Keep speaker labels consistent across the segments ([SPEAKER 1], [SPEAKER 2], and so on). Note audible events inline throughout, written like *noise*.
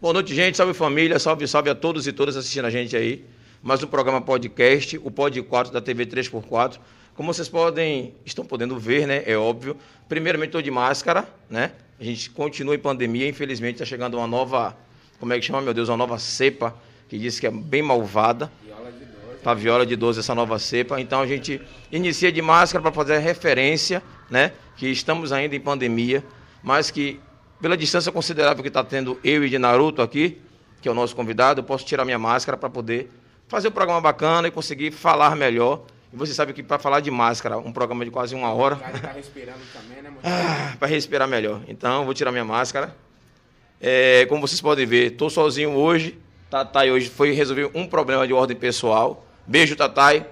[SPEAKER 1] Boa noite, gente. Salve família. Salve, salve a todos e todas assistindo a gente aí. Mais um programa podcast, o Pod 4 da TV 3x4. Como vocês podem, estão podendo ver, né? É óbvio. Primeiramente, estou de máscara, né? A gente continua em pandemia. Infelizmente, está chegando uma nova. Como é que chama, meu Deus? Uma nova cepa, que diz que é bem malvada. A viola de 12, essa nova cepa. Então, a gente inicia de máscara para fazer referência, né? Que estamos ainda em pandemia, mas que pela distância considerável que está tendo eu e de Naruto aqui, que é o nosso convidado, eu posso tirar minha máscara para poder fazer um programa bacana e conseguir falar melhor. E você sabe que para falar de máscara, um programa de quase uma hora.
[SPEAKER 2] Tá respirando também, né,
[SPEAKER 1] ah, para respirar melhor. Então, eu vou tirar minha máscara. É, como vocês podem ver, estou sozinho hoje. Tatai hoje foi resolver um problema de ordem pessoal. Beijo, Tatai.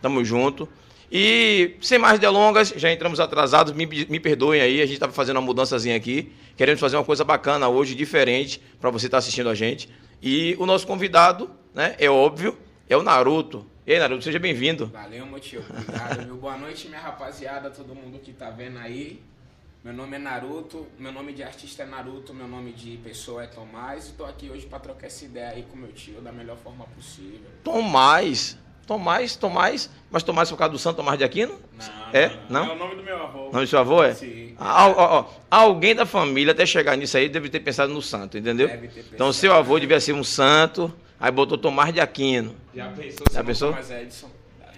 [SPEAKER 1] Tamo junto. E sem mais delongas, já entramos atrasados, me, me perdoem aí, a gente estava fazendo uma mudançazinha aqui. Queremos fazer uma coisa bacana hoje, diferente, para você estar tá assistindo a gente. E o nosso convidado, né, é óbvio, é o Naruto. E aí, Naruto, seja bem-vindo.
[SPEAKER 2] Valeu, meu tio. Obrigado, viu? Boa noite, minha rapaziada, todo mundo que tá vendo aí. Meu nome é Naruto, meu nome de artista é Naruto, meu nome de pessoa é Tomás. E tô aqui hoje para trocar essa ideia aí com meu tio da melhor forma possível.
[SPEAKER 1] Tomás? Tomás, Tomás, mas Tomás por causa do Santo Tomás de Aquino?
[SPEAKER 2] Não,
[SPEAKER 1] É?
[SPEAKER 2] não.
[SPEAKER 1] Não?
[SPEAKER 2] É o nome do meu avô.
[SPEAKER 1] O nome do seu avô é?
[SPEAKER 2] Sim.
[SPEAKER 1] Al- ó, ó, alguém da família, até chegar nisso aí, deve ter pensado no santo, entendeu?
[SPEAKER 2] Deve ter
[SPEAKER 1] Então,
[SPEAKER 2] pensado.
[SPEAKER 1] seu avô devia ser um santo, aí botou Tomás de Aquino.
[SPEAKER 2] Já pensou?
[SPEAKER 1] Já
[SPEAKER 2] se não
[SPEAKER 1] pensou?
[SPEAKER 2] Tomás é Edson.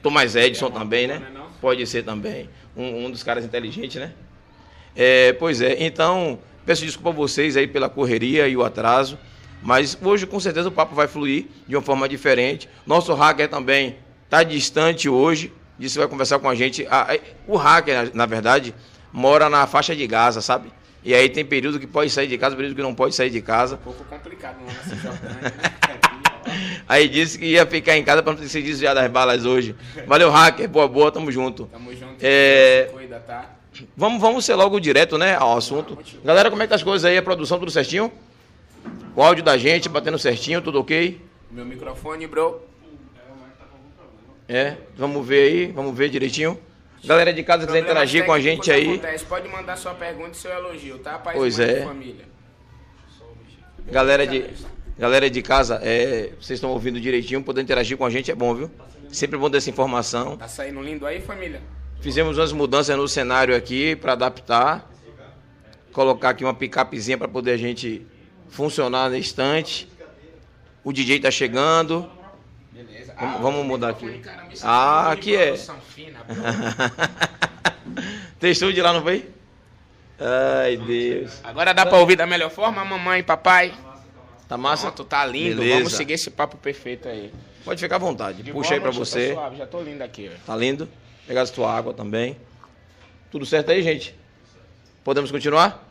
[SPEAKER 1] Tomás Edison
[SPEAKER 2] É uma
[SPEAKER 1] também,
[SPEAKER 2] boa,
[SPEAKER 1] né?
[SPEAKER 2] né, não?
[SPEAKER 1] Pode ser também. Um, um dos caras inteligentes, né? É, pois é, então, peço desculpa a vocês aí pela correria e o atraso. Mas hoje, com certeza, o papo vai fluir de uma forma diferente. Nosso hacker também está distante hoje. Disse que vai conversar com a gente. Ah, é, O hacker, na na verdade, mora na faixa de Gaza, sabe? E aí tem período que pode sair de casa, período que não pode sair de casa.
[SPEAKER 2] Um pouco complicado lá na Cisjordânia. né?
[SPEAKER 1] *laughs* Aí disse que ia ficar em casa para não se desviar das balas hoje. Valeu, hacker. Boa, boa, tamo junto.
[SPEAKER 2] Tamo junto.
[SPEAKER 1] É.
[SPEAKER 2] Se Cuida, tá?
[SPEAKER 1] Vamos, vamos ser logo direto, né, ao assunto. Galera, como é que tá as coisas aí? A produção tudo certinho? O áudio da gente batendo certinho, tudo ok?
[SPEAKER 2] Meu microfone, bro.
[SPEAKER 1] É, vamos ver aí, vamos ver direitinho. Galera de casa quiser
[SPEAKER 2] Problemas
[SPEAKER 1] interagir com a
[SPEAKER 2] técnicos
[SPEAKER 1] gente aí,
[SPEAKER 2] acontecem. Pode mandar sua pergunta e seu elogio, tá? Paz e
[SPEAKER 1] Pois
[SPEAKER 2] mãe
[SPEAKER 1] é.
[SPEAKER 2] e família.
[SPEAKER 1] galera de galera de casa, é, vocês estão ouvindo direitinho, poder interagir com a gente é bom, viu? Sempre bom dessa informação.
[SPEAKER 2] Tá saindo lindo aí, família?
[SPEAKER 1] Fizemos umas mudanças no cenário aqui para adaptar. Colocar aqui uma picapezinha para poder a gente funcionar na estante. O DJ tá chegando.
[SPEAKER 2] Beleza. Ah,
[SPEAKER 1] Vamos- vamos mudar aqui.
[SPEAKER 2] microfone, caramba, isso
[SPEAKER 1] Ah,
[SPEAKER 2] tudo de
[SPEAKER 1] aqui é.
[SPEAKER 2] produção fina, bro.
[SPEAKER 1] *laughs* Testou de lá, não foi? Ai, Deus.
[SPEAKER 2] Agora dá pra ouvir da melhor forma, mamãe, papai.
[SPEAKER 1] Tá massa?
[SPEAKER 2] Pronto, tá lindo.
[SPEAKER 1] Beleza.
[SPEAKER 2] Vamos seguir esse papo perfeito aí.
[SPEAKER 1] Pode ficar à vontade.
[SPEAKER 2] De
[SPEAKER 1] Puxa
[SPEAKER 2] boa
[SPEAKER 1] aí pra
[SPEAKER 2] noite, tá
[SPEAKER 1] você.
[SPEAKER 2] suave, já tô lindo aqui. ó.
[SPEAKER 1] Tá lindo. Pegar a sua água também. Tudo certo aí, gente? Podemos continuar?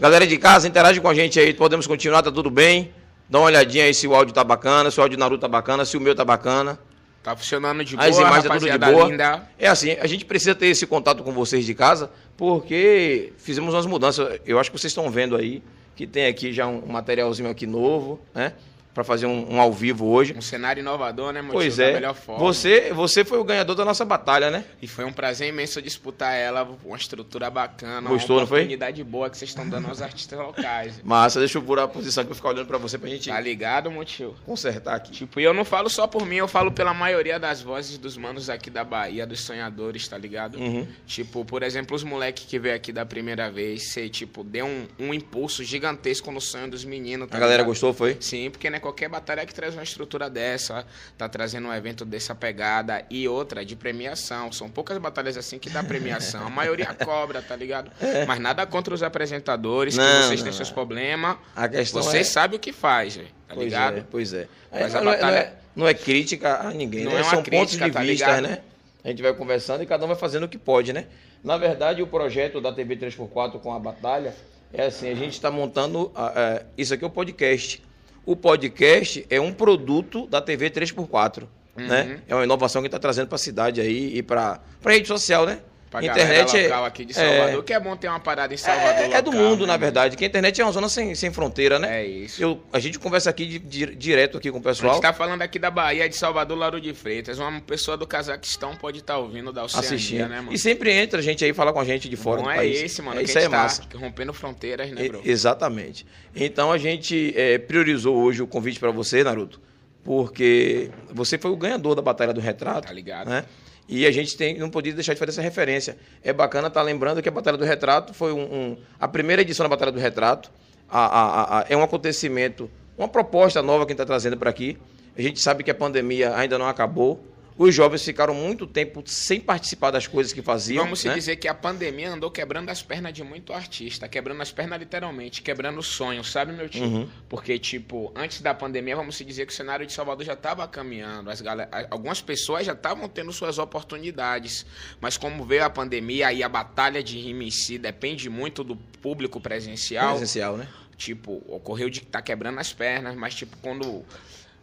[SPEAKER 1] Galera de casa, interage com a gente aí. Podemos continuar, tá tudo bem? Dá uma olhadinha aí se o áudio tá bacana, se o áudio do Naruto tá bacana, se o meu tá bacana.
[SPEAKER 2] Tá funcionando de
[SPEAKER 1] As
[SPEAKER 2] boa,
[SPEAKER 1] imagens é tudo de
[SPEAKER 2] rapaziada
[SPEAKER 1] boa.
[SPEAKER 2] linda.
[SPEAKER 1] É assim, a gente precisa ter esse contato com vocês de casa, porque fizemos umas mudanças. Eu acho que vocês estão vendo aí que tem aqui já um materialzinho aqui novo, né? Para fazer um, um ao vivo hoje.
[SPEAKER 2] Um cenário inovador, né, meu tio?
[SPEAKER 1] Pois
[SPEAKER 2] Da
[SPEAKER 1] é.
[SPEAKER 2] melhor forma.
[SPEAKER 1] Você, você foi o ganhador da nossa batalha, né?
[SPEAKER 2] E foi um prazer imenso disputar ela, uma estrutura bacana,
[SPEAKER 1] Gostou,
[SPEAKER 2] uma
[SPEAKER 1] não foi?
[SPEAKER 2] oportunidade boa que vocês estão dando aos artistas locais.
[SPEAKER 1] Massa, deixa eu purar a posição que eu vou ficar olhando para você pra gente
[SPEAKER 2] Tá ligado, meu tio?
[SPEAKER 1] consertar aqui.
[SPEAKER 2] Tipo, e eu não falo só por mim, eu falo pela maioria das vozes dos manos aqui da Bahia, dos sonhadores, tá ligado?
[SPEAKER 1] Uhum.
[SPEAKER 2] Tipo, por exemplo, os moleques que veio aqui da primeira vez, você, tipo, deu um, um impulso gigantesco no sonho dos meninos.
[SPEAKER 1] A galera
[SPEAKER 2] ligado?
[SPEAKER 1] gostou, foi?
[SPEAKER 2] Sim, porque né, qualquer batalha que traz uma estrutura dessa, tá trazendo um evento dessa pegada e outra de premiação. São poucas batalhas assim que dá premiação.
[SPEAKER 1] *laughs*
[SPEAKER 2] A maioria cobra, tá ligado? Mas nada contra os apresentadores, que
[SPEAKER 1] É. Não,
[SPEAKER 2] vocês
[SPEAKER 1] não,
[SPEAKER 2] têm
[SPEAKER 1] não.
[SPEAKER 2] seus problemas.
[SPEAKER 1] A questão
[SPEAKER 2] Vocês
[SPEAKER 1] é...
[SPEAKER 2] sabem o que faz, gente, tá
[SPEAKER 1] pois
[SPEAKER 2] ligado?
[SPEAKER 1] É, pois é. Aí
[SPEAKER 2] Mas
[SPEAKER 1] não,
[SPEAKER 2] a
[SPEAKER 1] é- não é,
[SPEAKER 2] batalha-
[SPEAKER 1] não é crítica a ninguém,
[SPEAKER 2] Não
[SPEAKER 1] né?
[SPEAKER 2] é uma
[SPEAKER 1] São pontos
[SPEAKER 2] crítica,
[SPEAKER 1] de
[SPEAKER 2] tá
[SPEAKER 1] vista,
[SPEAKER 2] ligado?
[SPEAKER 1] né? A gente vai conversando e cada um vai fazendo o que pode, né? Na verdade, o projeto da TV 3x4 com a batalha é assim, a gente está montando... ah, ah, isso aqui é o podcast. O podcast é um produto da TV 3x4, né?
[SPEAKER 2] Uhum.
[SPEAKER 1] tá É uma inovação que está trazendo para a cidade aí e para a rede social, né?
[SPEAKER 2] Pra
[SPEAKER 1] Internet
[SPEAKER 2] galera
[SPEAKER 1] é-
[SPEAKER 2] local aqui de
[SPEAKER 1] é-
[SPEAKER 2] Salvador, que é bom ter uma parada em Salvador.
[SPEAKER 1] É, é do
[SPEAKER 2] local,
[SPEAKER 1] mundo,
[SPEAKER 2] né,
[SPEAKER 1] na
[SPEAKER 2] mano?
[SPEAKER 1] verdade, que a internet é uma zona sem, sem fronteira, né?
[SPEAKER 2] É isso.
[SPEAKER 1] Eu, a gente conversa aqui de- di- direto aqui com o
[SPEAKER 2] A
[SPEAKER 1] pessoal.
[SPEAKER 2] gente tá falando aqui da Bahia, de Salvador, Lauro de Freitas. Uma pessoa do Cazaquistão pode estar ouvindo da Oceania,
[SPEAKER 1] assistindo.
[SPEAKER 2] né, mano?
[SPEAKER 1] e sempre entra gente aí falar com a gente de fora
[SPEAKER 2] Bom
[SPEAKER 1] do
[SPEAKER 2] é
[SPEAKER 1] país.
[SPEAKER 2] esse, mano.
[SPEAKER 1] É,
[SPEAKER 2] que
[SPEAKER 1] isso
[SPEAKER 2] a
[SPEAKER 1] aí é
[SPEAKER 2] gente tá
[SPEAKER 1] massa.
[SPEAKER 2] rompendo fronteiras, né,
[SPEAKER 1] E-
[SPEAKER 2] bro?
[SPEAKER 1] Exatamente. Então a gente eh, priorizou hoje o convite para você, Naruto, porque você foi o ganhador da Batalha do Retrato.
[SPEAKER 2] Tá ligado?
[SPEAKER 1] né? E a gente tem, não podia deixar de fazer essa referência. É bacana estar lembrando que a Batalha do Retrato foi um, um- a primeira edição da Batalha do Retrato. A- a- a- a- é um acontecimento, uma proposta nova que a gente está trazendo para aqui. A gente sabe que a pandemia ainda não acabou. Os jovens ficaram muito tempo sem participar das coisas que faziam.
[SPEAKER 2] Vamos se
[SPEAKER 1] né?
[SPEAKER 2] dizer que a pandemia andou quebrando as pernas de muito artista. Quebrando as pernas literalmente, quebrando o sonho, sabe, meu tio?
[SPEAKER 1] Uhum.
[SPEAKER 2] Porque, tipo, antes da pandemia, vamos se dizer que o cenário de Salvador já estava caminhando. As galera, a- algumas pessoas já estavam tendo suas oportunidades. Mas como veio a pandemia e a batalha de rima em si depende muito do público presencial,
[SPEAKER 1] Presencial, né?
[SPEAKER 2] tipo, ocorreu de tá quebrando as pernas, mas tipo, quando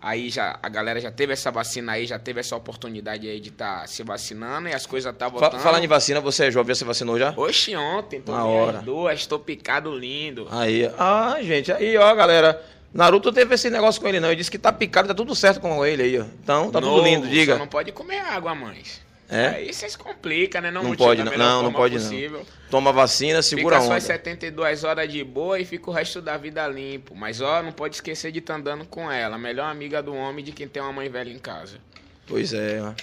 [SPEAKER 2] aí já a galera já teve essa vacina aí, já teve essa oportunidade aí de estar se vacinando e as coisas tá
[SPEAKER 1] Fa-
[SPEAKER 2] voltando.
[SPEAKER 1] Falando em vacina, você é jovem, já se vacinou já?
[SPEAKER 2] Oxe, ontem,
[SPEAKER 1] Na
[SPEAKER 2] tomei
[SPEAKER 1] hora.
[SPEAKER 2] as duas, tô picado lindo.
[SPEAKER 1] Aí, ah, gente, aí, ó, galera. Naruto teve esse negócio com ele, não. Ele disse que tá picado, tá tudo certo com ele aí, ó. Então, tá
[SPEAKER 2] Novo,
[SPEAKER 1] tudo lindo,
[SPEAKER 2] Só
[SPEAKER 1] diga.
[SPEAKER 2] não pode comer água, mães.
[SPEAKER 1] É?
[SPEAKER 2] Aí vocês complicam, né? Não,
[SPEAKER 1] Não
[SPEAKER 2] motiva
[SPEAKER 1] pode,
[SPEAKER 2] da
[SPEAKER 1] não.
[SPEAKER 2] melhor
[SPEAKER 1] Não, não
[SPEAKER 2] forma
[SPEAKER 1] pode, não.
[SPEAKER 2] possível.
[SPEAKER 1] Toma vacina, segura a
[SPEAKER 2] fica
[SPEAKER 1] onda.
[SPEAKER 2] só as 72 horas de boa e fica o resto da vida limpo. Mas ó, não pode esquecer de estar andando com ela. A melhor amiga do homem de quem tem uma mãe velha em casa.
[SPEAKER 1] Pois é, ó.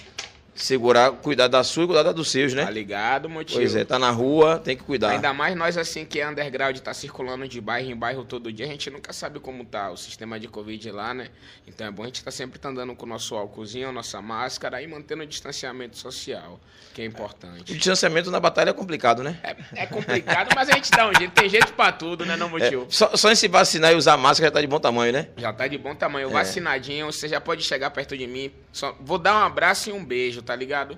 [SPEAKER 1] Segurar, cuidar da sua e cuidar da dos seus,
[SPEAKER 2] Tá
[SPEAKER 1] né?
[SPEAKER 2] ligado, motivo?
[SPEAKER 1] Pois é, tá na rua, tem que cuidar.
[SPEAKER 2] Ainda mais nós assim que é underground, tá circulando de bairro em bairro todo dia, a gente nunca sabe como tá o sistema de Covid lá, né? Então é bom a gente tá sempre tá andando com o nosso álcoolzinho, nossa máscara e mantendo o distanciamento social, que é
[SPEAKER 1] O
[SPEAKER 2] importante.
[SPEAKER 1] distanciamento na batalha é complicado, né?
[SPEAKER 2] É, é complicado, mas a gente dá um jeito, tem jeito pra tudo, né, não,
[SPEAKER 1] É.
[SPEAKER 2] motivo?
[SPEAKER 1] Só, só em se vacinar e usar máscara já tá de bom tamanho, né?
[SPEAKER 2] Já tá de bom tamanho,
[SPEAKER 1] É.
[SPEAKER 2] vacinadinho, você já pode chegar perto de mim. Só vou dar um abraço e um beijo, tá ligado?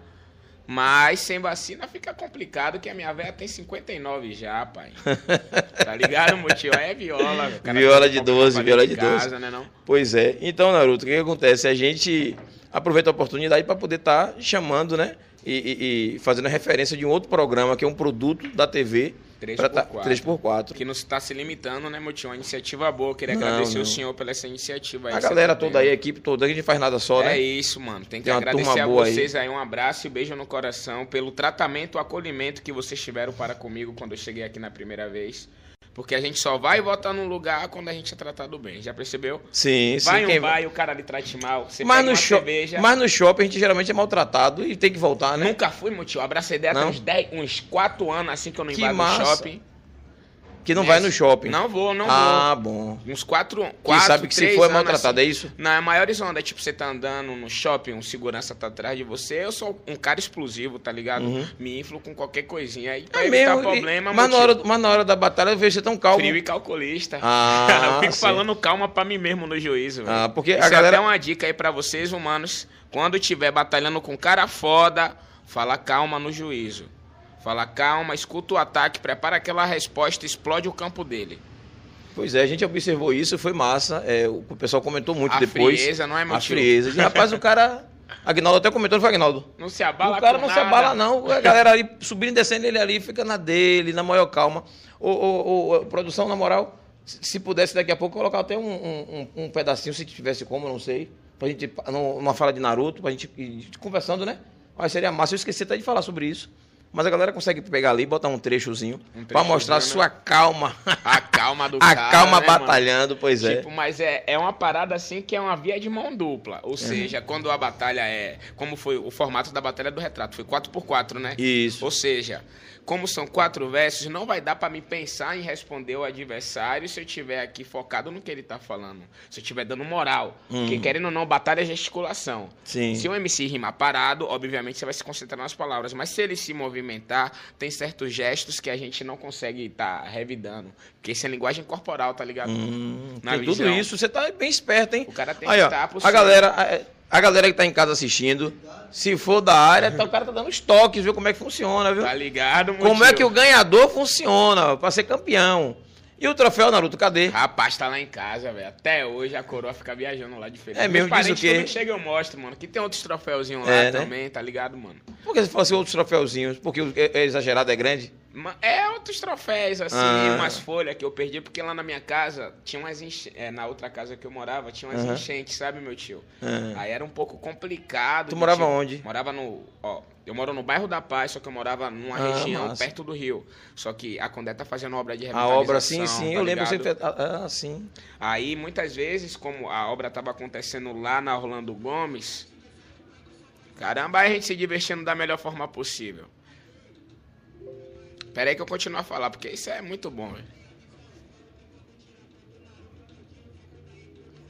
[SPEAKER 2] Mas sem vacina fica complicado, que a minha velha tem 59
[SPEAKER 1] *laughs*
[SPEAKER 2] já, pai. tá ligado, motivo? Aí É viola. o cara
[SPEAKER 1] Viola
[SPEAKER 2] tem
[SPEAKER 1] de
[SPEAKER 2] que comprar
[SPEAKER 1] 12,
[SPEAKER 2] pra
[SPEAKER 1] viola
[SPEAKER 2] dentro
[SPEAKER 1] de
[SPEAKER 2] casa, né, não?
[SPEAKER 1] Pois é. Então, Naruto, o que, que acontece? A gente aproveita a oportunidade para poder estar chamando, né? E, e- e fazendo a referência de um outro programa, que é um produto da TV.
[SPEAKER 2] 3
[SPEAKER 1] pra
[SPEAKER 2] por
[SPEAKER 1] tá-
[SPEAKER 2] 4.
[SPEAKER 1] 3x4.
[SPEAKER 2] Que não está se limitando, né, motivo? Uma iniciativa boa. Eu Queria
[SPEAKER 1] Não,
[SPEAKER 2] agradecer
[SPEAKER 1] não.
[SPEAKER 2] o senhor pela essa iniciativa. aí,
[SPEAKER 1] A
[SPEAKER 2] você
[SPEAKER 1] galera
[SPEAKER 2] tá
[SPEAKER 1] toda
[SPEAKER 2] vendo?
[SPEAKER 1] aí, a equipe toda, que a gente faz nada só,
[SPEAKER 2] É
[SPEAKER 1] né?
[SPEAKER 2] isso, mano. Tem que
[SPEAKER 1] Tem uma
[SPEAKER 2] agradecer
[SPEAKER 1] turma
[SPEAKER 2] a
[SPEAKER 1] boa
[SPEAKER 2] vocês aí. Um abraço e beijo no coração pelo tratamento, o acolhimento que vocês tiveram para comigo quando eu cheguei aqui na primeira vez. Porque a gente só vai votar num lugar quando a gente é tratado bem, já percebeu?
[SPEAKER 1] Sim, sim.
[SPEAKER 2] vai um
[SPEAKER 1] quem-
[SPEAKER 2] vai, o cara lhe trate mal. Você
[SPEAKER 1] Mas,
[SPEAKER 2] pega
[SPEAKER 1] no
[SPEAKER 2] uma
[SPEAKER 1] sho-
[SPEAKER 2] cerveja.
[SPEAKER 1] Mas no shopping a gente geralmente é maltratado e tem que voltar, né?
[SPEAKER 2] Nunca fui, meu tio. Abraço ideia tem
[SPEAKER 1] Não?
[SPEAKER 2] uns, 10, uns 4 anos assim que eu não
[SPEAKER 1] Que
[SPEAKER 2] invado
[SPEAKER 1] massa.
[SPEAKER 2] o shopping.
[SPEAKER 1] Que não vai no shopping.
[SPEAKER 2] Não vou, não
[SPEAKER 1] ah, bom.
[SPEAKER 2] vou. Uns 4 anos.
[SPEAKER 1] Quem sabe que se for é
[SPEAKER 2] assim
[SPEAKER 1] maltratado, é isso?
[SPEAKER 2] Na maior onda, tipo, você tá andando no shopping, um segurança tá atrás de você. Eu sou um cara explosivo, tá ligado?
[SPEAKER 1] Uhum.
[SPEAKER 2] Me inflo com qualquer coisinha aí pra
[SPEAKER 1] É
[SPEAKER 2] evitar
[SPEAKER 1] mesmo. e-
[SPEAKER 2] problema,
[SPEAKER 1] mas, na
[SPEAKER 2] motivo.
[SPEAKER 1] hora, mas na hora da batalha eu vejo você tão calmo.
[SPEAKER 2] frio e calculista.
[SPEAKER 1] Ah,
[SPEAKER 2] *laughs* eu fico
[SPEAKER 1] sim.
[SPEAKER 2] falando calma pra mim mesmo no juízo, velho.
[SPEAKER 1] Ah, porque
[SPEAKER 2] Isso
[SPEAKER 1] a galera.
[SPEAKER 2] é até uma dica aí pra vocês, humanos. Quando tiver batalhando com cara foda, fala calma no juízo. Fala calma, escuta o ataque, prepara aquela resposta, explode o campo dele.
[SPEAKER 1] Pois é, a gente observou isso, foi massa. é, o pessoal comentou muito
[SPEAKER 2] a
[SPEAKER 1] depois.
[SPEAKER 2] frieza não é
[SPEAKER 1] a
[SPEAKER 2] motivo.
[SPEAKER 1] frieza. E, rapaz, o cara. Agnaldo até comentou, não foi Agnaldo?
[SPEAKER 2] Não se abala
[SPEAKER 1] o cara
[SPEAKER 2] com
[SPEAKER 1] não se
[SPEAKER 2] nada.
[SPEAKER 1] abala, não. A galera ali subindo e descendo, ele ali fica na dele, na maior calma. Ô, ô, ô, ô, produção, na moral, se se pudesse daqui a pouco colocar até um, um- um- um pedacinho, se tivesse como, não sei. Pra gente. num- Uma fala de Naruto, pra gente ir conversando, né? Mas seria massa. Eu esqueci até de falar sobre isso. Mas a galera consegue pegar ali, botar um trechozinho,
[SPEAKER 2] Um
[SPEAKER 1] pra mostrar a
[SPEAKER 2] trechozinho,
[SPEAKER 1] sua calma. *laughs*
[SPEAKER 2] A calma do
[SPEAKER 1] A
[SPEAKER 2] cara.
[SPEAKER 1] calma
[SPEAKER 2] né, mano?
[SPEAKER 1] batalhando, pois é.
[SPEAKER 2] Tipo, mas é, é uma parada assim que é uma via de mão dupla.
[SPEAKER 1] É.
[SPEAKER 2] Ou seja, quando a batalha é. Como foi o formato da batalha do retrato? Foi 4x4, né?
[SPEAKER 1] Isso.
[SPEAKER 2] Ou seja, como são quatro versos, não vai dar pra me pensar em responder o adversário se eu estiver aqui focado no que ele tá falando. Se eu estiver dando moral.
[SPEAKER 1] Hum.
[SPEAKER 2] Porque querendo ou não, batalha é gesticulação.
[SPEAKER 1] Sim.
[SPEAKER 2] Se um o MC rimar parado, obviamente você vai se concentrar nas palavras. Mas se ele se movimentar, tem certos gestos que a gente não consegue estar revidando. Porque isso é linguagem corporal, tá ligado?
[SPEAKER 1] Hum,
[SPEAKER 2] Na
[SPEAKER 1] tem tudo
[SPEAKER 2] visão.
[SPEAKER 1] isso, você tá bem esperto, hein?
[SPEAKER 2] O cara tem
[SPEAKER 1] Aí,
[SPEAKER 2] que
[SPEAKER 1] ó,
[SPEAKER 2] estar pro
[SPEAKER 1] a
[SPEAKER 2] seu-
[SPEAKER 1] galera, a, a galera que tá em casa assistindo, se for da área, tá- o cara tá dando os toques, viu como é que funciona, viu?
[SPEAKER 2] Tá ligado,
[SPEAKER 1] Como
[SPEAKER 2] motivo?
[SPEAKER 1] é que o ganhador funciona para ser campeão? E o troféu Naruto, cadê?
[SPEAKER 2] Rapaz, tá lá em casa, velho. Até hoje a coroa fica viajando lá de feliz.
[SPEAKER 1] É mesmo, diz o
[SPEAKER 2] parentes
[SPEAKER 1] quê?
[SPEAKER 2] também chega eu mostro, mano. Que tem outros troféuzinhos lá
[SPEAKER 1] É, né?
[SPEAKER 2] também, tá ligado, mano?
[SPEAKER 1] Por que você fala assim, outros troféuzinhos? Porque o- é, é exagerado, é grande?
[SPEAKER 2] Ma- É outros troféus, assim,
[SPEAKER 1] Ah.
[SPEAKER 2] umas folhas que eu perdi, porque lá na minha casa tinha umas enchentes. na outra casa que eu morava, tinha umas
[SPEAKER 1] Aham.
[SPEAKER 2] enchentes, sabe, meu tio?
[SPEAKER 1] Ah.
[SPEAKER 2] Aí era um pouco complicado.
[SPEAKER 1] Tu
[SPEAKER 2] de,
[SPEAKER 1] morava
[SPEAKER 2] tipo,
[SPEAKER 1] onde?
[SPEAKER 2] Morava no. Ó, eu moro no bairro da Paz, só que eu morava numa
[SPEAKER 1] Ah,
[SPEAKER 2] região
[SPEAKER 1] massa.
[SPEAKER 2] perto do rio. Só que a Condé tá fazendo obra
[SPEAKER 1] A
[SPEAKER 2] de revitalização.
[SPEAKER 1] obra, sim, sim.
[SPEAKER 2] tá
[SPEAKER 1] eu lembro
[SPEAKER 2] ligado?
[SPEAKER 1] sempre. Ah, ah, sim.
[SPEAKER 2] Aí, muitas vezes, como a obra estava acontecendo lá na Orlando Gomes, caramba, aí a gente se divertindo da melhor forma possível. Pera aí que eu continuo a falar, porque isso é muito bom, velho.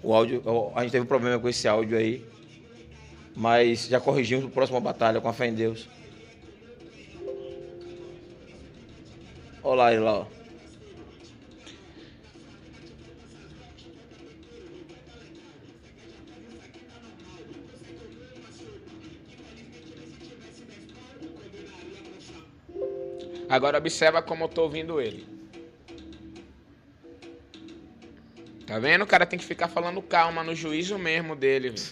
[SPEAKER 1] O áudio, ó, a gente teve um problema com esse áudio aí. Mas já corrigimos para a próxima batalha, com a fé em Deus. Olha lá ele lá, ó.
[SPEAKER 2] Agora observa como eu tô ouvindo ele. Tá vendo? O cara tem que ficar falando calma no juízo mesmo
[SPEAKER 1] *laughs*
[SPEAKER 2] dele, velho.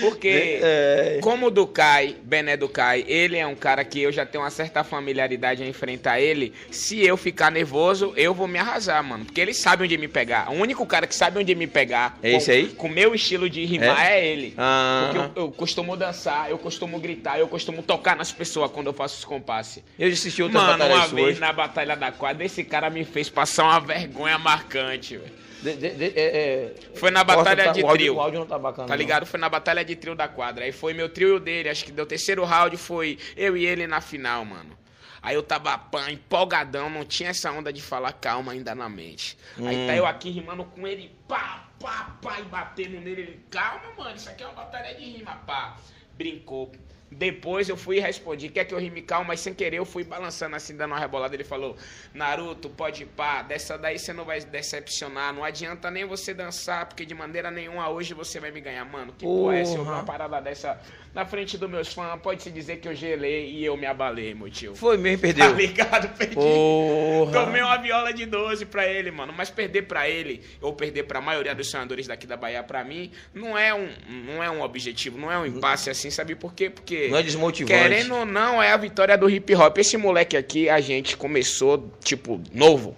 [SPEAKER 2] Porque
[SPEAKER 1] É.
[SPEAKER 2] Como o do Kai, Bené do Kai, ele é um cara que eu já tenho uma certa familiaridade a enfrentar ele. Se eu ficar nervoso, eu vou me arrasar, mano. Porque ele sabe onde me pegar. O único cara que sabe onde me pegar
[SPEAKER 1] É
[SPEAKER 2] com-
[SPEAKER 1] esse aí?
[SPEAKER 2] com o meu estilo de rimar é, ele.
[SPEAKER 1] Ah.
[SPEAKER 2] Porque eu, eu costumo dançar, eu costumo gritar, eu costumo tocar nas pessoas quando eu faço os compasses.
[SPEAKER 1] Eu já assisti outras
[SPEAKER 2] Mano, uma
[SPEAKER 1] batalhas
[SPEAKER 2] vez
[SPEAKER 1] suas.
[SPEAKER 2] na Batalha da Quadra, esse cara me fez passar uma vergonha marcante, velho.
[SPEAKER 1] De- de- de- é, é,
[SPEAKER 2] Foi na
[SPEAKER 1] Costa,
[SPEAKER 2] batalha
[SPEAKER 1] tá-
[SPEAKER 2] de
[SPEAKER 1] o áudio-
[SPEAKER 2] trio.
[SPEAKER 1] O áudio não tá bacana.
[SPEAKER 2] Tá
[SPEAKER 1] não.
[SPEAKER 2] ligado? Foi na batalha de trio da quadra. Aí foi meu trio e o dele. Acho que deu terceiro round. Foi eu e ele na final, mano. Aí eu tava pã, empolgadão. Não tinha essa onda de falar calma ainda na mente. Aí tá eu aqui rimando com ele. Pá, pá, pá. E batendo nele. Ele, calma, mano. Isso aqui é uma batalha de rima, pá. Brincou. Depois eu fui e respondi, quer que eu rime calma, mas sem querer eu fui balançando assim, dando uma rebolada. Ele falou, Naruto, pode ir pá, dessa daí você não vai decepcionar, não adianta nem você dançar, porque de maneira nenhuma hoje você vai me ganhar, mano. Que porra é essa? Eu vi uma
[SPEAKER 1] Porra.
[SPEAKER 2] parada dessa na frente dos meus fãs, pode-se dizer que eu gelei e eu me abalei, meu tio.
[SPEAKER 1] Foi mesmo,
[SPEAKER 2] Tá
[SPEAKER 1] perdeu.
[SPEAKER 2] ligado? *laughs* Perdi.
[SPEAKER 1] Porra.
[SPEAKER 2] Tomei uma viola de 12 pra ele, mano. Mas perder pra ele, ou perder pra maioria dos senadores daqui da Bahia, pra mim, não é um, não é um objetivo, não é um impasse assim, sabe por quê? Porque.
[SPEAKER 1] Não é desmotivante.
[SPEAKER 2] Querendo ou não, é a vitória do hip hop. Esse moleque aqui, a gente começou, tipo, novo.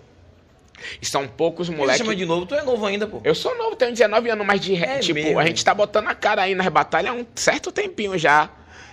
[SPEAKER 2] E são poucos
[SPEAKER 1] Por que você
[SPEAKER 2] moleques.
[SPEAKER 1] chama de novo, tu é novo ainda, pô.
[SPEAKER 2] Eu sou novo, tenho 19 anos, mas de re-
[SPEAKER 1] É
[SPEAKER 2] tipo,
[SPEAKER 1] mesmo?
[SPEAKER 2] a gente tá botando a cara aí nas batalhas há um certo tempinho já.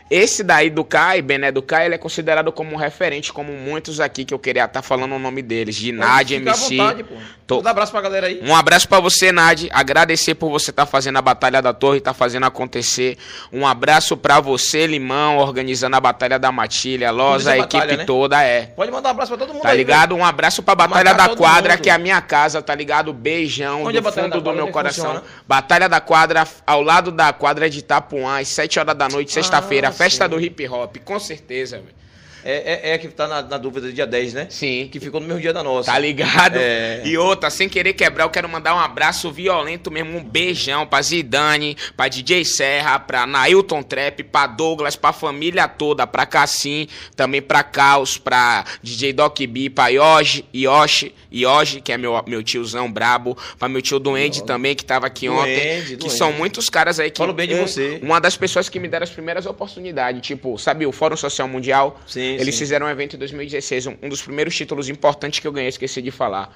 [SPEAKER 2] Esse daí do Kai, Bené do Kai, ele é considerado como um referente, como muitos aqui que eu queria estar falando o nome deles, de Nad,
[SPEAKER 1] É, Fica à
[SPEAKER 2] MC.
[SPEAKER 1] vontade, pô.
[SPEAKER 2] Tô-
[SPEAKER 1] Dá um abraço pra galera aí.
[SPEAKER 2] Um abraço pra você, Nad. Agradecer por você estar fazendo a Batalha da Torre, tá fazendo acontecer. Um abraço pra você, Limão, organizando a Batalha da Matilha, Loza,
[SPEAKER 1] Organiza
[SPEAKER 2] a
[SPEAKER 1] a batalha,
[SPEAKER 2] equipe
[SPEAKER 1] né?
[SPEAKER 2] toda é.
[SPEAKER 1] Pode mandar um abraço pra todo mundo
[SPEAKER 2] Tá
[SPEAKER 1] aí.
[SPEAKER 2] ligado? Um abraço pra Batalha
[SPEAKER 1] Marcar
[SPEAKER 2] da
[SPEAKER 1] todo
[SPEAKER 2] Quadra,
[SPEAKER 1] mundo.
[SPEAKER 2] que é a minha casa, tá ligado? Beijão
[SPEAKER 1] Onde é a
[SPEAKER 2] do
[SPEAKER 1] Batalha da
[SPEAKER 2] fundo do
[SPEAKER 1] Quadra?
[SPEAKER 2] meu
[SPEAKER 1] Onde é que
[SPEAKER 2] coração.
[SPEAKER 1] funciona?
[SPEAKER 2] Batalha da Quadra, ao lado da quadra de Itapuã, às 7 horas da noite, sexta-feira,
[SPEAKER 1] Ah,
[SPEAKER 2] festa
[SPEAKER 1] sim.
[SPEAKER 2] do hip hop, com certeza, velho.
[SPEAKER 1] É, é, é que tá na, na dúvida do dia 10, né?
[SPEAKER 2] Sim.
[SPEAKER 1] Que ficou no mesmo dia da nossa.
[SPEAKER 2] Tá ligado?
[SPEAKER 1] É.
[SPEAKER 2] E outra, sem querer quebrar, eu quero mandar um abraço violento mesmo, um beijão pra Zidane, pra DJ Serra, pra Nailton Trap, pra Douglas, pra família toda, pra Cassim, também pra Caos, pra DJ Doc B, pra Yoshi, Yoshi, Yoshi, que é meu, meu tiozão brabo, pra meu tio Duende também, que tava aqui ontem,
[SPEAKER 1] Duende,
[SPEAKER 2] que
[SPEAKER 1] Duende.
[SPEAKER 2] são muitos caras aí que...
[SPEAKER 1] Falo bem de
[SPEAKER 2] um-
[SPEAKER 1] você.
[SPEAKER 2] Uma das pessoas que me deram as primeiras oportunidades, tipo, sabe o Fórum Social Mundial?
[SPEAKER 1] Sim,
[SPEAKER 2] Eles
[SPEAKER 1] sim.
[SPEAKER 2] fizeram um evento em 2016, um, um dos primeiros títulos importantes que eu ganhei, esqueci de falar.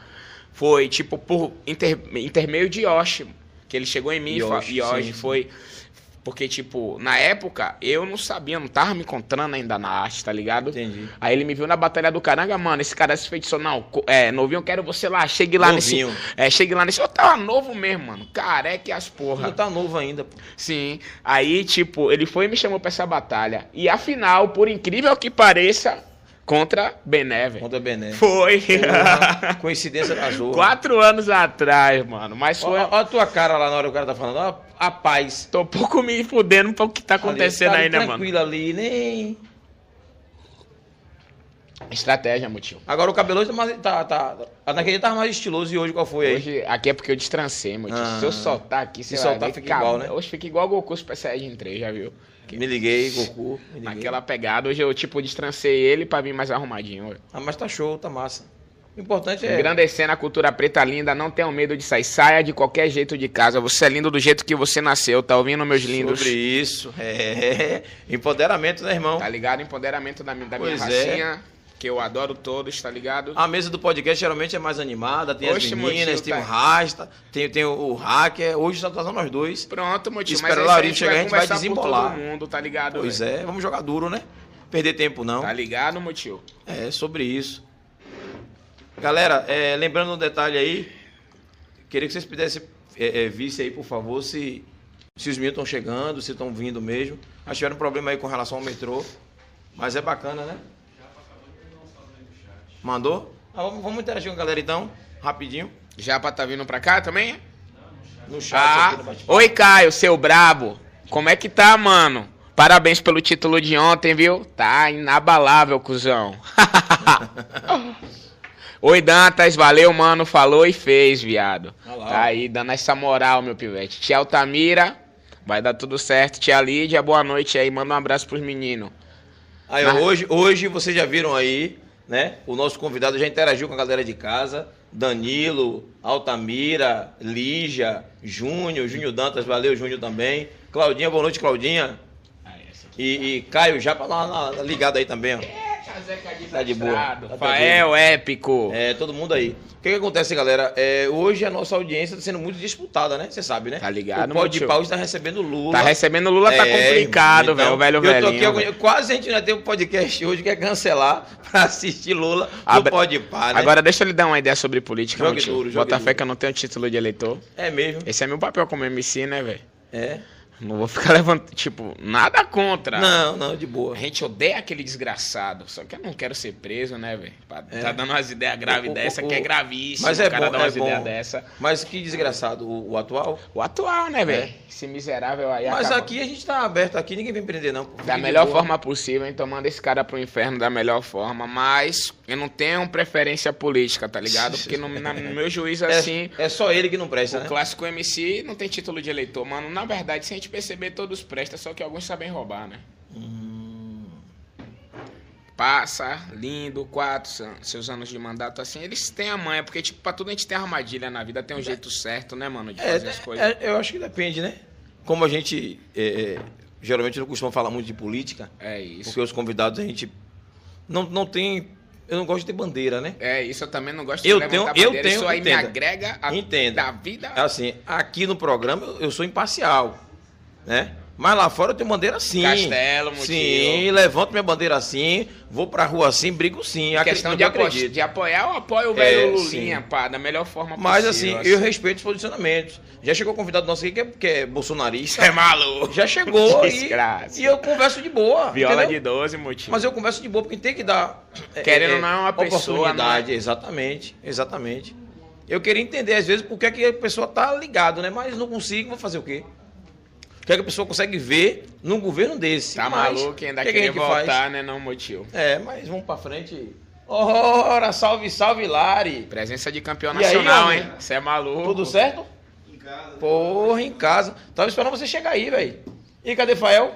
[SPEAKER 2] Foi, tipo, por inter, intermeio de Yoshi, que ele chegou em mim e fa-
[SPEAKER 1] Yoshi,
[SPEAKER 2] Yoshi
[SPEAKER 1] sim.
[SPEAKER 2] foi... Porque, tipo, na época, eu não sabia, não tava me encontrando ainda na arte, tá ligado?
[SPEAKER 1] Entendi.
[SPEAKER 2] Aí ele me viu na Batalha do Caranga, mano, esse cara se feitiçou, não, co- é, novinho, eu quero você lá, chegue lá
[SPEAKER 1] Novinho.
[SPEAKER 2] nesse... É, chegue lá nesse... Eu tava novo mesmo, mano, careca e as porra.
[SPEAKER 1] Não tá novo ainda, pô.
[SPEAKER 2] Sim. Aí, tipo, ele foi e me chamou pra essa batalha. E a final, por incrível que pareça, contra Beneve.
[SPEAKER 1] Conta bem, né?
[SPEAKER 2] Foi.
[SPEAKER 1] Porra, Coincidência da zorra.
[SPEAKER 2] *laughs* Quatro anos atrás, mano. Mas foi.
[SPEAKER 1] Olha a tua cara lá na hora que o cara tá falando. Ó, a paz.
[SPEAKER 2] Tô um pouco me fudendo pra o que tá acontecendo
[SPEAKER 1] Ali,
[SPEAKER 2] aí, né, mano?
[SPEAKER 1] Tranquilo ali, nem...
[SPEAKER 2] Estratégia, meu tio.
[SPEAKER 1] Agora o cabelo hoje tá mais... Tá, tá, naquele dia tava mais estiloso e hoje qual foi aí?
[SPEAKER 2] Hoje, aqui é porque eu destrancei, meu tio.
[SPEAKER 1] Ah.
[SPEAKER 2] Se eu soltar aqui, você
[SPEAKER 1] Se
[SPEAKER 2] vai
[SPEAKER 1] soltar,
[SPEAKER 2] ver que
[SPEAKER 1] fica igual, né?
[SPEAKER 2] Hoje fica igual Goku Super Saiyajin 3, já viu?
[SPEAKER 1] Me liguei, Goku. Me liguei.
[SPEAKER 2] Naquela pegada, hoje eu, tipo, destrancei ele pra vir mais arrumadinho.
[SPEAKER 1] Ah, mas tá show, tá massa. O importante é.
[SPEAKER 2] Engrandecendo a cultura preta linda, não tenham medo de sair. Saia de qualquer jeito de casa. Você é lindo do jeito que você nasceu, tá ouvindo, meus lindos?
[SPEAKER 1] Sobre isso. *laughs* É. Empoderamento, né, irmão?
[SPEAKER 2] Tá ligado? Empoderamento da, mi- da minha
[SPEAKER 1] Pois é. Ah.
[SPEAKER 2] racinha, que eu adoro todos, tá ligado?
[SPEAKER 1] A mesa do podcast geralmente é mais animada, tem as
[SPEAKER 2] Oxe,
[SPEAKER 1] meninas,
[SPEAKER 2] Motinho,
[SPEAKER 1] tem
[SPEAKER 2] tá.
[SPEAKER 1] o Rasta, tem, tem o, o Hacker. Hoje só tá só nós dois.
[SPEAKER 2] Pronto, meu tio,
[SPEAKER 1] Espera
[SPEAKER 2] é
[SPEAKER 1] o
[SPEAKER 2] isso aí,
[SPEAKER 1] Laurinho chegar, a gente vai
[SPEAKER 2] conversar por
[SPEAKER 1] desembolar.
[SPEAKER 2] todo mundo, tá ligado?
[SPEAKER 1] Pois
[SPEAKER 2] velho?
[SPEAKER 1] é, vamos jogar duro, né? Perder tempo não.
[SPEAKER 2] Tá ligado, meu tio?
[SPEAKER 1] É, sobre isso. Galera, é, lembrando um detalhe aí, queria que vocês pudessem é, é, vissem aí, por favor, se, se os meninos estão chegando, se estão vindo mesmo. Acho que tiveram um problema aí com relação ao metrô, mas é bacana, né? Mandou? Ah, vamos, vamos interagir com a galera então, rapidinho,
[SPEAKER 2] Japa tá vindo pra cá também?
[SPEAKER 1] no chat
[SPEAKER 2] Ah,
[SPEAKER 1] aqui no bate-papo.
[SPEAKER 2] oi Caio, seu brabo. Como é que tá, mano? Parabéns pelo título de ontem, viu? Tá inabalável, cuzão. *laughs* oi Dantas, valeu, mano. Falou e fez, viado.
[SPEAKER 1] Olha lá, ó.
[SPEAKER 2] Tá aí dando essa moral, meu pivete. Tia Altamira, vai dar tudo certo. Tia Lídia, boa noite aí. Manda um abraço pros meninos.
[SPEAKER 1] Aí, ó, hoje, hoje vocês já viram aí, né? O nosso convidado já interagiu com a galera de casa. Danilo, Altamira, Lígia, Júnior, Júnior Dantas, valeu Júnior também. Claudinha, boa noite, Claudinha. E, e Caio já pra lá, lá, ligado aí também, ó.
[SPEAKER 2] É,
[SPEAKER 1] Tá de boa, tá tranquilo.
[SPEAKER 2] Fael épico.
[SPEAKER 1] É, todo mundo aí. O que, que acontece, galera? É, hoje a nossa audiência está sendo muito disputada, né? Você sabe, né?
[SPEAKER 2] Tá ligado,
[SPEAKER 1] O
[SPEAKER 2] meu
[SPEAKER 1] Pode
[SPEAKER 2] tio?
[SPEAKER 1] Pau está recebendo Lula.
[SPEAKER 2] Tá recebendo Lula, tá
[SPEAKER 1] É,
[SPEAKER 2] complicado,
[SPEAKER 1] irmão. Então,
[SPEAKER 2] velho. O velho
[SPEAKER 1] eu tô aqui
[SPEAKER 2] velhinho.
[SPEAKER 1] agoni-
[SPEAKER 2] velho.
[SPEAKER 1] Quase a gente não tem um podcast hoje que é cancelar *laughs* pra assistir Lula no
[SPEAKER 2] Abre-
[SPEAKER 1] Pode Pá, né?
[SPEAKER 2] Agora deixa eu lhe dar uma ideia sobre política,
[SPEAKER 1] Jogue
[SPEAKER 2] meu tio.
[SPEAKER 1] duro, jogue
[SPEAKER 2] Bota fé
[SPEAKER 1] duro.
[SPEAKER 2] que eu não tenho título de eleitor.
[SPEAKER 1] É mesmo.
[SPEAKER 2] Esse é meu papel como MC, né, velho?
[SPEAKER 1] É.
[SPEAKER 2] Não vou ficar *laughs* levantando, tipo, nada contra.
[SPEAKER 1] Não, não, de
[SPEAKER 2] A
[SPEAKER 1] boa.
[SPEAKER 2] gente odeia aquele desgraçado, só que eu não quero ser preso, né, velho? Pra-
[SPEAKER 1] É.
[SPEAKER 2] Tá dando umas ideias graves
[SPEAKER 1] O- o-
[SPEAKER 2] dessa,
[SPEAKER 1] o-
[SPEAKER 2] que é gravíssimo.
[SPEAKER 1] Mas é
[SPEAKER 2] o cara
[SPEAKER 1] bom,
[SPEAKER 2] dá
[SPEAKER 1] é
[SPEAKER 2] umas
[SPEAKER 1] bom.
[SPEAKER 2] ideias dessa.
[SPEAKER 1] Mas que desgraçado, o, o atual.
[SPEAKER 2] O atual, né, velho? Esse miserável aí
[SPEAKER 1] É. Mas
[SPEAKER 2] acaba-
[SPEAKER 1] aqui a gente tá aberto aqui, ninguém vem prender, não. Fica
[SPEAKER 2] É, Da
[SPEAKER 1] de
[SPEAKER 2] melhor
[SPEAKER 1] boa.
[SPEAKER 2] forma possível, então manda esse cara pro inferno da melhor forma, mas eu não tenho preferência política, tá ligado? Porque no, na- no meu juiz,
[SPEAKER 1] É,
[SPEAKER 2] assim,
[SPEAKER 1] é só ele que não presta,
[SPEAKER 2] o
[SPEAKER 1] né?
[SPEAKER 2] clássico MC não tem título de eleitor, mano. Na verdade, se a gente perceber, todos prestam, só que alguns sabem roubar, né?
[SPEAKER 1] Hum.
[SPEAKER 2] Passa, lindo, quatro, se- seus anos de mandato, assim, eles têm a manha, porque, tipo, pra tudo a gente tem armadilha na vida, tem um jeito certo, né, mano, de
[SPEAKER 1] É,
[SPEAKER 2] fazer as coisas.
[SPEAKER 1] é, eu acho que depende, né? Como a gente é, é, geralmente não costuma falar muito de política,
[SPEAKER 2] É isso.
[SPEAKER 1] porque os convidados a gente não, não tem. Eu não gosto de ter bandeira, né?
[SPEAKER 2] É isso, eu também não gosto
[SPEAKER 1] Eu
[SPEAKER 2] levantar
[SPEAKER 1] tenho- eu
[SPEAKER 2] bandeira,
[SPEAKER 1] tenho-
[SPEAKER 2] isso aí me
[SPEAKER 1] entenda.
[SPEAKER 2] agrega a,
[SPEAKER 1] Entenda.
[SPEAKER 2] da vida
[SPEAKER 1] É assim, aqui no programa eu- eu sou imparcial, né? Mas lá fora eu tenho bandeira assim.
[SPEAKER 2] Castelo, Mutinho.
[SPEAKER 1] Sim, levanto minha bandeira assim, vou pra rua assim, brigo sim.
[SPEAKER 2] A
[SPEAKER 1] acre-
[SPEAKER 2] questão
[SPEAKER 1] no que
[SPEAKER 2] de,
[SPEAKER 1] eu
[SPEAKER 2] apo-
[SPEAKER 1] acredito.
[SPEAKER 2] de apoiar, eu apoio o velho
[SPEAKER 1] É,
[SPEAKER 2] Lulinha, pá, da melhor forma
[SPEAKER 1] Mas assim,
[SPEAKER 2] possível.
[SPEAKER 1] eu respeito os posicionamentos. Já chegou convidado nosso aqui que é, que é bolsonarista.
[SPEAKER 2] *laughs* Você *laughs* é maluco.
[SPEAKER 1] Já chegou e,
[SPEAKER 2] Desgraça.
[SPEAKER 1] e eu converso de boa.
[SPEAKER 2] Viola
[SPEAKER 1] entendeu?
[SPEAKER 2] de 12, motivo.
[SPEAKER 1] Mas eu converso de boa porque tem que dar. é,
[SPEAKER 2] Querendo ou não, é uma pessoa,
[SPEAKER 1] Oportunidade, exatamente, exatamente. Eu queria entender, às vezes, por que é que a pessoa tá ligado, né? Mas não consigo, vou fazer o quê? O que é que a pessoa consegue ver num governo desse?
[SPEAKER 2] tá
[SPEAKER 1] Mas,
[SPEAKER 2] maluco, ainda
[SPEAKER 1] o que é que a
[SPEAKER 2] queria
[SPEAKER 1] gente
[SPEAKER 2] voltar,
[SPEAKER 1] faz?
[SPEAKER 2] né, não, motivo.
[SPEAKER 1] É, mas vamos pra frente. Ora, salve, salve, Lari.
[SPEAKER 2] Presença de campeão
[SPEAKER 1] E aí,
[SPEAKER 2] nacional,
[SPEAKER 1] homem?
[SPEAKER 2] hein? Você é maluco.
[SPEAKER 1] Tudo certo?
[SPEAKER 3] Em casa.
[SPEAKER 1] Porra, em casa. Tava esperando você chegar aí, velho. E cadê Fael?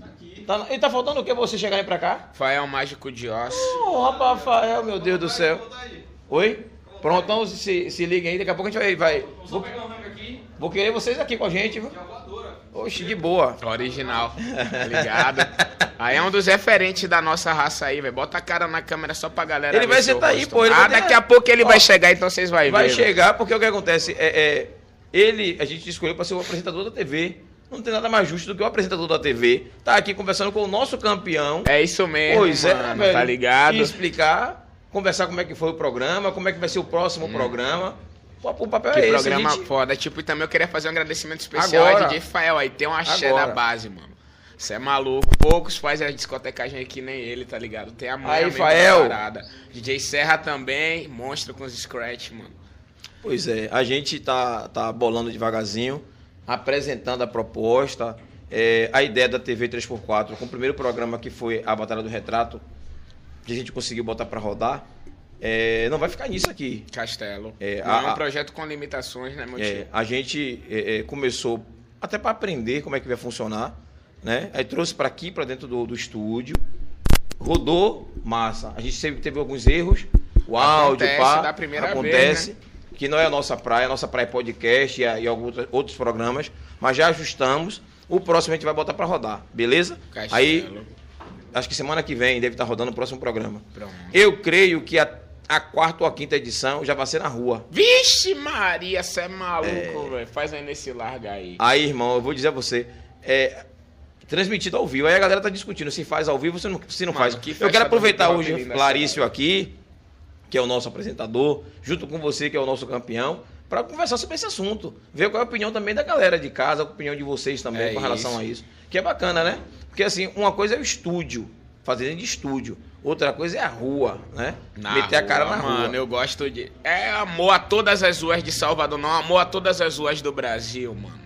[SPEAKER 3] Aqui.
[SPEAKER 1] Tá, e tá faltando o que você chegar aí pra cá?
[SPEAKER 2] Fael Mágico de Oz.
[SPEAKER 1] Ô, rapaz, Fael, meu Deus do céu.
[SPEAKER 3] Vontade.
[SPEAKER 1] Oi? Pronto, então se, se liguem aí, daqui a pouco a gente vai. vai-
[SPEAKER 3] Vamos só
[SPEAKER 1] vou,
[SPEAKER 3] pegar um rango aqui.
[SPEAKER 1] vou querer vocês aqui com a gente, viu?
[SPEAKER 3] Que é uma voadora.
[SPEAKER 1] Oxe, de boa.
[SPEAKER 2] Original, tá ligado?
[SPEAKER 1] *laughs*
[SPEAKER 2] Aí é um dos referentes da nossa raça aí, velho. Bota a cara na câmera só pra galera.
[SPEAKER 1] Ele
[SPEAKER 2] ver
[SPEAKER 1] vai
[SPEAKER 2] seu
[SPEAKER 1] sentar aí,
[SPEAKER 2] rosto.
[SPEAKER 1] pô, ele
[SPEAKER 2] ah,
[SPEAKER 1] vai ter-
[SPEAKER 2] daqui a pouco ele
[SPEAKER 1] Ó,
[SPEAKER 2] vai chegar, então vocês vão ver.
[SPEAKER 1] Vai
[SPEAKER 2] velho.
[SPEAKER 1] chegar, porque o que acontece? É, é, ele, a gente escolheu para ser o apresentador da TV. Não tem nada mais justo do que o apresentador da TV. Tá aqui conversando com o nosso campeão.
[SPEAKER 2] É isso mesmo,
[SPEAKER 1] pois é,
[SPEAKER 2] mano,
[SPEAKER 1] velho.
[SPEAKER 2] tá ligado?
[SPEAKER 1] E explicar, conversar como é que foi o programa, como é que vai ser o próximo programa. O, o papel
[SPEAKER 2] Hum. Que
[SPEAKER 1] é esse, a
[SPEAKER 2] programa
[SPEAKER 1] gente-
[SPEAKER 2] foda. Tipo, e também eu queria fazer um agradecimento especial
[SPEAKER 1] Agora.
[SPEAKER 2] a DJ Fael aí. Tem um axé
[SPEAKER 1] Agora.
[SPEAKER 2] na base, mano. Você é maluco. Poucos fazem a discotecagem aqui, nem ele, tá ligado? Tem a mãe
[SPEAKER 1] Aí, Fael.
[SPEAKER 2] DJ Serra também, monstro com os scratch, mano.
[SPEAKER 1] Pois é, a gente tá, tá bolando devagarzinho, apresentando a proposta, é, a ideia da TV 3x4, com o primeiro programa que foi a Batalha do Retrato, que a gente conseguiu botar pra rodar, é, não vai ficar nisso aqui.
[SPEAKER 2] Castelo.
[SPEAKER 1] É,
[SPEAKER 2] Não é
[SPEAKER 1] a-
[SPEAKER 2] um projeto com limitações, né, meu
[SPEAKER 1] É,
[SPEAKER 2] tio?
[SPEAKER 1] a gente é, é, começou até para aprender como é que vai funcionar, né? Aí trouxe para aqui, para dentro do, do estúdio, rodou, massa. A gente sempre teve alguns erros, o áudio,
[SPEAKER 2] Acontece
[SPEAKER 1] pá,
[SPEAKER 2] da primeira vez, né?
[SPEAKER 1] acontece, que não é a nossa praia, a nossa praia é podcast e, a- e alguns outros- outros programas, mas já ajustamos. O próximo a gente vai botar pra rodar, beleza?
[SPEAKER 2] Castelo.
[SPEAKER 1] Aí, acho que semana que vem deve estar rodando o próximo programa.
[SPEAKER 2] Pronto.
[SPEAKER 1] Eu creio que a, a quarta ou a quinta edição já vai ser na rua.
[SPEAKER 2] Vixe Maria, você é maluco, velho. Faz ainda esse larga aí.
[SPEAKER 1] Aí, irmão, eu vou dizer a você, é transmitido ao vivo. Aí a galera tá discutindo se faz ao vivo ou se não, se não
[SPEAKER 2] Mano,
[SPEAKER 1] faz.
[SPEAKER 2] que
[SPEAKER 1] eu
[SPEAKER 2] festa
[SPEAKER 1] quero
[SPEAKER 2] do né?
[SPEAKER 1] aproveitar
[SPEAKER 2] hip hop
[SPEAKER 1] hoje
[SPEAKER 2] linda,
[SPEAKER 1] Larício aqui, que é o nosso apresentador, junto com você, que é o nosso campeão, para conversar sobre esse assunto. Ver qual é a opinião também da galera de casa, a opinião de vocês também
[SPEAKER 2] É
[SPEAKER 1] com relação
[SPEAKER 2] isso.
[SPEAKER 1] a isso. Que é bacana, né? Porque assim, uma coisa é o estúdio, fazendo de estúdio. Outra coisa é a rua, né?
[SPEAKER 2] Na
[SPEAKER 1] Meter a cara
[SPEAKER 2] rua,
[SPEAKER 1] na
[SPEAKER 2] mano,
[SPEAKER 1] rua.
[SPEAKER 2] eu gosto de. É amor a todas as ruas de Salvador, não amor a todas as ruas do Brasil, mano.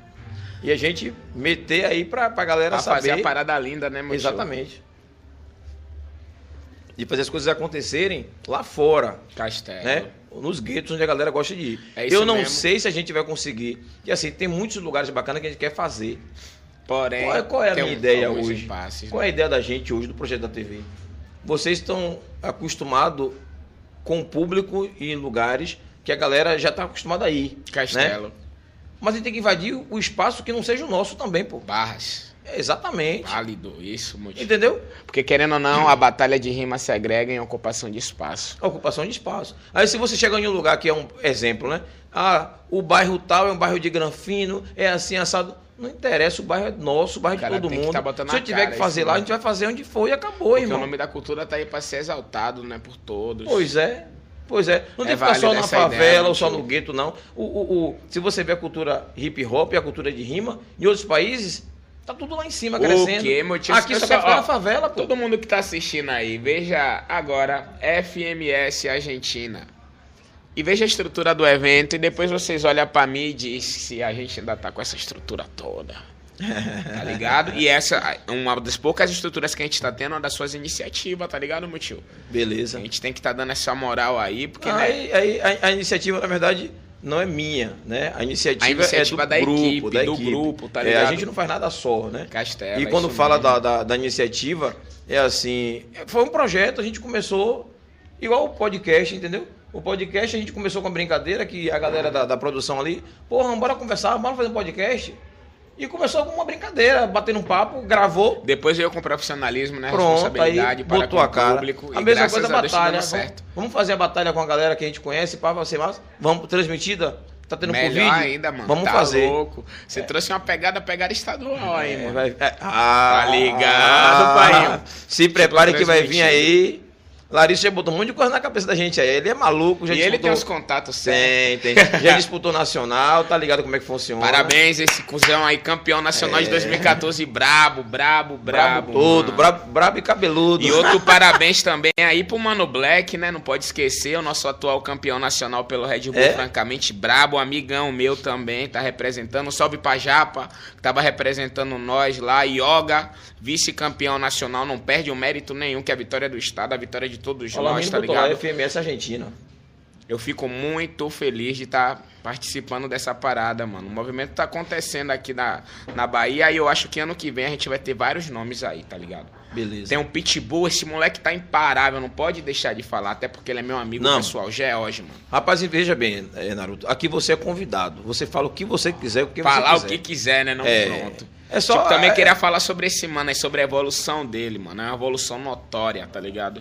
[SPEAKER 1] E a gente meter aí pra, pra galera
[SPEAKER 2] Pra fazer
[SPEAKER 1] saber.
[SPEAKER 2] a parada linda, né, meu tio?
[SPEAKER 1] Exatamente. E fazer as coisas acontecerem lá fora,
[SPEAKER 2] Castelo.
[SPEAKER 1] né? Nos guetos onde a galera gosta de ir.
[SPEAKER 2] É isso
[SPEAKER 1] Eu não
[SPEAKER 2] mesmo.
[SPEAKER 1] sei se a gente vai conseguir. E assim, tem muitos lugares bacanas que a gente quer fazer.
[SPEAKER 2] Porém,
[SPEAKER 1] Qual é- qual é a
[SPEAKER 2] tem
[SPEAKER 1] minha
[SPEAKER 2] um-
[SPEAKER 1] ideia
[SPEAKER 2] alguns
[SPEAKER 1] hoje?
[SPEAKER 2] impasses,
[SPEAKER 1] Qual é a ideia da gente hoje do projeto da TV? Vocês estão acostumados com o público e em lugares que a galera já está acostumada a ir.
[SPEAKER 2] Castelo.
[SPEAKER 1] Né? Mas a gente tem que invadir o espaço que não seja o nosso também, pô.
[SPEAKER 2] Barras.
[SPEAKER 1] É, exatamente.
[SPEAKER 2] Válido, isso, motivo.
[SPEAKER 1] Entendeu?
[SPEAKER 2] Porque querendo ou não, a batalha de rima se agrega em ocupação de espaço.
[SPEAKER 1] A ocupação de espaço. Aí se você chegar em um lugar que é um exemplo, né? Ah, o bairro tal é um bairro de granfino, é assim, assado. Não interessa, o bairro é nosso, o bairro é de
[SPEAKER 2] Cara,
[SPEAKER 1] todo
[SPEAKER 2] tem que
[SPEAKER 1] mundo.
[SPEAKER 2] tá botando
[SPEAKER 1] se eu
[SPEAKER 2] na
[SPEAKER 1] tiver
[SPEAKER 2] cara
[SPEAKER 1] que fazer
[SPEAKER 2] isso,
[SPEAKER 1] lá,
[SPEAKER 2] né?
[SPEAKER 1] a gente vai fazer onde for e acabou,
[SPEAKER 2] Porque
[SPEAKER 1] irmão.
[SPEAKER 2] o nome da cultura tá aí pra ser exaltado, né, por todos.
[SPEAKER 1] Pois é, pois é. Não
[SPEAKER 2] É
[SPEAKER 1] tem que ficar só
[SPEAKER 2] válido
[SPEAKER 1] na
[SPEAKER 2] essa
[SPEAKER 1] favela
[SPEAKER 2] ideia, né?
[SPEAKER 1] ou só
[SPEAKER 2] tio.
[SPEAKER 1] no gueto, não. O, o- o- se você vê a cultura hip hop e a cultura de rima, em outros países, tá tudo lá em cima
[SPEAKER 2] O
[SPEAKER 1] crescendo.
[SPEAKER 2] quê, meu tio?
[SPEAKER 1] Aqui
[SPEAKER 2] Eu
[SPEAKER 1] só
[SPEAKER 2] só-
[SPEAKER 1] quer ficar
[SPEAKER 2] ó,
[SPEAKER 1] na favela, pô.
[SPEAKER 2] Todo mundo que tá assistindo aí, veja agora FMS Argentina. E veja a estrutura do evento e depois vocês olham pra mim e diz se a gente ainda tá com essa estrutura
[SPEAKER 1] *laughs*
[SPEAKER 2] toda. Tá ligado? E essa é uma das poucas estruturas que a gente tá tendo, uma das suas iniciativas, tá ligado, meu tio? A
[SPEAKER 1] Beleza.
[SPEAKER 2] gente tem que tá dando essa moral aí, porque né,
[SPEAKER 1] Aí, aí a, a iniciativa, na verdade, não é minha, né? A iniciativa,
[SPEAKER 2] A iniciativa
[SPEAKER 1] é do
[SPEAKER 2] da
[SPEAKER 1] grupo,
[SPEAKER 2] equipe,
[SPEAKER 1] da
[SPEAKER 2] do
[SPEAKER 1] equipe.
[SPEAKER 2] grupo, tá
[SPEAKER 1] É,
[SPEAKER 2] ligado?
[SPEAKER 1] a gente não faz nada só, né?
[SPEAKER 2] Castelo.
[SPEAKER 1] e
[SPEAKER 2] é
[SPEAKER 1] quando
[SPEAKER 2] isso
[SPEAKER 1] fala
[SPEAKER 2] mesmo.
[SPEAKER 1] da, da, da iniciativa, é assim, é, foi um projeto, a gente começou igual o podcast, entendeu? O podcast a gente começou com a brincadeira que a galera da, da produção ali, porra, bora conversar, bora fazer um podcast. E começou com uma brincadeira, batendo um papo, gravou,
[SPEAKER 2] Depois veio com profissionalismo, né?
[SPEAKER 1] Pronto, aí
[SPEAKER 2] responsabilidade para
[SPEAKER 1] botou
[SPEAKER 2] com
[SPEAKER 1] a
[SPEAKER 2] o
[SPEAKER 1] cara.
[SPEAKER 2] público.
[SPEAKER 1] a
[SPEAKER 2] e
[SPEAKER 1] mesma
[SPEAKER 2] graças
[SPEAKER 1] coisa
[SPEAKER 2] a
[SPEAKER 1] a
[SPEAKER 2] Deus tá
[SPEAKER 1] batalha. né,
[SPEAKER 2] dando certo.
[SPEAKER 1] Vamos, vamos fazer a batalha com a galera que a gente conhece, pá, vai ser massa. Vamos transmitida? Tá tendo
[SPEAKER 2] Melhor
[SPEAKER 1] Covid?
[SPEAKER 2] ainda, mano.
[SPEAKER 1] Vamos
[SPEAKER 2] tá
[SPEAKER 1] fazer.
[SPEAKER 2] louco. Você trouxe uma pegada, pegada estadual aí,
[SPEAKER 1] É,
[SPEAKER 2] mano.
[SPEAKER 1] vai- é, ah,
[SPEAKER 2] Tá ligado, pai? Tipo
[SPEAKER 1] Se prepare que vai vir
[SPEAKER 2] transmitido.
[SPEAKER 1] aí. Larissa já botou um monte de coisa na cabeça da gente aí. Ele é maluco, já
[SPEAKER 2] E
[SPEAKER 1] disputou.
[SPEAKER 2] ele tem os contatos certos.
[SPEAKER 1] tem, tem. Já disputou nacional, tá ligado como é que funciona.
[SPEAKER 2] Parabéns esse cuzão aí, campeão nacional de 2014. Brabo, brabo, brabo.
[SPEAKER 1] É. brabo. todo,
[SPEAKER 2] mano.
[SPEAKER 1] brabo, brabo e cabeludo. *laughs*
[SPEAKER 2] E outro parabéns também aí pro Mano Black, né? Não pode esquecer, o nosso atual campeão nacional pelo Red Bull,
[SPEAKER 1] É?
[SPEAKER 2] francamente brabo, amigão meu também, tá representando. Um Salve pra Japa, que tava representando nós lá. Yoga, vice-campeão nacional, não perde o mérito nenhum, que é a vitória do Estado, a vitória de todos
[SPEAKER 1] Olha lá,
[SPEAKER 2] nós, tá
[SPEAKER 1] menino, botou lá,
[SPEAKER 2] ligado?
[SPEAKER 1] FMS Argentina.
[SPEAKER 2] Eu fico muito feliz de estar participando dessa parada, mano. O movimento tá acontecendo aqui na, na Bahia e eu acho que ano que vem a gente vai ter vários nomes aí, tá ligado?
[SPEAKER 1] Beleza.
[SPEAKER 2] Tem um pitbull, esse moleque tá imparável, não pode deixar de falar, até porque ele é meu amigo
[SPEAKER 1] Não.
[SPEAKER 2] pessoal, George, mano.
[SPEAKER 1] Rapaz, e veja bem, eh, Naruto, aqui você é convidado. Você fala o que você quiser, o que
[SPEAKER 2] falar
[SPEAKER 1] você
[SPEAKER 2] o
[SPEAKER 1] quiser.
[SPEAKER 2] que quiser, né? Não
[SPEAKER 1] É.
[SPEAKER 2] pronto.
[SPEAKER 1] É só-
[SPEAKER 2] Tipo, também
[SPEAKER 1] é-
[SPEAKER 2] queria falar sobre esse mano aí, sobre a evolução dele, mano. É uma evolução notória, tá ligado?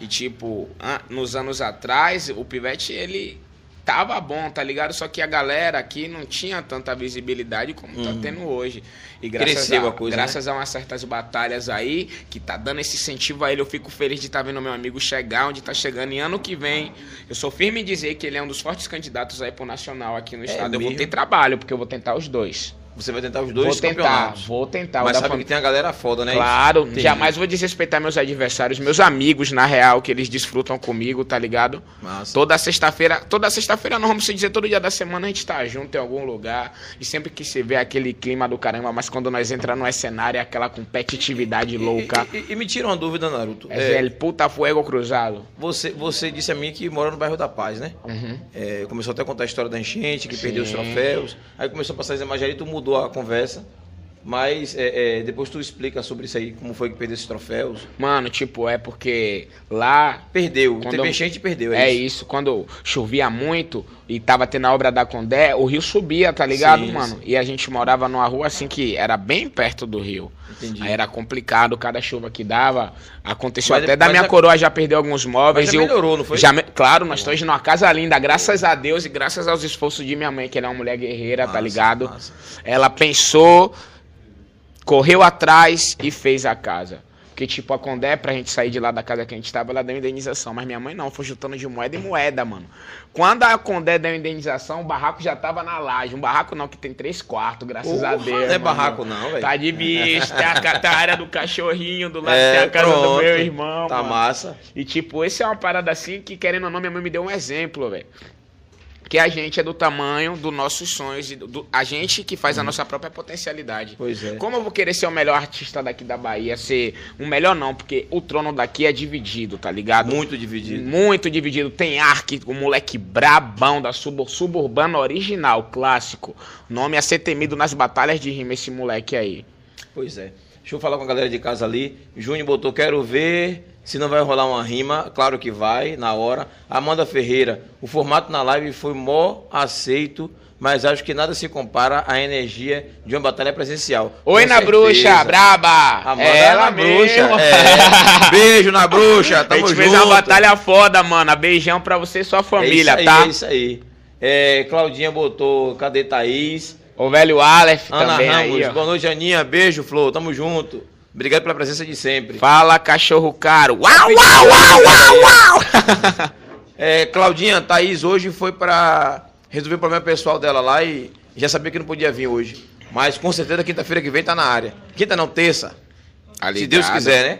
[SPEAKER 2] E tipo, an- nos anos atrás, o Pivete, ele tava bom, tá ligado? Só que a galera aqui não tinha tanta visibilidade como tá tendo hoje. E graças
[SPEAKER 1] Uhum. Cresceu
[SPEAKER 2] a,
[SPEAKER 1] a coisa, né?
[SPEAKER 2] graças a umas certas batalhas aí, que tá dando esse incentivo a ele, eu fico feliz de estar tá vendo meu amigo chegar onde tá chegando. E ano que vem, eu sou firme em dizer que ele é um dos fortes candidatos aí pro Nacional aqui no
[SPEAKER 1] É
[SPEAKER 2] estado. Eu vou
[SPEAKER 1] mesmo?
[SPEAKER 2] ter trabalho, porque eu vou tentar os dois.
[SPEAKER 1] Você vai tentar os dois
[SPEAKER 2] vou tentar,
[SPEAKER 1] campeonatos.
[SPEAKER 2] vou tentar.
[SPEAKER 1] Mas
[SPEAKER 2] o da
[SPEAKER 1] sabe
[SPEAKER 2] fam-
[SPEAKER 1] que tem a galera foda, né?
[SPEAKER 2] Claro,
[SPEAKER 1] Entendi.
[SPEAKER 2] jamais vou desrespeitar meus adversários, meus amigos, na real, que eles desfrutam comigo, tá ligado?
[SPEAKER 1] Massa.
[SPEAKER 2] Toda sexta-feira, toda sexta-feira não, vamos dizer, todo dia da semana a gente tá junto em algum lugar. E sempre que se vê aquele clima do caramba, mas quando nós entramos no cenário é aquela competitividade louca.
[SPEAKER 1] E, e- e me tira uma dúvida, Naruto.
[SPEAKER 2] É,
[SPEAKER 1] É,
[SPEAKER 2] velho, puta fuego cruzado.
[SPEAKER 1] você, você disse a mim que mora no bairro da Paz, né?
[SPEAKER 2] Uhum.
[SPEAKER 1] É, começou até a contar a história da enchente, que
[SPEAKER 2] Sim.
[SPEAKER 1] perdeu os troféus. Aí começou a passar as imagens ali, tu mudou a conversa. Mas é, é, depois tu explica sobre isso aí, como foi que perdeu esses troféus.
[SPEAKER 2] Mano, tipo, é porque lá
[SPEAKER 1] Perdeu,
[SPEAKER 2] Quando
[SPEAKER 1] teve
[SPEAKER 2] eu-
[SPEAKER 1] enchente e perdeu,
[SPEAKER 2] É
[SPEAKER 1] é, isso.
[SPEAKER 2] isso. quando chovia muito e tava tendo a obra da Condé, o rio subia, tá ligado,
[SPEAKER 1] Sim,
[SPEAKER 2] mano?
[SPEAKER 1] sim.
[SPEAKER 2] E a gente morava numa rua assim que era bem perto do rio.
[SPEAKER 1] Entendi.
[SPEAKER 2] Aí era complicado, cada chuva que dava. Aconteceu
[SPEAKER 1] Mas-
[SPEAKER 2] até da
[SPEAKER 1] mas
[SPEAKER 2] minha
[SPEAKER 1] já-
[SPEAKER 2] coroa já perdeu alguns móveis.
[SPEAKER 1] Mas já
[SPEAKER 2] e o-
[SPEAKER 1] melhorou, não foi? É.
[SPEAKER 2] já me- Claro, nós estamos numa casa linda, graças a Deus e graças aos esforços de minha mãe, que ela é uma mulher guerreira, tá
[SPEAKER 1] Massa,
[SPEAKER 2] ligado?
[SPEAKER 1] massa.
[SPEAKER 2] Ela pensou, correu atrás e fez a casa. Porque, tipo, a Condé, pra gente sair de lá da casa que a gente tava, ela deu indenização. Mas minha mãe não, foi chutando de moeda em moeda, mano. Quando a Condé deu indenização, o barraco já tava na laje. Um barraco não, que tem três quartos, graças a
[SPEAKER 1] Porra,
[SPEAKER 2] Deus.
[SPEAKER 1] Não é
[SPEAKER 2] mano.
[SPEAKER 1] barraco, não, velho.
[SPEAKER 2] Tá de bicho, tem a, ca- tem a área do cachorrinho, do lado tem
[SPEAKER 1] É,
[SPEAKER 2] a casa do
[SPEAKER 1] pronto.
[SPEAKER 2] meu irmão.
[SPEAKER 1] Tá
[SPEAKER 2] mano.
[SPEAKER 1] massa.
[SPEAKER 2] E tipo, esse é uma parada assim que, querendo ou não, minha mãe me deu um exemplo, velho. Que a gente é do tamanho dos nossos sonhos, e do, do- a gente que
[SPEAKER 1] Hum.
[SPEAKER 2] faz a nossa própria potencialidade.
[SPEAKER 1] Pois é.
[SPEAKER 2] Como eu vou querer ser o melhor artista daqui da Bahia? Ser o melhor não, porque o trono daqui é dividido, tá ligado?
[SPEAKER 1] Muito dividido.
[SPEAKER 2] Muito dividido. Tem Ark, o moleque brabão da sub suburbana original, clássico. Nome a ser temido nas batalhas de rima, esse moleque aí.
[SPEAKER 1] Pois é. Deixa eu falar com a galera de casa ali. Júnior botou, quero ver se não vai rolar uma rima. Claro que vai, na hora. Amanda Ferreira, o formato na live foi mó aceito, mas acho que nada se compara à energia de uma batalha presencial.
[SPEAKER 2] Oi,
[SPEAKER 1] Com
[SPEAKER 2] na
[SPEAKER 1] certeza.
[SPEAKER 2] bruxa, braba!
[SPEAKER 1] Amanda
[SPEAKER 2] É
[SPEAKER 1] ela na bruxa.
[SPEAKER 2] mesmo. *laughs*
[SPEAKER 1] é. Beijo na bruxa,
[SPEAKER 2] a
[SPEAKER 1] tamo
[SPEAKER 2] gente
[SPEAKER 1] junto.
[SPEAKER 2] fez uma batalha foda, mano. Beijão pra você e sua
[SPEAKER 1] é isso
[SPEAKER 2] família,
[SPEAKER 1] aí,
[SPEAKER 2] tá?
[SPEAKER 1] É isso aí. É, Claudinha botou, cadê Thaís?
[SPEAKER 2] O velho Aleph
[SPEAKER 1] Ana
[SPEAKER 2] também
[SPEAKER 1] Ramos,
[SPEAKER 2] tá aí, ó.
[SPEAKER 1] boa noite, Aninha. Beijo, Flor, tamo junto. Obrigado pela presença de sempre.
[SPEAKER 2] Fala, cachorro caro. Uau, uau, uau, uau, uau!
[SPEAKER 1] É, Claudinha, Thaís hoje foi pra resolver o problema pessoal dela lá e já sabia que não podia vir hoje. Mas com certeza quinta-feira que vem tá na área. Quinta não, terça.
[SPEAKER 2] Tá
[SPEAKER 1] Se Deus
[SPEAKER 2] ligado?
[SPEAKER 1] quiser, né?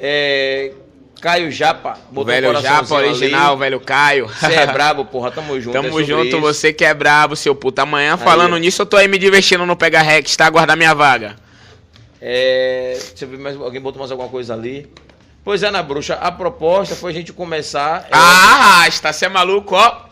[SPEAKER 1] É, Caio Japa,
[SPEAKER 2] O
[SPEAKER 1] botou um
[SPEAKER 2] velho Japa
[SPEAKER 1] coraçãozinho ali.
[SPEAKER 2] original, o velho Caio.
[SPEAKER 1] Você
[SPEAKER 2] *laughs*
[SPEAKER 1] é brabo, porra, tamo junto. é
[SPEAKER 2] Tamo
[SPEAKER 1] sobre
[SPEAKER 2] junto,
[SPEAKER 1] isso.
[SPEAKER 2] você que é brabo, seu puto. Amanhã,
[SPEAKER 1] Aí,
[SPEAKER 2] falando
[SPEAKER 1] ó.
[SPEAKER 2] nisso, eu tô aí me divertindo no Pega Rex, tá? Guardar minha vaga.
[SPEAKER 1] É, deixa eu ver mais, alguém botou mais alguma coisa ali. Pois é, na bruxa, a proposta foi a gente começar. é,
[SPEAKER 2] Ah, arrasta, cê é maluco, ó.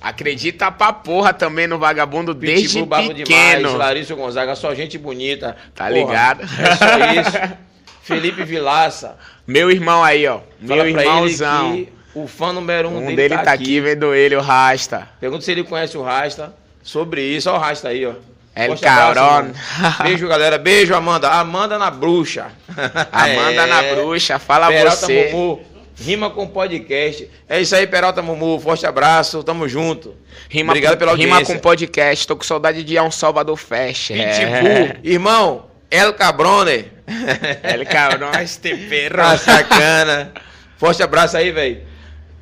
[SPEAKER 2] Acredita pra porra também no vagabundo
[SPEAKER 1] Pitbull
[SPEAKER 2] desde
[SPEAKER 1] brabo
[SPEAKER 2] pequeno.
[SPEAKER 1] demais, Larissa Gonzaga, só gente bonita.
[SPEAKER 2] Tá ligado?
[SPEAKER 1] É só
[SPEAKER 2] *laughs*
[SPEAKER 1] isso. Felipe Vilaça,
[SPEAKER 2] Meu irmão aí, ó. Meu
[SPEAKER 1] fala pra
[SPEAKER 2] irmãozão.
[SPEAKER 1] ele que o fã número um,
[SPEAKER 2] um dele, tá, aqui, vendo ele, o Rasta.
[SPEAKER 1] Pergunta se ele conhece o Rasta. Sobre isso, olha o Rasta aí, ó.
[SPEAKER 2] El
[SPEAKER 1] Forte abraço,
[SPEAKER 2] cabrón. *laughs*
[SPEAKER 1] mano. Beijo, galera. Beijo, Amanda. Amanda na bruxa.
[SPEAKER 2] Amanda
[SPEAKER 1] É. tá
[SPEAKER 2] na bruxa, fala
[SPEAKER 1] Peralta
[SPEAKER 2] você.
[SPEAKER 1] Mumu, rima com podcast. É isso aí, Peralta Mumu. Forte abraço, tamo junto.
[SPEAKER 2] Rima,
[SPEAKER 1] Obrigado
[SPEAKER 2] com,
[SPEAKER 1] pela
[SPEAKER 2] rima
[SPEAKER 1] audiência.
[SPEAKER 2] com podcast, tô com saudade de ir a um Salvador Fest. é.
[SPEAKER 1] Pitbull, irmão, El Cabrone.
[SPEAKER 2] El cabrón, este perro.
[SPEAKER 1] Tá sacana. Forte abraço aí, velho.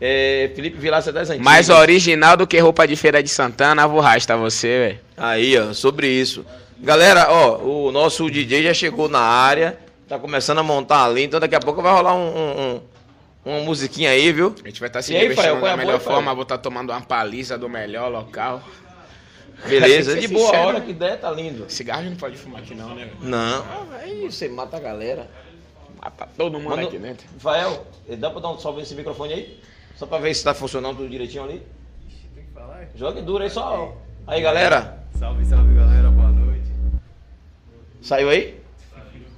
[SPEAKER 1] É, Felipe Vilaça das Antigas.
[SPEAKER 2] Mais original do que roupa de feira de Santana, vou rasta você, velho.
[SPEAKER 1] Aí, ó, sobre isso. Galera, ó, o nosso DJ já chegou na área, tá começando a montar ali, então daqui a pouco vai rolar um, um- um- uma musiquinha aí, viu?
[SPEAKER 2] A gente vai estar se
[SPEAKER 1] E aí,
[SPEAKER 2] divertindo
[SPEAKER 1] Fael, qual é
[SPEAKER 2] da
[SPEAKER 1] a boa,
[SPEAKER 2] melhor
[SPEAKER 1] Fael?
[SPEAKER 2] forma, vou estar tomando uma paliza do melhor local.
[SPEAKER 1] Beleza, *laughs*
[SPEAKER 2] Tem
[SPEAKER 1] de
[SPEAKER 2] que ser
[SPEAKER 1] boa, a
[SPEAKER 2] sincero,
[SPEAKER 1] hora
[SPEAKER 2] né?
[SPEAKER 1] que der, tá lindo.
[SPEAKER 2] Cigarro não pode fumar aqui não, né? velho?
[SPEAKER 1] Não, aí Ah, você mata a galera.
[SPEAKER 2] Mata tá todo mundo
[SPEAKER 1] Manda-
[SPEAKER 2] aqui dentro.
[SPEAKER 1] Rafael, dá pra dar um salve nesse microfone aí? Só pra ver se tá funcionando tudo direitinho ali. Joga e dura aí só. Aí, galera.
[SPEAKER 4] Salve, salve galera, boa noite.
[SPEAKER 1] Saiu aí?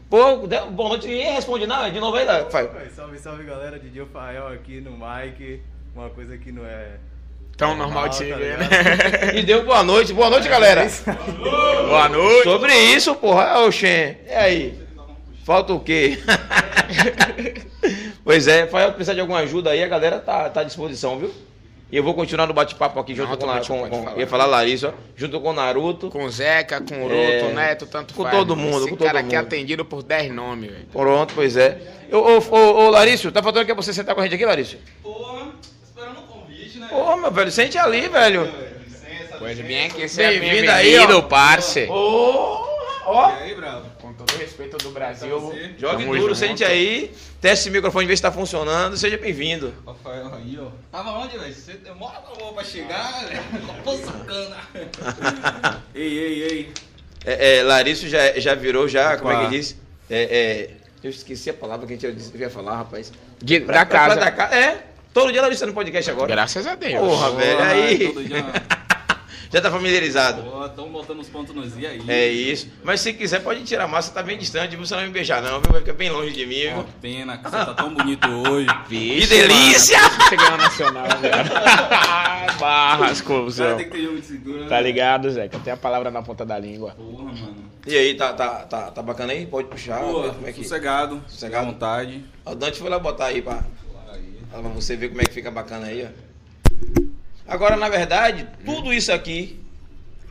[SPEAKER 1] Pô, deu- boa noite. E responde não, é de novo aí, Rafael.
[SPEAKER 4] Oi, salve, salve galera, DJ Fael aqui no mic. Uma coisa que não é. *laughs*
[SPEAKER 2] Tão normal de
[SPEAKER 4] tá
[SPEAKER 2] se ver, né?
[SPEAKER 4] ligado?
[SPEAKER 1] E deu boa noite. Boa noite,
[SPEAKER 2] É
[SPEAKER 1] galera.
[SPEAKER 2] *laughs* Boa noite.
[SPEAKER 1] Sobre isso, porra, ô Xen, e aí? Falta o quê? *laughs* pois é, Rafael, precisar de alguma ajuda aí, a galera tá, tá à disposição, viu? E eu vou continuar no bate-papo aqui junto
[SPEAKER 2] Não,
[SPEAKER 1] com,
[SPEAKER 2] também
[SPEAKER 1] La-
[SPEAKER 2] você
[SPEAKER 1] com,
[SPEAKER 2] pode
[SPEAKER 1] com
[SPEAKER 2] falar.
[SPEAKER 1] eu ia falar Larissa, ó, junto com o Naruto.
[SPEAKER 2] Com o Zeca, com o Uruto,
[SPEAKER 1] É,
[SPEAKER 2] Neto, tanto
[SPEAKER 1] com
[SPEAKER 2] faz.
[SPEAKER 1] todo
[SPEAKER 2] mano.
[SPEAKER 1] mundo,
[SPEAKER 2] Esse
[SPEAKER 1] com todo
[SPEAKER 2] cara aqui é
[SPEAKER 1] mundo.
[SPEAKER 2] atendido por 10 nomes, velho.
[SPEAKER 1] Pronto, pois é. Ô, ô, ô, ô Larício, tá faltando que você sentar com a gente aqui, Larício?
[SPEAKER 3] Porra, esperando o convite, né?
[SPEAKER 1] Ô, meu velho, sente ali, velho.
[SPEAKER 3] Licença,
[SPEAKER 2] Pois
[SPEAKER 3] licença.
[SPEAKER 2] bem que seja
[SPEAKER 1] Bem-vindo
[SPEAKER 2] bem-vindo,
[SPEAKER 1] aí, ó.
[SPEAKER 2] parce.
[SPEAKER 1] Ô, ó.
[SPEAKER 3] E aí, bravo?
[SPEAKER 2] Com todo o respeito do Brasil,
[SPEAKER 3] Prazer.
[SPEAKER 1] Jogue
[SPEAKER 2] tamo
[SPEAKER 1] duro,
[SPEAKER 2] junto.
[SPEAKER 1] sente aí. Teste o microfone, vê se tá funcionando. Seja bem-vindo.
[SPEAKER 3] Rafael aí, ó. Tava onde, velho? Você demora pra, pra chegar,
[SPEAKER 5] Ah.
[SPEAKER 3] velho? Tô sacana.
[SPEAKER 5] *laughs*
[SPEAKER 4] Ei, ei, ei.
[SPEAKER 1] É, é, Larício já, já virou, já, como é que
[SPEAKER 4] Opa.
[SPEAKER 1] diz? É, é, eu esqueci a palavra que a gente ia dizer- ia falar, rapaz.
[SPEAKER 2] De-
[SPEAKER 1] Pra-
[SPEAKER 2] da
[SPEAKER 1] pra-
[SPEAKER 2] casa.
[SPEAKER 1] pra da ca- É, todo dia Larício tá no podcast agora.
[SPEAKER 2] Graças a Deus.
[SPEAKER 1] Porra, velho, aí.
[SPEAKER 4] todo dia.
[SPEAKER 1] Já tá familiarizado.
[SPEAKER 5] Pô, estão botando os pontos nos i aí.
[SPEAKER 1] É isso. Mas se quiser, pode tirar a massa, tá bem distante, você não vai me beijar, não, viu? Vai ficar bem longe de mim,
[SPEAKER 5] Uma
[SPEAKER 1] viu?
[SPEAKER 5] pena que você tá tão bonito hoje.
[SPEAKER 1] Que delícia!
[SPEAKER 2] Cheguei na Nacional, *laughs* velho.
[SPEAKER 5] Barras.
[SPEAKER 2] Rascou,
[SPEAKER 5] Cara,
[SPEAKER 2] céu.
[SPEAKER 5] tem que ter jogo de segura.
[SPEAKER 2] Tá ligado, Zeca? Tem a palavra na ponta da língua.
[SPEAKER 5] Porra, mano.
[SPEAKER 1] E aí, tá, tá, tá, tá bacana aí? Pode puxar?
[SPEAKER 5] Pô,
[SPEAKER 1] como é que...
[SPEAKER 5] sossegado. Fica à
[SPEAKER 1] Sossegado?
[SPEAKER 5] vontade.
[SPEAKER 1] O Dante foi lá botar aí pra, pra você ver como é que fica bacana aí, ó. Agora, na verdade, tudo isso aqui,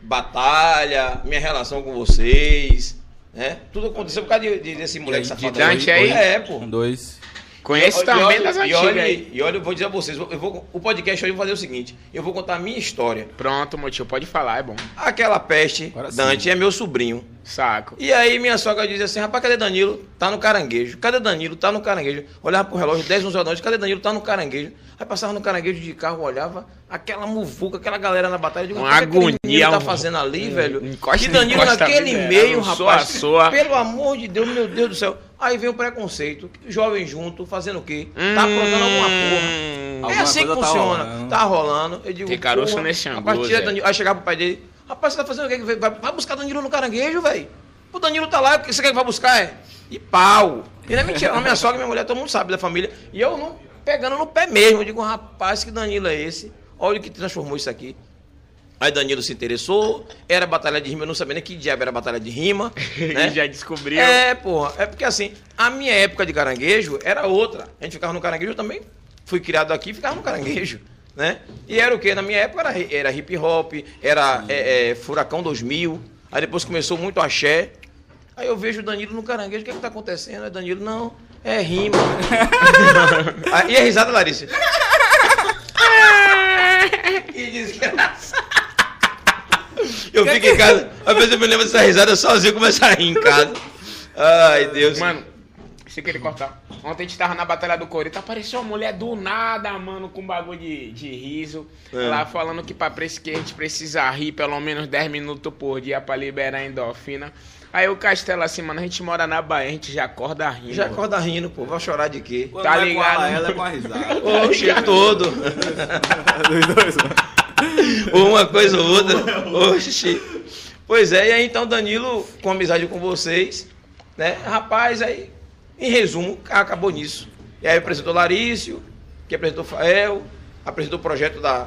[SPEAKER 1] batalha, minha relação com vocês, né? Tudo aconteceu por causa de- de- desse moleque
[SPEAKER 2] De
[SPEAKER 1] safado
[SPEAKER 2] Dante aí?
[SPEAKER 1] É, pô.
[SPEAKER 5] Um, dois.
[SPEAKER 2] Conheço
[SPEAKER 1] e
[SPEAKER 2] também
[SPEAKER 1] olha,
[SPEAKER 2] das
[SPEAKER 1] e
[SPEAKER 2] antigas
[SPEAKER 1] olha,
[SPEAKER 2] aí.
[SPEAKER 1] e olha, eu vou dizer a vocês, eu vou- o podcast hoje eu vou fazer o seguinte, eu vou contar a minha história.
[SPEAKER 2] Pronto, meu tio, pode falar, é bom.
[SPEAKER 1] Aquela peste,
[SPEAKER 5] Agora sim.
[SPEAKER 1] Dante, é meu sobrinho.
[SPEAKER 2] Saco.
[SPEAKER 1] E aí minha sogra dizia assim, rapaz, cadê Danilo? Tá no caranguejo. Cadê Danilo? Tá no caranguejo. Olhava pro relógio, 10, 11 horas da noite, cadê Danilo? Tá no caranguejo. Aí passava no caranguejo de carro, olhava, aquela muvuca, aquela galera na batalha. eu Digo,
[SPEAKER 2] Uma
[SPEAKER 1] "Rapaz, o que
[SPEAKER 2] agonia,
[SPEAKER 1] aquele menino tá
[SPEAKER 2] um-
[SPEAKER 1] fazendo ali,
[SPEAKER 2] um-
[SPEAKER 1] velho?
[SPEAKER 2] encosta-
[SPEAKER 1] e Danilo
[SPEAKER 2] encosta
[SPEAKER 1] naquele
[SPEAKER 2] ali,
[SPEAKER 1] meio,
[SPEAKER 2] velho, soa,
[SPEAKER 1] rapaz.
[SPEAKER 2] soa.
[SPEAKER 1] Pelo amor de Deus, meu Deus do céu. Aí vem o preconceito. Jovem junto, fazendo o quê?
[SPEAKER 2] Hum.
[SPEAKER 1] Tá aprontando alguma porra.
[SPEAKER 5] Alguma
[SPEAKER 1] é assim que
[SPEAKER 5] coisa tá
[SPEAKER 1] funciona.
[SPEAKER 5] rolando.
[SPEAKER 1] Tá rolando. Eu digo,
[SPEAKER 2] Tem caroço
[SPEAKER 1] porra,
[SPEAKER 2] nesse angu,
[SPEAKER 1] rapaz, tira
[SPEAKER 2] Zé.
[SPEAKER 1] Danilo. Aí chegava pro pai dele. Rapaz, você tá fazendo o quê? Vai, vai buscar Danilo no caranguejo, velho. O Danilo tá lá, o que você quer que vá buscar? É? E pau. E não é mentira. não, minha sogra e minha mulher, todo mundo sabe da família. E eu não pegando no pé mesmo. Eu digo, rapaz, que Danilo é esse? Olha o que transformou isso aqui. Aí Danilo se interessou, era batalha de rima, eu não sabia nem que diabo era batalha de rima.
[SPEAKER 2] *laughs*
[SPEAKER 1] né?
[SPEAKER 2] E *laughs* já descobriu.
[SPEAKER 1] É, porra. É porque assim, a minha época de caranguejo era outra. A gente ficava no caranguejo, eu também fui criado aqui e ficava no caranguejo. Né? E era o que? Na minha época era, hi- era hip hop, era é, é, Furacão 2000. Aí depois começou muito axé. Aí eu vejo o Danilo no caranguejo, o que é que tá acontecendo? Aí Danilo, não, é rima. Aí- e a risada, Larissa? Que desgraça. Eu fico em casa, às vezes eu me lembro dessa risada, eu sozinho começo a rir em casa. Ai, Deus.
[SPEAKER 2] Mano, se querer cortar. Ontem a gente tava na Batalha do Coreto, apareceu uma mulher do nada, mano, com um bagulho de, de riso.
[SPEAKER 1] É.
[SPEAKER 2] Ela falando que pra preço que a gente precisa rir pelo menos 10 minutos por dia pra liberar a endorfina. Aí o Castelo assim, mano, a gente mora na Bahia, a gente já acorda rindo.
[SPEAKER 1] já acorda rindo, pô, vai chorar de quê?
[SPEAKER 5] Quando
[SPEAKER 2] Tá
[SPEAKER 5] é com
[SPEAKER 2] ligado?
[SPEAKER 5] ela, ela é com a risada.
[SPEAKER 1] O dia todo.
[SPEAKER 4] Dos dois, mano.
[SPEAKER 1] ou uma coisa ou outra. Oxi. Pois é, e aí então Danilo, com amizade com vocês, né? Rapaz, aí, em resumo, acabou nisso. E aí apresentou Larício, que apresentou Fael, apresentou o projeto da,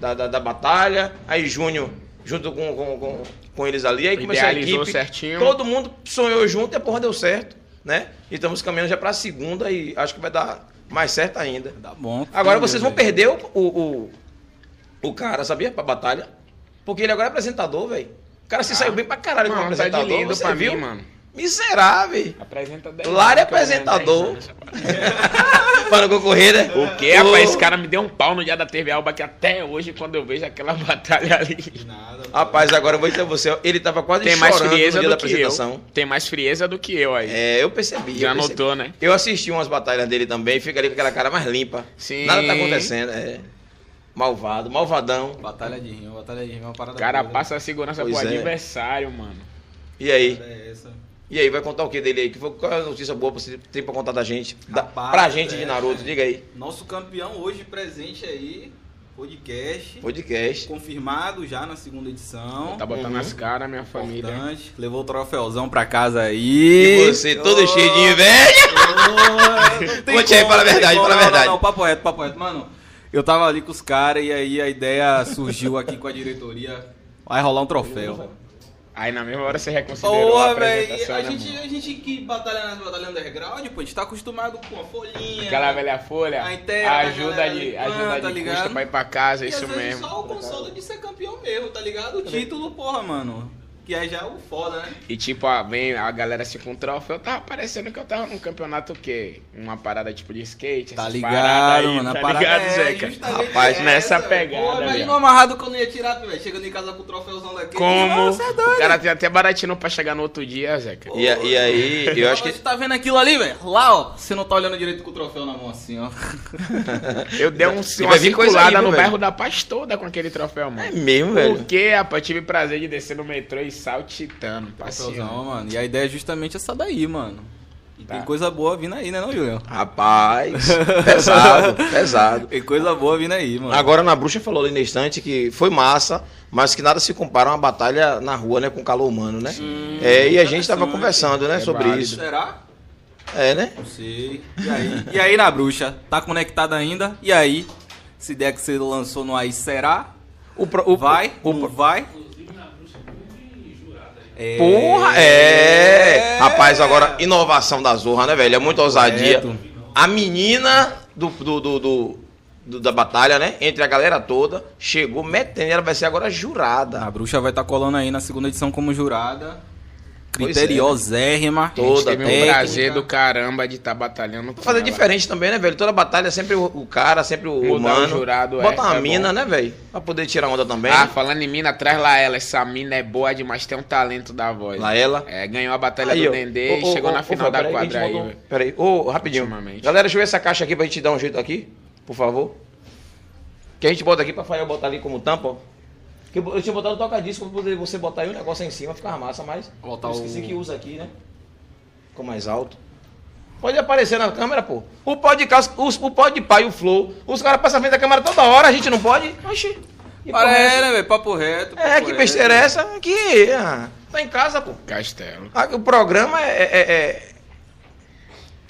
[SPEAKER 1] da, da, da batalha, aí Júnior, junto com, com, com, com eles ali, aí começou
[SPEAKER 2] Idealizou
[SPEAKER 1] a equipe.
[SPEAKER 2] certinho.
[SPEAKER 1] Todo mundo sonhou junto e a porra deu certo, né? E estamos caminhando já pra segunda e acho que vai dar mais certo ainda.
[SPEAKER 5] Tá bom.
[SPEAKER 1] Agora vocês vão
[SPEAKER 5] velho.
[SPEAKER 1] perder o, o, o, o cara, sabia? Pra batalha. Porque ele agora é apresentador, velho. O cara se saiu bem pra caralho como
[SPEAKER 2] Mano, tá de
[SPEAKER 1] apresentador,
[SPEAKER 2] lindo
[SPEAKER 1] você
[SPEAKER 2] pra
[SPEAKER 1] viu?
[SPEAKER 2] mim, mano. *laughs*
[SPEAKER 1] Miserável.
[SPEAKER 2] Apresenta 10
[SPEAKER 1] Lara é
[SPEAKER 2] anos, que eu ganho 10
[SPEAKER 1] apresentador.
[SPEAKER 2] anos.
[SPEAKER 1] Para não concorrer, né?
[SPEAKER 2] O que, né? rapaz? Esse cara me deu um pau no dia da TV Alba que até hoje, quando eu vejo aquela *laughs* batalha ali.
[SPEAKER 5] Nada.
[SPEAKER 1] Rapaz, agora eu vou dizer a você, ó, ele tava quase
[SPEAKER 2] Tem mais
[SPEAKER 1] Tá chorando no
[SPEAKER 2] frieza
[SPEAKER 1] dia da
[SPEAKER 2] do que eu.
[SPEAKER 1] apresentação.
[SPEAKER 2] Tem mais frieza do que eu aí.
[SPEAKER 1] É, eu percebi.
[SPEAKER 2] Já
[SPEAKER 1] eu percebi.
[SPEAKER 2] notou, né?
[SPEAKER 1] Eu assisti umas batalhas dele também, fica ali com aquela cara mais limpa.
[SPEAKER 2] Sim.
[SPEAKER 1] Nada tá acontecendo, é. Malvado, malvadão.
[SPEAKER 5] Batalha de rima, batalha de rima é uma parada.
[SPEAKER 2] O cara
[SPEAKER 5] boa, né?
[SPEAKER 2] passa a segurança
[SPEAKER 1] tá Pois
[SPEAKER 2] pro
[SPEAKER 1] é.
[SPEAKER 2] adversário, mano.
[SPEAKER 1] E aí?
[SPEAKER 5] É essa.
[SPEAKER 1] E aí, vai contar o que dele aí? Que foi, qual é a notícia boa pra você tem pra contar da gente? Da,
[SPEAKER 5] Rapaz,
[SPEAKER 1] pra gente de
[SPEAKER 5] é,
[SPEAKER 1] Naruto,
[SPEAKER 5] é.
[SPEAKER 1] diga aí.
[SPEAKER 5] Nosso campeão hoje presente aí, podcast.
[SPEAKER 1] Podcast.
[SPEAKER 5] Confirmado já na segunda edição.
[SPEAKER 2] Tá botando
[SPEAKER 1] Uhum.
[SPEAKER 2] as caras, minha família.
[SPEAKER 5] Importante. Levou o troféuzão pra casa
[SPEAKER 1] E
[SPEAKER 5] aí.
[SPEAKER 1] você todo
[SPEAKER 5] Ô,
[SPEAKER 1] cheio de inveja.
[SPEAKER 5] ô, não tem
[SPEAKER 1] Conte aí,
[SPEAKER 5] como,
[SPEAKER 1] fala a
[SPEAKER 5] não tem
[SPEAKER 1] verdade, fala a
[SPEAKER 5] como. Não, não,
[SPEAKER 1] verdade.
[SPEAKER 5] Não, papo reto, papo reto. Mano, eu tava ali com os caras e aí a ideia surgiu aqui com a diretoria. Vai rolar um troféu.
[SPEAKER 2] Aí na mesma hora você reconsiderou a
[SPEAKER 5] Porra, velho.
[SPEAKER 2] apresentação,
[SPEAKER 5] A
[SPEAKER 2] né,
[SPEAKER 5] gente,
[SPEAKER 2] mano?
[SPEAKER 5] a gente que batalha nas batalhas underground, pô, a gente tá acostumado com a folhinha.
[SPEAKER 2] Aquela velha folha,
[SPEAKER 5] A inteira, a
[SPEAKER 2] ajuda
[SPEAKER 5] galera
[SPEAKER 2] de,
[SPEAKER 5] ali,
[SPEAKER 2] ajuda
[SPEAKER 5] tá
[SPEAKER 2] de custa
[SPEAKER 5] ligado?
[SPEAKER 2] pra ir pra casa,
[SPEAKER 5] E às
[SPEAKER 2] isso
[SPEAKER 5] vezes
[SPEAKER 2] mesmo.
[SPEAKER 1] tá
[SPEAKER 5] Só o consolo de ser campeão mesmo, tá ligado? O título, porra, mano. Que aí já é o foda, né?
[SPEAKER 2] E tipo, a, vem a galera assim com troféu, tava parecendo que eu tava num campeonato o quê? Uma parada tipo de skate,
[SPEAKER 5] Tá
[SPEAKER 2] essas
[SPEAKER 5] ligado,
[SPEAKER 2] paradas aí,
[SPEAKER 5] mano, a
[SPEAKER 2] tá
[SPEAKER 5] parada
[SPEAKER 2] ligado,
[SPEAKER 5] é
[SPEAKER 2] Zeca?
[SPEAKER 5] justamente
[SPEAKER 1] Rapaz,
[SPEAKER 2] nessa
[SPEAKER 5] velho.
[SPEAKER 2] pegada,
[SPEAKER 5] Pô,
[SPEAKER 2] velho.
[SPEAKER 5] Imagina o amarrado que eu não ia tirar, velho. Chegando em casa com o troféuzão daquele.
[SPEAKER 2] Como?
[SPEAKER 5] Nossa, é doido.
[SPEAKER 2] O cara tem até baratinho pra chegar no outro dia, Zeca.
[SPEAKER 1] E, a- e aí, eu acho que. *laughs*
[SPEAKER 5] Você tá vendo aquilo ali, velho? Lá, ó. Você não tá olhando direito com o troféu na mão
[SPEAKER 2] *laughs*
[SPEAKER 5] assim, ó.
[SPEAKER 2] Eu dei um,
[SPEAKER 1] E
[SPEAKER 2] uma
[SPEAKER 1] vai vir coisa aí,
[SPEAKER 2] circulada
[SPEAKER 1] viu,
[SPEAKER 2] no
[SPEAKER 1] velho?
[SPEAKER 2] bairro da Paz toda com aquele troféu, mano.
[SPEAKER 1] É mesmo, velho.
[SPEAKER 2] Porque, rapaz, tive prazer de descer no metrô e saltitando, Assim,
[SPEAKER 5] Troféuzão,
[SPEAKER 2] passeando.
[SPEAKER 5] mano. E a ideia é justamente essa daí, mano. E
[SPEAKER 2] Tá.
[SPEAKER 5] tem coisa boa vindo aí, né, não, Julião?
[SPEAKER 1] *laughs* Rapaz, pesado, pesado.
[SPEAKER 5] Tem coisa boa vindo aí, mano.
[SPEAKER 1] Agora na bruxa falou ali na instante que foi massa, mas que nada se compara a uma batalha na rua, né? Com calor humano, né? É, e a gente tava
[SPEAKER 5] interessante.
[SPEAKER 1] conversando, né,
[SPEAKER 2] É
[SPEAKER 1] sobre
[SPEAKER 2] válido.
[SPEAKER 1] isso.
[SPEAKER 5] Será?
[SPEAKER 1] É, né?
[SPEAKER 5] Não sei. E aí, e aí na bruxa? Tá conectada ainda? E aí? Essa ideia que você lançou no aí, será?
[SPEAKER 1] O, pro- o-
[SPEAKER 5] vai?
[SPEAKER 1] o-
[SPEAKER 5] não vai? É...
[SPEAKER 1] Porra, é. Rapaz, agora, inovação da Zorra, né, velho? É muita ousadia.
[SPEAKER 5] Correto.
[SPEAKER 1] A menina do, do, do- do- do- da batalha, né? Entre a galera toda, chegou metendo. Ela vai ser agora
[SPEAKER 5] A
[SPEAKER 1] jurada.
[SPEAKER 5] bruxa vai estar colando aí na segunda edição como jurada.
[SPEAKER 1] Pois é, né?
[SPEAKER 5] Criteriosérrima.
[SPEAKER 1] Tô- Toda
[SPEAKER 2] teve um
[SPEAKER 1] técnica.
[SPEAKER 2] prazer do caramba de estar batalhando. com
[SPEAKER 1] Vou fazer
[SPEAKER 2] ela.
[SPEAKER 1] diferente também, né, velho? Toda batalha é sempre o, o cara, sempre o
[SPEAKER 2] Mudar o
[SPEAKER 1] humano.
[SPEAKER 2] jurado, é,
[SPEAKER 1] Bota uma
[SPEAKER 2] é
[SPEAKER 1] mina,
[SPEAKER 2] bom.
[SPEAKER 1] né, velho? Pra poder tirar onda também.
[SPEAKER 2] Ah,
[SPEAKER 1] né?
[SPEAKER 2] falando em mina, traz lá ela. Essa mina é boa demais, tem um talento da
[SPEAKER 1] né?
[SPEAKER 2] voz.
[SPEAKER 1] Laela.
[SPEAKER 2] É, ganhou a batalha
[SPEAKER 1] Aí,
[SPEAKER 2] do
[SPEAKER 1] ó.
[SPEAKER 2] Dendê e
[SPEAKER 1] Ô, ô,
[SPEAKER 2] chegou
[SPEAKER 1] ô,
[SPEAKER 2] na
[SPEAKER 1] ô, Fábio,
[SPEAKER 2] final da
[SPEAKER 1] peraí que a gente
[SPEAKER 2] quadra aí.
[SPEAKER 1] mandou- um-
[SPEAKER 2] velho.
[SPEAKER 1] Peraí, ô, rapidinho.
[SPEAKER 2] Ultimamente.
[SPEAKER 1] Galera, deixa eu ver essa caixa aqui pra gente dar um jeito aqui, por favor. Que a gente bota aqui pra Fael botar ali como tampa, ó. Que eu eu tinha botado um toca-disco pra poder você botar aí um negócio aí em cima, ficava massa, mas
[SPEAKER 5] Botar
[SPEAKER 1] eu esqueci
[SPEAKER 5] o-
[SPEAKER 1] que usa aqui, né? Ficou mais alto. Pode aparecer na câmera, pô. O pó de casa, os- o pó de pai, o flow. Os caras passam na frente da câmera toda hora, a gente não pode. Oxi. que porra
[SPEAKER 5] Para
[SPEAKER 1] é
[SPEAKER 5] é,
[SPEAKER 1] essa?
[SPEAKER 5] né, velho? Papo reto.
[SPEAKER 1] É,
[SPEAKER 5] papo
[SPEAKER 1] que
[SPEAKER 5] reto.
[SPEAKER 1] besteira é essa? Aqui, ah, tá em casa, pô.
[SPEAKER 2] Castelo.
[SPEAKER 1] Ah, O programa é, é- é-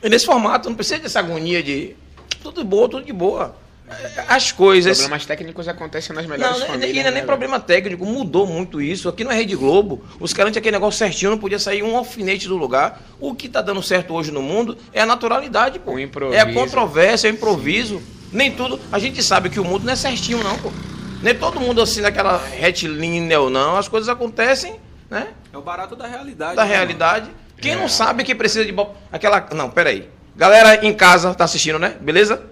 [SPEAKER 1] é nesse formato, não precisa dessa agonia de tudo de boa, tudo de boa. É, As coisas.
[SPEAKER 2] Problemas técnicos acontecem nas melhores
[SPEAKER 1] Não, não, e
[SPEAKER 2] famílias.
[SPEAKER 1] não é
[SPEAKER 2] né,
[SPEAKER 1] nem problema técnico, mudou muito isso. Aqui na Rede Globo, os caras tinham aquele negócio certinho, não podia sair um alfinete do lugar. O que tá dando certo hoje no mundo é a naturalidade, pô.
[SPEAKER 2] O improviso.
[SPEAKER 1] É a controvérsia, é o improviso. Nem tudo. A gente sabe que o mundo não é certinho, não, pô. Nem todo mundo assim naquela retilínea ou não. As coisas acontecem, né?
[SPEAKER 5] É o barato da realidade.
[SPEAKER 1] da
[SPEAKER 5] né, mano?
[SPEAKER 1] realidade. Quem
[SPEAKER 2] É.
[SPEAKER 1] não sabe que precisa de bo- aquela, não, peraí. Galera em casa tá assistindo, né? Beleza?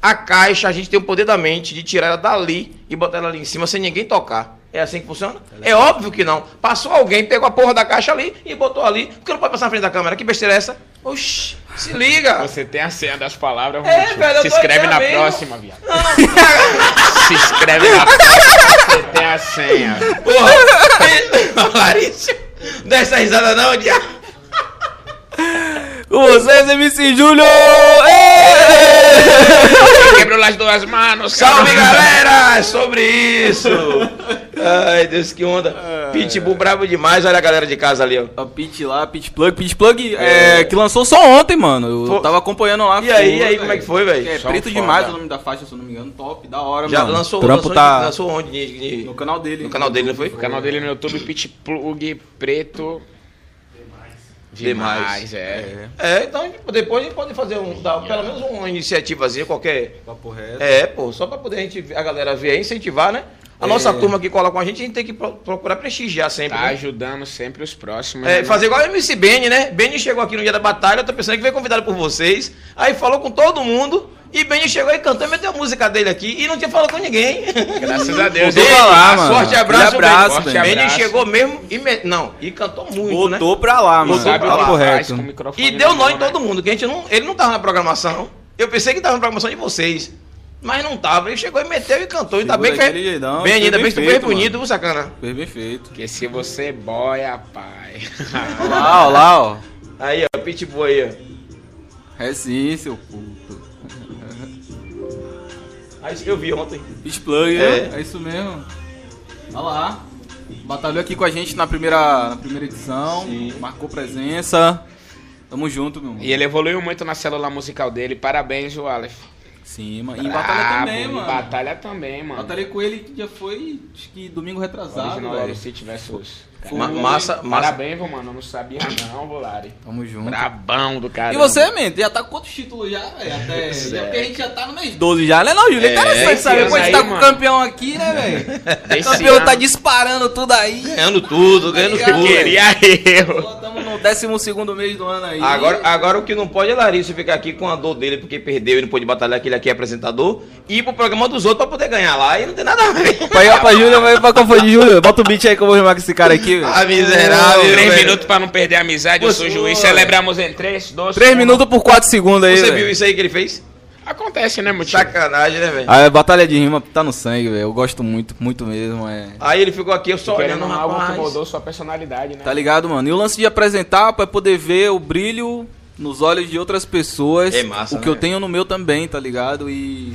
[SPEAKER 1] A caixa, a gente tem o poder da mente de tirar ela dali e botar ela ali em cima sem ninguém tocar. É assim que funciona? É óbvio que não. Passou alguém, pegou a porra da caixa ali e botou ali. Porque não pode passar na frente da câmera. Que besteira é essa? Oxi, se liga.
[SPEAKER 2] Você tem a senha das palavras,
[SPEAKER 1] É,
[SPEAKER 2] Ruth.
[SPEAKER 1] velho, eu
[SPEAKER 2] Se
[SPEAKER 1] tô
[SPEAKER 2] inscreve
[SPEAKER 1] aqui
[SPEAKER 2] na
[SPEAKER 1] mesmo.
[SPEAKER 2] próxima, viado. *laughs* Se inscreve na próxima, você tem a senha.
[SPEAKER 1] Porra. *laughs* Larissa, não dá essa risada não, diabo.
[SPEAKER 5] Com vocês, MC Júlio! Ê!
[SPEAKER 2] Quebrou as duas manos,
[SPEAKER 1] Salve
[SPEAKER 2] cara.
[SPEAKER 1] galera! É sobre isso! Ai, Deus, que onda! Pitbull brabo demais, olha a galera de casa ali, ó.
[SPEAKER 5] A Pit lá, Pit Plug, Pit Plug, é, que lançou só ontem, mano. Eu
[SPEAKER 1] Foi-
[SPEAKER 5] tava acompanhando lá.
[SPEAKER 1] E aí,
[SPEAKER 5] Foi,
[SPEAKER 1] e aí,
[SPEAKER 5] velho.
[SPEAKER 1] como é que foi, velho?
[SPEAKER 5] É
[SPEAKER 2] Só um
[SPEAKER 5] preto
[SPEAKER 2] foda.
[SPEAKER 5] demais o nome da faixa, se eu não me engano. Top, da hora,
[SPEAKER 1] Já
[SPEAKER 5] mano.
[SPEAKER 1] lançou,
[SPEAKER 5] Trampo
[SPEAKER 1] lançou,
[SPEAKER 5] tá
[SPEAKER 1] onde, lançou onde? Ni- ni-
[SPEAKER 5] no canal dele.
[SPEAKER 1] No canal dele, não foi?
[SPEAKER 2] O canal dele no YouTube, Pit Plug Preto.
[SPEAKER 1] Demais.
[SPEAKER 2] Demais, é.
[SPEAKER 1] É, então a gente- depois a gente pode fazer um, dar pelo menos uma iniciativazinha qualquer.
[SPEAKER 5] Papo reto.
[SPEAKER 1] É, pô, só pra poder a, gente, a galera ver aí, incentivar, né? A nossa turma que cola com a gente, a gente tem que pro- procurar prestigiar sempre.
[SPEAKER 2] Tá
[SPEAKER 1] né?
[SPEAKER 2] ajudando sempre os próximos.
[SPEAKER 1] É,
[SPEAKER 2] né?
[SPEAKER 1] fazer igual o MC Benny, né? Benny chegou aqui no dia da batalha, outra pessoa que foi convidado por vocês. Aí falou com todo mundo. E Benny chegou aí cantando, meteu a música dele aqui e não tinha falado com *laughs* ninguém.
[SPEAKER 2] Graças a Deus.
[SPEAKER 5] Voltou
[SPEAKER 2] hein?
[SPEAKER 5] pra lá, mano.
[SPEAKER 1] Forte abraço,
[SPEAKER 5] Aquele abraço,
[SPEAKER 1] Benny.
[SPEAKER 2] Benny.
[SPEAKER 1] Benny
[SPEAKER 2] Abraço.
[SPEAKER 1] chegou mesmo e me- não, e cantou muito, né?
[SPEAKER 5] Voltou pra lá, mano.
[SPEAKER 1] Voltou
[SPEAKER 2] Sabe
[SPEAKER 1] pra
[SPEAKER 2] o
[SPEAKER 1] lá.
[SPEAKER 5] Papo
[SPEAKER 2] que faz
[SPEAKER 5] reto.
[SPEAKER 2] com o microfone
[SPEAKER 1] E deu
[SPEAKER 2] na
[SPEAKER 1] nó
[SPEAKER 2] mão,
[SPEAKER 1] em
[SPEAKER 2] né?
[SPEAKER 1] todo mundo, que a gente não, ele não tava na programação. Eu pensei que tava na programação de vocês, mas não tava. Ele chegou e meteu e cantou. Ainda
[SPEAKER 5] Chegou
[SPEAKER 1] bem que
[SPEAKER 5] daquele
[SPEAKER 1] Benny,
[SPEAKER 5] jeitão, foi
[SPEAKER 1] ainda
[SPEAKER 5] bem
[SPEAKER 1] é bem que tu foi
[SPEAKER 5] feito,
[SPEAKER 1] bonito, viu, sacana.
[SPEAKER 5] Foi bem feito.
[SPEAKER 2] Porque se você boia, pai.
[SPEAKER 5] Olha lá, olha lá, ó.
[SPEAKER 1] Aí, ó, Pitbull aí, ó.
[SPEAKER 5] É sim, seu puto.
[SPEAKER 1] Aí eu vi ontem.
[SPEAKER 5] Pitch Plug,
[SPEAKER 1] É.
[SPEAKER 5] né? É isso mesmo. Olha lá. Batalhou aqui com a gente na primeira, na primeira edição. Marcou presença. Tamo junto, meu mano.
[SPEAKER 2] E ele evoluiu muito na célula musical dele. Parabéns, o Aleph.
[SPEAKER 5] Sim, mano. E em batalha também,
[SPEAKER 2] Brabo, em
[SPEAKER 5] mano.
[SPEAKER 2] Batalha também, mano.
[SPEAKER 5] Batalhei com ele que já foi, acho que domingo retrasado,
[SPEAKER 2] Original
[SPEAKER 5] velho.
[SPEAKER 2] Lari, se tivesse os.
[SPEAKER 5] Foi.
[SPEAKER 1] Ma- massa, massa.
[SPEAKER 2] Parabéns, vô, mano. Eu não sabia não, vô, Lari.
[SPEAKER 5] Tamo junto.
[SPEAKER 2] Brabão do cara.
[SPEAKER 5] E você, mente, já tá com quantos títulos já, velho?
[SPEAKER 2] *laughs*
[SPEAKER 5] Até. Já,
[SPEAKER 2] Certo.
[SPEAKER 5] porque a gente já tá no mês 12 já, né, não, Júlio? É interessante
[SPEAKER 2] é esse
[SPEAKER 5] saber
[SPEAKER 2] ano
[SPEAKER 5] quando a gente
[SPEAKER 2] aí,
[SPEAKER 5] tá com o
[SPEAKER 2] mano.
[SPEAKER 5] campeão
[SPEAKER 2] *laughs*
[SPEAKER 5] aqui, né, velho? O
[SPEAKER 2] Desse
[SPEAKER 5] campeão
[SPEAKER 2] ano.
[SPEAKER 5] tá disparando tudo aí.
[SPEAKER 1] Ganhando tudo, ganhando
[SPEAKER 5] Obrigado,
[SPEAKER 1] tudo.
[SPEAKER 5] velho.
[SPEAKER 2] Queria eu.
[SPEAKER 5] Estamos no 12 mês do ano aí.
[SPEAKER 1] Agora, agora o que não pode é Larissa ficar aqui com a dor dele porque perdeu e não pôde batalhar aquele aqui é apresentador e ir pro programa dos outros pra poder ganhar lá e não tem nada a ver.
[SPEAKER 5] Pai, ó, pra Júlia, vai pra confundir, Júlia. Bota o beat aí que eu vou rimar com esse cara aqui, velho.
[SPEAKER 1] *laughs* Ah, miserável.
[SPEAKER 2] Três
[SPEAKER 1] velho.
[SPEAKER 2] minutos pra não perder a amizade. Eu sou
[SPEAKER 1] Você- é
[SPEAKER 2] juiz. Celebramos em três, dois.
[SPEAKER 5] 3
[SPEAKER 2] um.
[SPEAKER 5] minutos por 4 segundos aí,
[SPEAKER 1] Você
[SPEAKER 5] velho.
[SPEAKER 1] viu isso aí que ele fez?
[SPEAKER 2] Acontece, né, meu tio?
[SPEAKER 1] Sacanagem, né, velho?
[SPEAKER 5] Ah, é batalha de rima tá no sangue, velho. Eu gosto muito, muito mesmo, é.
[SPEAKER 1] Aí ele ficou aqui, eu só olhando,
[SPEAKER 2] Querendo
[SPEAKER 5] um
[SPEAKER 2] algo que
[SPEAKER 1] rapaz.
[SPEAKER 2] mudou sua personalidade, né?
[SPEAKER 5] Tá ligado, mano? E o lance de apresentar pra poder ver o brilho nos olhos de outras pessoas
[SPEAKER 1] É massa,
[SPEAKER 5] o que
[SPEAKER 1] né?
[SPEAKER 5] eu tenho no meu também, tá ligado? E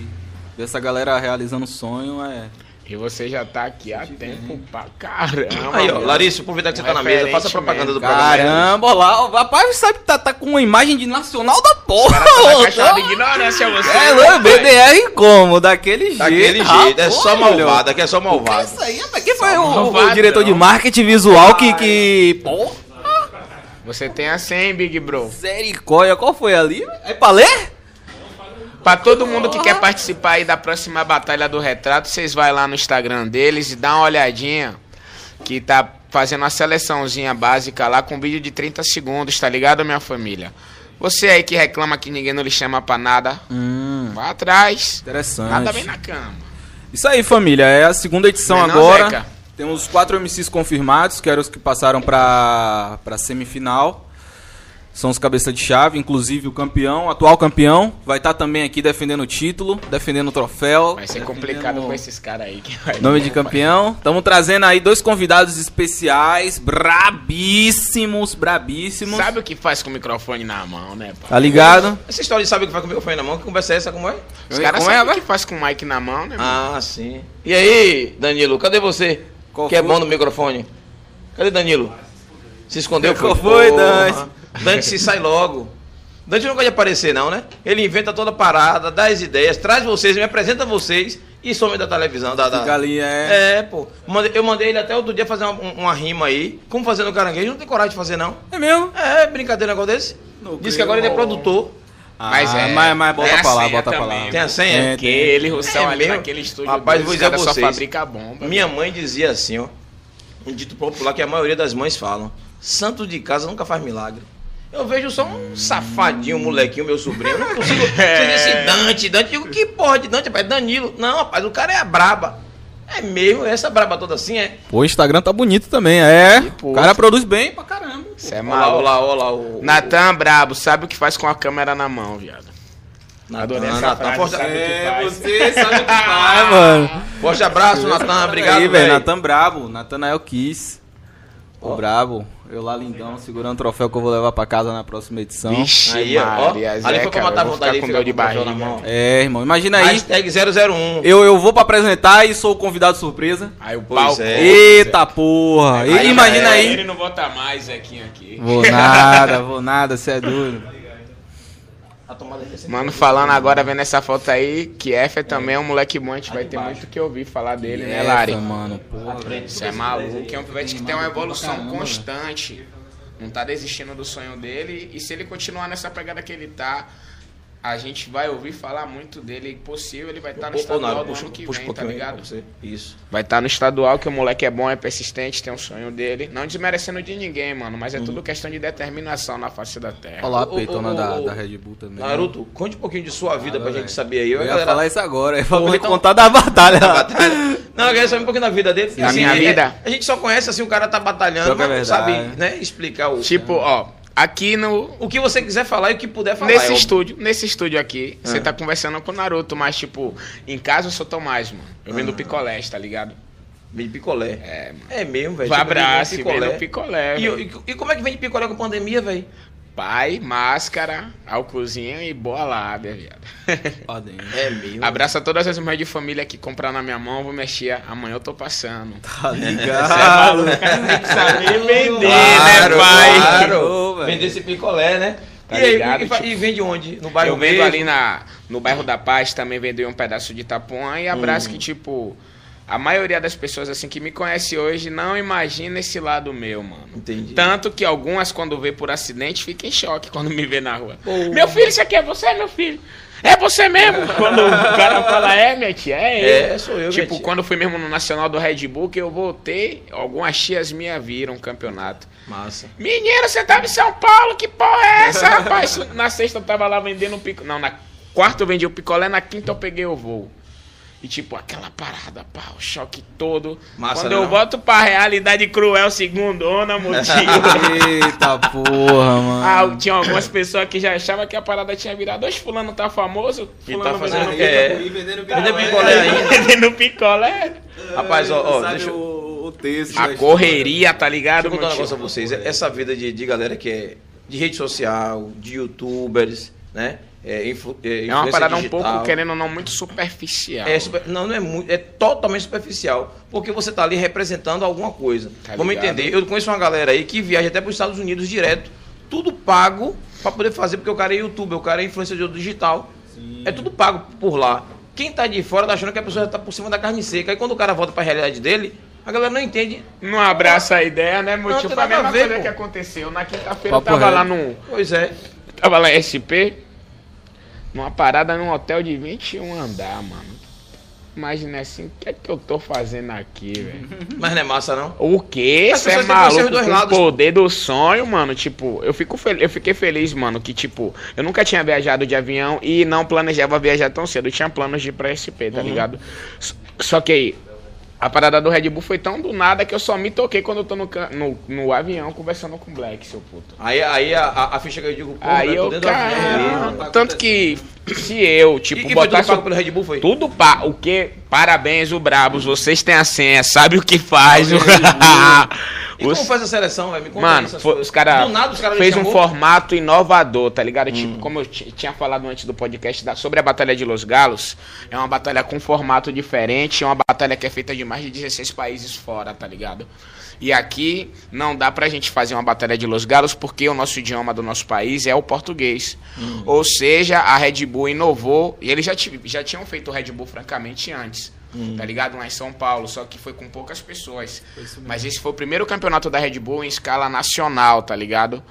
[SPEAKER 5] ver essa galera realizando o sonho é.
[SPEAKER 2] E você já tá aqui há tempo pra
[SPEAKER 5] um
[SPEAKER 2] caramba.
[SPEAKER 1] Aí, ó,
[SPEAKER 2] mano.
[SPEAKER 1] Larissa, aproveitando que você
[SPEAKER 2] Um
[SPEAKER 1] tá na mesa, faça a
[SPEAKER 2] referente
[SPEAKER 1] propaganda do programa.
[SPEAKER 5] Caramba, olha lá, o rapaz sabe que tá, tá com uma imagem de nacional da porra!
[SPEAKER 2] Tá
[SPEAKER 5] ó,
[SPEAKER 2] taxado
[SPEAKER 5] tá-
[SPEAKER 2] de ignorância você.
[SPEAKER 5] É,
[SPEAKER 2] né,
[SPEAKER 5] não,
[SPEAKER 2] pai?
[SPEAKER 5] BDR como? Daquele jeito.
[SPEAKER 1] Daquele jeito, é
[SPEAKER 5] rapaz,
[SPEAKER 1] só
[SPEAKER 5] olha.
[SPEAKER 1] malvado, aqui é só malvado.
[SPEAKER 5] Isso aí, rapaz, quem foi o, o
[SPEAKER 2] malvadão.
[SPEAKER 5] diretor de marketing visual que. que porra,
[SPEAKER 2] Você tem a 100, Big Bro.
[SPEAKER 5] misericórdia, qual foi ali? É pra ler?
[SPEAKER 2] Pra todo mundo que quer participar aí da próxima Batalha do Retrato, vocês vai lá no Instagram deles e dá uma olhadinha. Que tá fazendo uma seleçãozinha básica lá com vídeo de 30 segundos, tá ligado, minha família? Você aí que reclama que ninguém não lhe chama pra nada,
[SPEAKER 5] Hum,
[SPEAKER 2] vá atrás.
[SPEAKER 5] interessante.
[SPEAKER 2] Nada bem na cama.
[SPEAKER 5] Isso aí, família. É a segunda edição
[SPEAKER 2] Não é não,
[SPEAKER 5] agora.
[SPEAKER 2] Zeca?
[SPEAKER 5] Temos quatro MCs confirmados, que eram os que passaram pra, pra semifinal. São os cabeça de chave, inclusive o campeão, o atual campeão, vai estar também aqui defendendo o título, defendendo o troféu.
[SPEAKER 2] Vai ser
[SPEAKER 5] defendendo
[SPEAKER 2] complicado
[SPEAKER 5] o
[SPEAKER 2] com esses caras aí. Que vai
[SPEAKER 5] Nome de campeão. Estamos trazendo aí dois convidados especiais, brabíssimos, brabíssimos.
[SPEAKER 2] Sabe o que faz com o microfone na mão, né, pai?
[SPEAKER 5] Tá ligado?
[SPEAKER 1] Essa história de saber o que vai comigo foi na mão, que conversa é essa, como é?
[SPEAKER 2] Os caras
[SPEAKER 5] Como é,
[SPEAKER 2] sabem o
[SPEAKER 5] vai?
[SPEAKER 2] que faz com o mic na mão, né?
[SPEAKER 1] Ah, sim. E aí, Danilo, cadê você?
[SPEAKER 5] Qual
[SPEAKER 1] que é
[SPEAKER 5] foi?
[SPEAKER 1] bom no microfone. Cadê Danilo? Se escondeu,
[SPEAKER 5] Qual foi,
[SPEAKER 1] Porra.
[SPEAKER 5] Dante?
[SPEAKER 1] Dante se sai logo. Dante não gosta de aparecer, não, né? Ele inventa toda a parada, dá as ideias, traz vocês, me apresenta vocês e some da televisão. Da, da-
[SPEAKER 5] Fica ali, é.
[SPEAKER 1] É, pô. Mandei- Eu mandei ele até outro dia fazer uma, um- uma rima aí. Como fazer no caranguejo? Não tem coragem de fazer, não.
[SPEAKER 5] É mesmo?
[SPEAKER 1] É, brincadeira um negócio desse.
[SPEAKER 5] Não
[SPEAKER 1] Diz que agora ele é produtor.
[SPEAKER 5] Mas é. Mas, mas bota pra
[SPEAKER 2] assim
[SPEAKER 5] lá, bota pra lá.
[SPEAKER 1] Tem a senha?
[SPEAKER 5] É,
[SPEAKER 2] Porque ele e
[SPEAKER 1] É
[SPEAKER 2] Russão ali
[SPEAKER 1] mesmo?
[SPEAKER 2] naquele estúdio.
[SPEAKER 1] Rapaz,
[SPEAKER 2] deles,
[SPEAKER 1] vou
[SPEAKER 2] os
[SPEAKER 1] dizer a
[SPEAKER 2] caras só
[SPEAKER 1] vocês.
[SPEAKER 2] fabrica bomba.
[SPEAKER 1] Minha mãe dizia assim, ó, um dito popular que a maioria das mães falam: Santo de casa nunca faz milagre. Eu vejo só um safadinho, um molequinho, meu sobrinho. Eu não consigo. Você disse Dante, Dante. Eu digo, que porra de Dante, rapaz? Danilo. Não, rapaz, o cara é a braba. É mesmo, essa braba toda assim é.
[SPEAKER 5] O Instagram tá bonito também, é.
[SPEAKER 2] Tipo,
[SPEAKER 5] o cara produz bem pra caramba. pô.
[SPEAKER 2] Isso é
[SPEAKER 1] Olha lá,
[SPEAKER 2] maluco.
[SPEAKER 1] olha lá, olha lá. O, o-
[SPEAKER 2] Natan é Brabo, sabe o que faz com a câmera na mão, viado.
[SPEAKER 1] Natan,
[SPEAKER 2] adorei essa
[SPEAKER 1] Natan.
[SPEAKER 2] frase,
[SPEAKER 1] Forte,
[SPEAKER 2] sabe?
[SPEAKER 5] É, você sabe o *laughs* que faz, mano.
[SPEAKER 1] forte abraço, Natan. Obrigado,
[SPEAKER 5] aí,
[SPEAKER 1] velho.
[SPEAKER 5] Natan Brabo, Natanael é Kiss. Ô, Brabo. Eu lá, lindão, segurando o troféu que eu vou levar pra casa na próxima edição.
[SPEAKER 2] Vixe,
[SPEAKER 1] Aí, ó,
[SPEAKER 2] Maria,
[SPEAKER 1] ali
[SPEAKER 2] Zeca,
[SPEAKER 1] foi pra matar
[SPEAKER 2] eu
[SPEAKER 1] a
[SPEAKER 2] vou
[SPEAKER 1] vontade
[SPEAKER 2] ficar
[SPEAKER 1] de
[SPEAKER 2] com
[SPEAKER 1] ficar
[SPEAKER 2] dor de
[SPEAKER 1] com o troféu
[SPEAKER 2] barriga.
[SPEAKER 1] na mão.
[SPEAKER 5] É, irmão, imagina aí.
[SPEAKER 1] Hashtag 001.
[SPEAKER 5] Eu, eu vou pra apresentar e sou o convidado surpresa.
[SPEAKER 2] Aí o
[SPEAKER 1] Pois
[SPEAKER 2] palco.
[SPEAKER 1] é.
[SPEAKER 5] Eita porra! E-
[SPEAKER 2] já
[SPEAKER 5] imagina
[SPEAKER 2] era,
[SPEAKER 5] aí.
[SPEAKER 2] Ele não bota mais, Zequinha, aqui.
[SPEAKER 5] Vou *laughs* nada, vou nada, você é doido.
[SPEAKER 1] A tomada é
[SPEAKER 2] Mano, falando agora, vendo essa foto aí, que Effer também é um moleque bom, a gente vai ter muito o que ouvir falar dele,
[SPEAKER 1] é
[SPEAKER 2] né, Lari?
[SPEAKER 5] Eita, mano, porra.
[SPEAKER 2] Isso é maluco, é um pivete que tem uma evolução constante. Não tá desistindo do sonho dele. E se ele continuar nessa pegada que ele tá, a gente vai ouvir falar muito dele. Possível, ele vai estar Tá no
[SPEAKER 1] Ô, Naro,
[SPEAKER 2] estadual do
[SPEAKER 1] puxa,
[SPEAKER 2] ano que
[SPEAKER 1] puxa um
[SPEAKER 2] vem, tá
[SPEAKER 1] pouquinho aí pra
[SPEAKER 2] ligado?
[SPEAKER 1] você. Isso.
[SPEAKER 2] Vai estar no estadual, que o moleque é bom, é persistente, tem um sonho dele. Não desmerecendo de ninguém, mano, mas é
[SPEAKER 1] Uhum.
[SPEAKER 2] tudo questão de determinação na face da terra.
[SPEAKER 5] Olha lá a
[SPEAKER 1] Ô, ô,
[SPEAKER 5] peitona
[SPEAKER 1] ô,
[SPEAKER 5] da,
[SPEAKER 1] ô,
[SPEAKER 5] da Red Bull também.
[SPEAKER 1] Naruto, conte um pouquinho de sua vida pra
[SPEAKER 5] Né? velho.
[SPEAKER 1] gente saber aí.
[SPEAKER 5] Eu
[SPEAKER 1] A
[SPEAKER 5] ia
[SPEAKER 1] galera- *laughs*
[SPEAKER 5] falar isso agora, eu
[SPEAKER 1] Porra,
[SPEAKER 5] vou
[SPEAKER 1] então-
[SPEAKER 5] contar da batalha.
[SPEAKER 1] da batalha. Não, eu quero saber um pouquinho da vida dele. porque,
[SPEAKER 2] Da minha
[SPEAKER 1] é-
[SPEAKER 2] vida?
[SPEAKER 1] a gente só conhece assim, o cara tá batalhando,
[SPEAKER 5] Pior que é
[SPEAKER 1] mas não sabe
[SPEAKER 5] verdade.
[SPEAKER 1] né, explicar o,
[SPEAKER 2] Tipo, ó, aqui no.
[SPEAKER 1] o que você quiser falar e o que puder falar.
[SPEAKER 2] Nesse
[SPEAKER 1] é óbvio.
[SPEAKER 2] estúdio, nesse estúdio aqui,
[SPEAKER 1] É.
[SPEAKER 2] você tá conversando com o Naruto, mas tipo, em casa eu sou Tomás, mano. Eu
[SPEAKER 1] Ah.
[SPEAKER 2] vim do picolé, tá ligado?
[SPEAKER 1] Vem de picolé.
[SPEAKER 2] É, mano.
[SPEAKER 1] É mesmo, velho.
[SPEAKER 2] Vai
[SPEAKER 1] Tipo, vem de
[SPEAKER 2] abraço, vem no picolé.
[SPEAKER 1] E,
[SPEAKER 2] velho.
[SPEAKER 1] e- e como é que vem de picolé com pandemia, velho?
[SPEAKER 2] Pai, máscara, álcoolzinho e boa lábia, viado.
[SPEAKER 5] Ordem.
[SPEAKER 1] É mesmo.
[SPEAKER 2] Abraço a todas as mães de família que compraram na minha mão, vou mexer, amanhã eu tô passando.
[SPEAKER 5] Tá
[SPEAKER 2] Cê *laughs* é
[SPEAKER 5] ligado?
[SPEAKER 1] *laughs*
[SPEAKER 2] maluco, tem que saber vender,
[SPEAKER 1] Claro,
[SPEAKER 2] né, pai?
[SPEAKER 1] claro.
[SPEAKER 5] Ô, velho.
[SPEAKER 1] Vende esse picolé, né?
[SPEAKER 2] Tá
[SPEAKER 1] e, aí,
[SPEAKER 2] ligado,
[SPEAKER 1] e fa-
[SPEAKER 2] tipo-
[SPEAKER 1] e vende onde? No bairro
[SPEAKER 2] eu vendo
[SPEAKER 1] mesmo?
[SPEAKER 2] ali na, no bairro da Paz, também vendo um pedaço de Itapuã e
[SPEAKER 1] Hum.
[SPEAKER 2] abraço que, tipo, a maioria das pessoas assim que me conhece hoje não imagina esse lado meu, mano.
[SPEAKER 1] Entendi.
[SPEAKER 2] Tanto que algumas, quando vê por acidente, ficam em choque quando me vê na rua.
[SPEAKER 1] Pô.
[SPEAKER 2] Meu filho, isso aqui é você, meu filho? É
[SPEAKER 1] *laughs*
[SPEAKER 2] você mesmo? quando o cara fala, é, minha tia, é,
[SPEAKER 1] É, sou eu,
[SPEAKER 2] Tipo,
[SPEAKER 1] minha tia.
[SPEAKER 2] quando eu fui mesmo no Nacional do Red Bull, que eu voltei, algumas tias minha viram o campeonato.
[SPEAKER 1] Massa.
[SPEAKER 2] Menino, você tava em São Paulo, que porra é
[SPEAKER 1] *laughs*
[SPEAKER 2] essa, rapaz? Na sexta eu tava lá vendendo um picolé. Não, na quarta eu vendi o picolé, na quinta eu peguei o voo. E tipo, aquela parada, pá, o choque todo.
[SPEAKER 1] Massa,
[SPEAKER 2] Quando
[SPEAKER 1] né,
[SPEAKER 2] eu
[SPEAKER 1] não?
[SPEAKER 2] volto pra realidade cruel,
[SPEAKER 1] *laughs*
[SPEAKER 2] segundona, motivo.
[SPEAKER 5] Eita porra,
[SPEAKER 2] Ah,
[SPEAKER 5] mano.
[SPEAKER 2] tinha algumas pessoas que já achavam que a parada tinha virado. Oxe, fulano tá famoso.
[SPEAKER 1] E
[SPEAKER 2] Fulano
[SPEAKER 1] tá fazendo né?
[SPEAKER 2] vendendo
[SPEAKER 1] é,
[SPEAKER 4] vendendo
[SPEAKER 1] Vendendo picolé ainda.
[SPEAKER 2] Vendendo picolé.
[SPEAKER 1] Rapaz, ó, ó,
[SPEAKER 4] sabe
[SPEAKER 1] deixa eu.
[SPEAKER 4] o, o texto.
[SPEAKER 2] A correria, tá ligado?
[SPEAKER 1] Deixa eu contar um
[SPEAKER 2] meu tio?
[SPEAKER 1] negócio a vocês. Essa vida de, de galera que é de rede social, de youtubers, né? É, influ, é,
[SPEAKER 2] É uma
[SPEAKER 1] influência
[SPEAKER 2] parada
[SPEAKER 1] digital.
[SPEAKER 2] um pouco, querendo ou não, muito superficial.
[SPEAKER 1] É super- não, não é muito, é totalmente superficial, porque você está ali representando alguma coisa.
[SPEAKER 2] Tá
[SPEAKER 1] Vamos
[SPEAKER 2] ligado.
[SPEAKER 1] entender, eu conheço uma galera aí que viaja até para os Estados Unidos direto, tudo pago para poder fazer, porque o cara é youtuber, o cara é influenciador digital, é tudo pago por lá. Quem tá de fora tá achando que a pessoa já tá por cima da carne seca, aí quando o cara volta para a realidade dele, a galera não entende.
[SPEAKER 2] Não abraça a ideia, né, meu
[SPEAKER 1] Não,
[SPEAKER 2] tio?
[SPEAKER 1] tem
[SPEAKER 2] Foi a
[SPEAKER 1] nada a
[SPEAKER 2] mesma
[SPEAKER 1] ver,
[SPEAKER 2] coisa
[SPEAKER 1] pô.
[SPEAKER 2] que aconteceu. Na quinta-feira eu
[SPEAKER 5] Papo
[SPEAKER 2] tava
[SPEAKER 5] reto.
[SPEAKER 2] lá num.
[SPEAKER 1] Pois é,
[SPEAKER 2] Tava lá em SP, numa parada num hotel de 21 andar, mano. Imagina assim, o que é que eu tô fazendo aqui, velho?
[SPEAKER 1] mas não é massa não.
[SPEAKER 2] O quê?
[SPEAKER 1] As
[SPEAKER 2] Você é
[SPEAKER 1] pessoas têm que conhecer os
[SPEAKER 2] maluco
[SPEAKER 1] dois
[SPEAKER 2] com o
[SPEAKER 1] lados.
[SPEAKER 2] poder do sonho, mano. Tipo, eu, fico fel- eu fiquei feliz, mano, que tipo, eu nunca tinha viajado de avião e não planejava viajar tão cedo. Eu tinha planos de ir pra SP,
[SPEAKER 1] Uhum.
[SPEAKER 2] tá ligado? S- Só que aí, a parada do Red Bull foi tão do nada que eu só me toquei quando eu tô no, can- no, no avião conversando com o Black, seu puto.
[SPEAKER 1] Aí, aí a, a- a ficha que eu digo, pô,
[SPEAKER 2] Aí
[SPEAKER 1] velho, tô
[SPEAKER 2] eu,
[SPEAKER 1] dentro do avião mesmo.
[SPEAKER 2] cara, tanto que se eu,
[SPEAKER 1] né? Tá E-
[SPEAKER 2] tipo,
[SPEAKER 1] e foi tudo
[SPEAKER 2] botasse
[SPEAKER 1] pago
[SPEAKER 2] o-
[SPEAKER 1] pelo Red Bull, foi?
[SPEAKER 2] tudo pa... o que? Parabéns, o Brabos, vocês têm a senha, sabe o que faz. o- *laughs*
[SPEAKER 1] E como
[SPEAKER 2] Os-
[SPEAKER 1] faz a seleção, velho? Me conta aí
[SPEAKER 2] Mano,
[SPEAKER 1] essas
[SPEAKER 2] foi-
[SPEAKER 1] coisas.
[SPEAKER 2] os caras
[SPEAKER 1] Do nada os caras me
[SPEAKER 2] fez um
[SPEAKER 1] chamou.
[SPEAKER 2] formato inovador, tá ligado? Tipo, como eu ti- tinha falado antes do podcast da- sobre a Batalha de Los Galos, é uma batalha com formato diferente, é uma batalha que é feita de mais de 16 países fora, tá ligado? E aqui não dá pra gente fazer uma Batalha de Los Galos porque o nosso idioma do nosso país é o português. Ou seja, a Red Bull inovou, e eles já, ti- já tinham feito o Red Bull francamente antes. Tá ligado? Lá em São Paulo, só que foi com poucas pessoas. Mas esse foi o primeiro campeonato da Red Bull em escala nacional, tá ligado?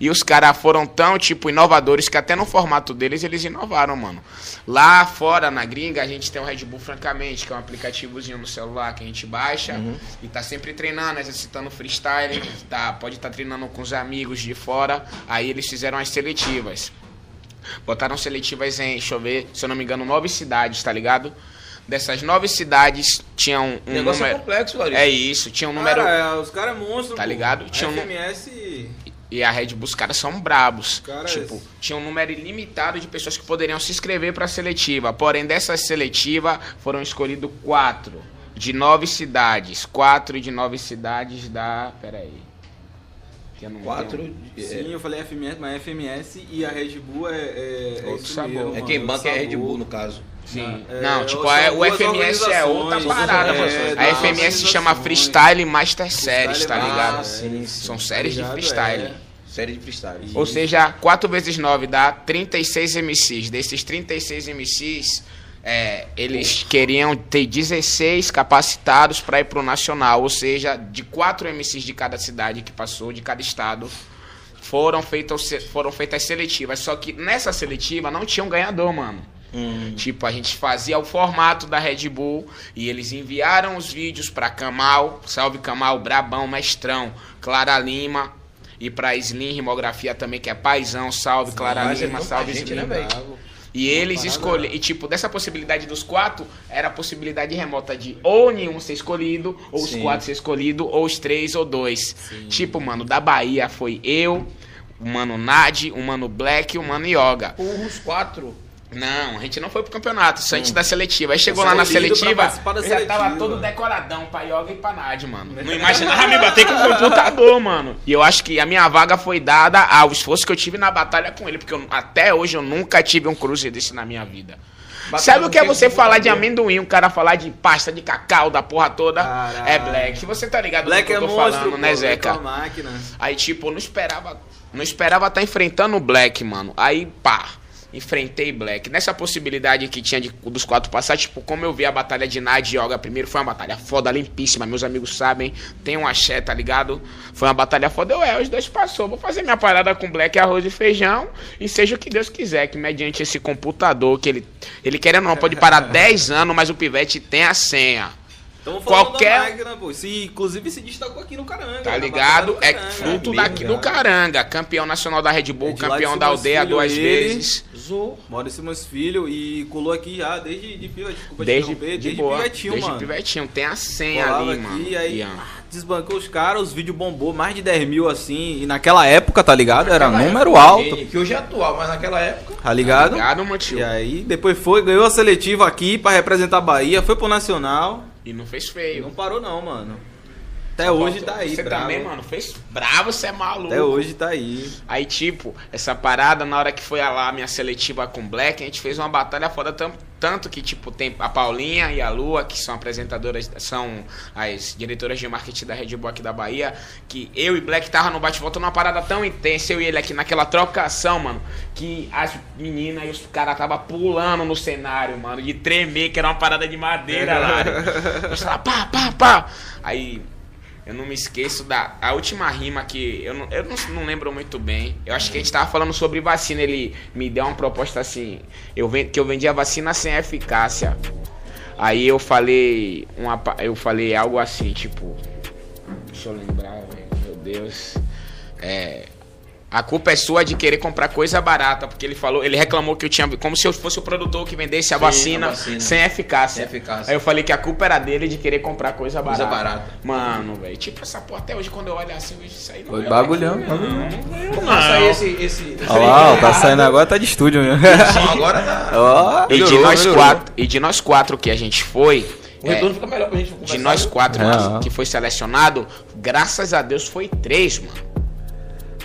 [SPEAKER 2] E os caras foram tão, tipo, inovadores que até no formato deles eles inovaram, mano. Lá fora, na gringa, a gente tem o Red Bull Francamente, que é um aplicativozinho no celular que a gente baixa
[SPEAKER 1] Uhum.
[SPEAKER 2] e tá sempre treinando, exercitando freestyle, tá, pode estar treinando com os amigos de fora. Aí eles fizeram as seletivas. Botaram seletivas em, deixa eu ver, se eu não me engano, nove cidades, tá ligado? Dessas nove cidades tinham
[SPEAKER 1] O
[SPEAKER 2] um
[SPEAKER 1] negócio é
[SPEAKER 2] número.
[SPEAKER 1] complexo, Larissa.
[SPEAKER 2] É isso, tinha um número.
[SPEAKER 3] Cara, os caras é monstro,
[SPEAKER 2] Tá
[SPEAKER 3] pô.
[SPEAKER 2] ligado? Tinha
[SPEAKER 3] a
[SPEAKER 2] um-
[SPEAKER 3] FMS...
[SPEAKER 2] E a Red Bull, os caras são brabos.
[SPEAKER 3] Caras.
[SPEAKER 2] Tipo, tinha um número ilimitado de pessoas que poderiam se inscrever pra seletiva. Porém, dessa seletiva foram escolhidos quatro de nove cidades. Quatro de nove cidades da. Pera aí. Que eu não
[SPEAKER 1] Quatro.
[SPEAKER 2] lembro.
[SPEAKER 1] é,
[SPEAKER 3] Sim, eu falei FMS, mas FMS e a Red Bull é... é, é
[SPEAKER 2] Outro
[SPEAKER 3] isso
[SPEAKER 2] sabor.
[SPEAKER 3] mesmo,
[SPEAKER 1] É
[SPEAKER 3] mano,
[SPEAKER 1] quem banca é
[SPEAKER 3] sabor.
[SPEAKER 1] Red
[SPEAKER 2] né?
[SPEAKER 1] Bull, no caso.
[SPEAKER 2] Sim.
[SPEAKER 3] É,
[SPEAKER 2] não, tipo,
[SPEAKER 3] são
[SPEAKER 2] a- o
[SPEAKER 3] duas
[SPEAKER 2] FMS é outra
[SPEAKER 3] organizações,
[SPEAKER 2] parada,
[SPEAKER 1] duas
[SPEAKER 2] mano.
[SPEAKER 1] organizações.
[SPEAKER 2] A
[SPEAKER 1] É,
[SPEAKER 2] FMS
[SPEAKER 3] duas
[SPEAKER 2] chama
[SPEAKER 3] organizações.
[SPEAKER 2] Freestyle Master Series, tá
[SPEAKER 3] Freestyle
[SPEAKER 2] ligado?
[SPEAKER 3] Master.
[SPEAKER 1] sim, sim.
[SPEAKER 2] São séries de
[SPEAKER 3] Ligado,
[SPEAKER 2] freestyle.
[SPEAKER 3] é.
[SPEAKER 1] Série de freestyle.
[SPEAKER 2] Ou seja, 4 vezes 9 dá 36 MCs. Desses 36 MCs, é, eles queriam ter 16 capacitados para ir pro nacional. Ou seja, de 4 MCs de cada cidade que passou, de cada estado, foram feitas, se- foram feitas seletivas. Só que nessa seletiva não tinha um ganhador, mano.
[SPEAKER 1] Hum.
[SPEAKER 2] Tipo, a gente fazia o formato da Red Bull e eles enviaram os vídeos pra Kamal, salve Kamal, Brabão, Mestrão, Clara Lima e pra Slim Rimografia também, que é paizão, salve Clara
[SPEAKER 1] mas é
[SPEAKER 2] Lima,
[SPEAKER 1] tanta
[SPEAKER 2] salve
[SPEAKER 1] gente,
[SPEAKER 2] Slim.
[SPEAKER 1] né, velho?
[SPEAKER 2] e eles escolheram, e tipo, dessa possibilidade dos quatro, era a possibilidade remota de ou nenhum ser escolhido, ou os
[SPEAKER 1] Sim.
[SPEAKER 2] quatro ser escolhido, ou os três ou dois. Tipo, mano, da Bahia foi eu, o mano Nad, o mano Black e o mano Yoga.
[SPEAKER 1] Os quatro.
[SPEAKER 2] Não, a gente não foi pro campeonato, isso antes da seletiva. Aí chegou lá na
[SPEAKER 3] Escolhido pra
[SPEAKER 2] seletiva,
[SPEAKER 3] participar da
[SPEAKER 2] eu já tava
[SPEAKER 3] seletiva.
[SPEAKER 2] todo decoradão pra yoga e pra Nad, mano.
[SPEAKER 3] *laughs*
[SPEAKER 2] Não imaginava me bater com o computador, mano. E eu acho que a minha vaga foi dada ao esforço que eu tive na batalha com ele, porque eu- até hoje eu nunca tive um cruze desse na minha vida.
[SPEAKER 1] Batalha
[SPEAKER 2] Sabe o
[SPEAKER 1] com
[SPEAKER 2] que é
[SPEAKER 1] quem?
[SPEAKER 2] você
[SPEAKER 1] Com
[SPEAKER 2] falar de
[SPEAKER 1] computador.
[SPEAKER 2] amendoim, um cara falar de pasta de cacau, da porra toda?
[SPEAKER 3] Caralho.
[SPEAKER 2] É Black. Você tá ligado do
[SPEAKER 3] Black
[SPEAKER 2] que
[SPEAKER 3] é
[SPEAKER 2] eu tô
[SPEAKER 3] monstro,
[SPEAKER 2] falando,
[SPEAKER 3] pô,
[SPEAKER 2] né,
[SPEAKER 3] Black é
[SPEAKER 2] Zeca?
[SPEAKER 3] uma máquina.
[SPEAKER 2] Aí, tipo, eu não esperava. Não esperava tá enfrentando o Black, mano. Aí, pá, enfrentei Black. Nessa possibilidade que tinha de- dos quatro passar, tipo, como eu vi a batalha de Nad e Yoga primeiro, foi uma batalha foda, limpíssima. Meus amigos sabem, tem um axé, tá ligado? Foi uma batalha foda. Eu, é, os dois passou. Vou fazer minha parada com Black, arroz e feijão. E seja o que Deus quiser, que mediante esse computador, que ele, ele querendo ou não, pode parar 10 anos, mas o pivete tem a senha.
[SPEAKER 3] Tamo falando
[SPEAKER 2] Qualquer- um-
[SPEAKER 3] da máquina, pô. Se, inclusive se destacou aqui no Caranga.
[SPEAKER 2] Tá
[SPEAKER 3] na
[SPEAKER 2] ligado?
[SPEAKER 3] batalha
[SPEAKER 2] É
[SPEAKER 3] do Caranga.
[SPEAKER 2] fruto
[SPEAKER 3] É
[SPEAKER 2] daqui
[SPEAKER 3] mesmo,
[SPEAKER 2] do
[SPEAKER 3] cara.
[SPEAKER 2] Caranga. Campeão nacional da Red Bull,
[SPEAKER 3] É de lá de
[SPEAKER 2] campeão da aldeia
[SPEAKER 3] Silva
[SPEAKER 2] duas
[SPEAKER 3] Filho, ele.
[SPEAKER 2] vezes.
[SPEAKER 3] Maurício Simões Filho e colou aqui já desde de piva, desculpa te
[SPEAKER 2] Desde,
[SPEAKER 3] interromper,
[SPEAKER 2] de
[SPEAKER 3] desde
[SPEAKER 2] boa.
[SPEAKER 3] pivetinho,
[SPEAKER 2] desde
[SPEAKER 3] mano.
[SPEAKER 2] pivetinho. Tem a senha
[SPEAKER 3] Colava
[SPEAKER 2] ali, mano.
[SPEAKER 3] aqui, aí
[SPEAKER 2] Ian.
[SPEAKER 3] desbancou os caras, os vídeos bombou, mais de 10 mil assim, e naquela época, tá ligado? Era número alto,
[SPEAKER 1] Que hoje é atual, mas naquela época.
[SPEAKER 3] tá ligado?
[SPEAKER 2] Obrigado, meu tio.
[SPEAKER 3] E aí, depois foi, ganhou a seletiva aqui pra representar a Bahia, foi pro Nacional,
[SPEAKER 2] E não fez
[SPEAKER 3] e
[SPEAKER 2] feio.
[SPEAKER 3] não parou não, mano.
[SPEAKER 5] Até hoje tá aí,
[SPEAKER 2] Você
[SPEAKER 5] bravo.
[SPEAKER 2] também, mano, fez bravo, você é maluco.
[SPEAKER 5] Até hoje tá aí.
[SPEAKER 2] Aí, tipo, essa parada, na hora que foi lá a minha seletiva com o Black, a gente fez uma batalha foda tam- tanto que, tipo, tem a Paulinha e a Lua, que são apresentadoras, são as diretoras de marketing da Red Bull aqui da Bahia, que eu e Black tava no bate-volta numa parada tão intensa, eu e ele aqui naquela trocação, mano, que as meninas e os caras tava pulando no cenário, mano, de tremer, que era uma parada de madeira lá. A gente tava pá, pá, pá. Aí, eu não me esqueço da a última rima que eu, não, eu não, não lembro muito bem. Eu acho que a gente tava falando sobre vacina. Ele me deu uma proposta assim: eu ven- que eu vendia vacina sem eficácia. Aí eu falei uma, pa- eu falei algo assim, tipo, deixa eu lembrar, velho, meu Deus. É, a culpa é sua de querer comprar coisa barata, porque ele falou, ele reclamou que eu tinha, como se eu fosse o produtor que vendesse a,
[SPEAKER 1] Sim, a
[SPEAKER 2] vacina,
[SPEAKER 1] vacina.
[SPEAKER 2] sem eficácia.
[SPEAKER 1] Sem eficácia.
[SPEAKER 2] Aí eu falei que a culpa era dele de querer comprar coisa barata.
[SPEAKER 1] Coisa barata.
[SPEAKER 2] Mano, velho, tipo essa porra até hoje, quando eu olho assim, eu vejo isso aí não
[SPEAKER 5] Foi
[SPEAKER 2] é
[SPEAKER 5] bagulhão,
[SPEAKER 2] daqui,
[SPEAKER 5] bagulhão.
[SPEAKER 2] Não, veio,
[SPEAKER 1] Como
[SPEAKER 2] não.
[SPEAKER 1] sai esse. esse
[SPEAKER 5] Olha lá, ó, tá saindo agora, tá de estúdio mesmo.
[SPEAKER 3] né? *laughs*
[SPEAKER 2] assim.
[SPEAKER 1] Som agora tá.
[SPEAKER 5] Ó,
[SPEAKER 2] E de
[SPEAKER 5] melhorou,
[SPEAKER 2] nós
[SPEAKER 5] melhorou.
[SPEAKER 2] quatro, e de nós quatro que a gente foi,
[SPEAKER 1] O
[SPEAKER 2] é,
[SPEAKER 1] retorno fica melhor pra gente
[SPEAKER 2] de
[SPEAKER 1] conversar,
[SPEAKER 2] nós
[SPEAKER 1] né?
[SPEAKER 2] quatro
[SPEAKER 5] É.
[SPEAKER 2] que, que foi selecionado, graças a Deus foi três, mano.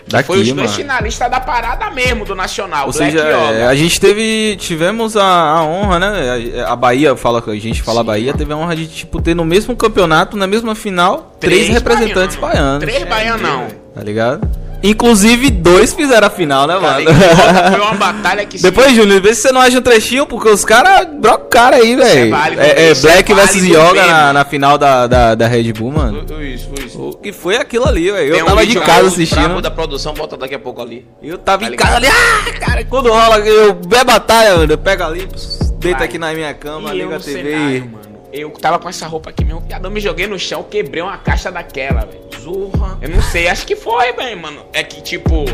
[SPEAKER 2] Que
[SPEAKER 5] Daqui,
[SPEAKER 2] foi os dois
[SPEAKER 5] mano.
[SPEAKER 2] finalistas da parada mesmo do Nacional,
[SPEAKER 5] Ou
[SPEAKER 2] Black
[SPEAKER 5] seja,
[SPEAKER 2] e Oba.
[SPEAKER 5] é, a gente teve. Tivemos a, a honra, né? A, a Bahia fala que a gente fala
[SPEAKER 2] Sim,
[SPEAKER 5] Bahia,
[SPEAKER 2] mano.
[SPEAKER 5] teve a honra de, tipo, ter no mesmo campeonato, na mesma final, três, representantes
[SPEAKER 2] baiano.
[SPEAKER 5] baianos.
[SPEAKER 2] Três baianos,
[SPEAKER 1] É
[SPEAKER 2] não.
[SPEAKER 5] Tá ligado? Inclusive, dois fizeram a final, né,
[SPEAKER 2] Cara,
[SPEAKER 5] mano? *laughs*
[SPEAKER 2] e Tá foi uma batalha que se-
[SPEAKER 5] Depois, Júnior, vê se você não acha um trechinho, porque os caras brocam o cara aí, velho.
[SPEAKER 2] válido,
[SPEAKER 5] é, é
[SPEAKER 2] isso é
[SPEAKER 5] Black vs
[SPEAKER 2] válido
[SPEAKER 5] Yoga
[SPEAKER 2] mesmo.
[SPEAKER 5] na, na final da, da, da Red Bull, mano.
[SPEAKER 1] Isso, isso.
[SPEAKER 5] O que foi aquilo ali, velho?
[SPEAKER 2] Tem
[SPEAKER 5] Eu
[SPEAKER 2] um
[SPEAKER 5] tava de
[SPEAKER 2] vídeo
[SPEAKER 5] casa
[SPEAKER 2] aí,
[SPEAKER 1] Bravo
[SPEAKER 5] assistindo.
[SPEAKER 1] da produção, bota daqui a pouco ali.
[SPEAKER 5] Eu tava
[SPEAKER 2] Tá
[SPEAKER 5] em
[SPEAKER 2] ligado?
[SPEAKER 5] casa ali, ah, cara, quando rola, eu é batalha, mano. Eu pego ali, pss, deito aqui na minha cama,
[SPEAKER 2] E eu
[SPEAKER 5] ligo a
[SPEAKER 2] no
[SPEAKER 5] TV.
[SPEAKER 2] cenário, mano. Eu tava com essa roupa aqui mesmo, piadão, me joguei no chão, quebrei uma caixa daquela, velho.
[SPEAKER 1] Zorra.
[SPEAKER 2] Eu não sei, acho que foi, velho, mano. É que, tipo,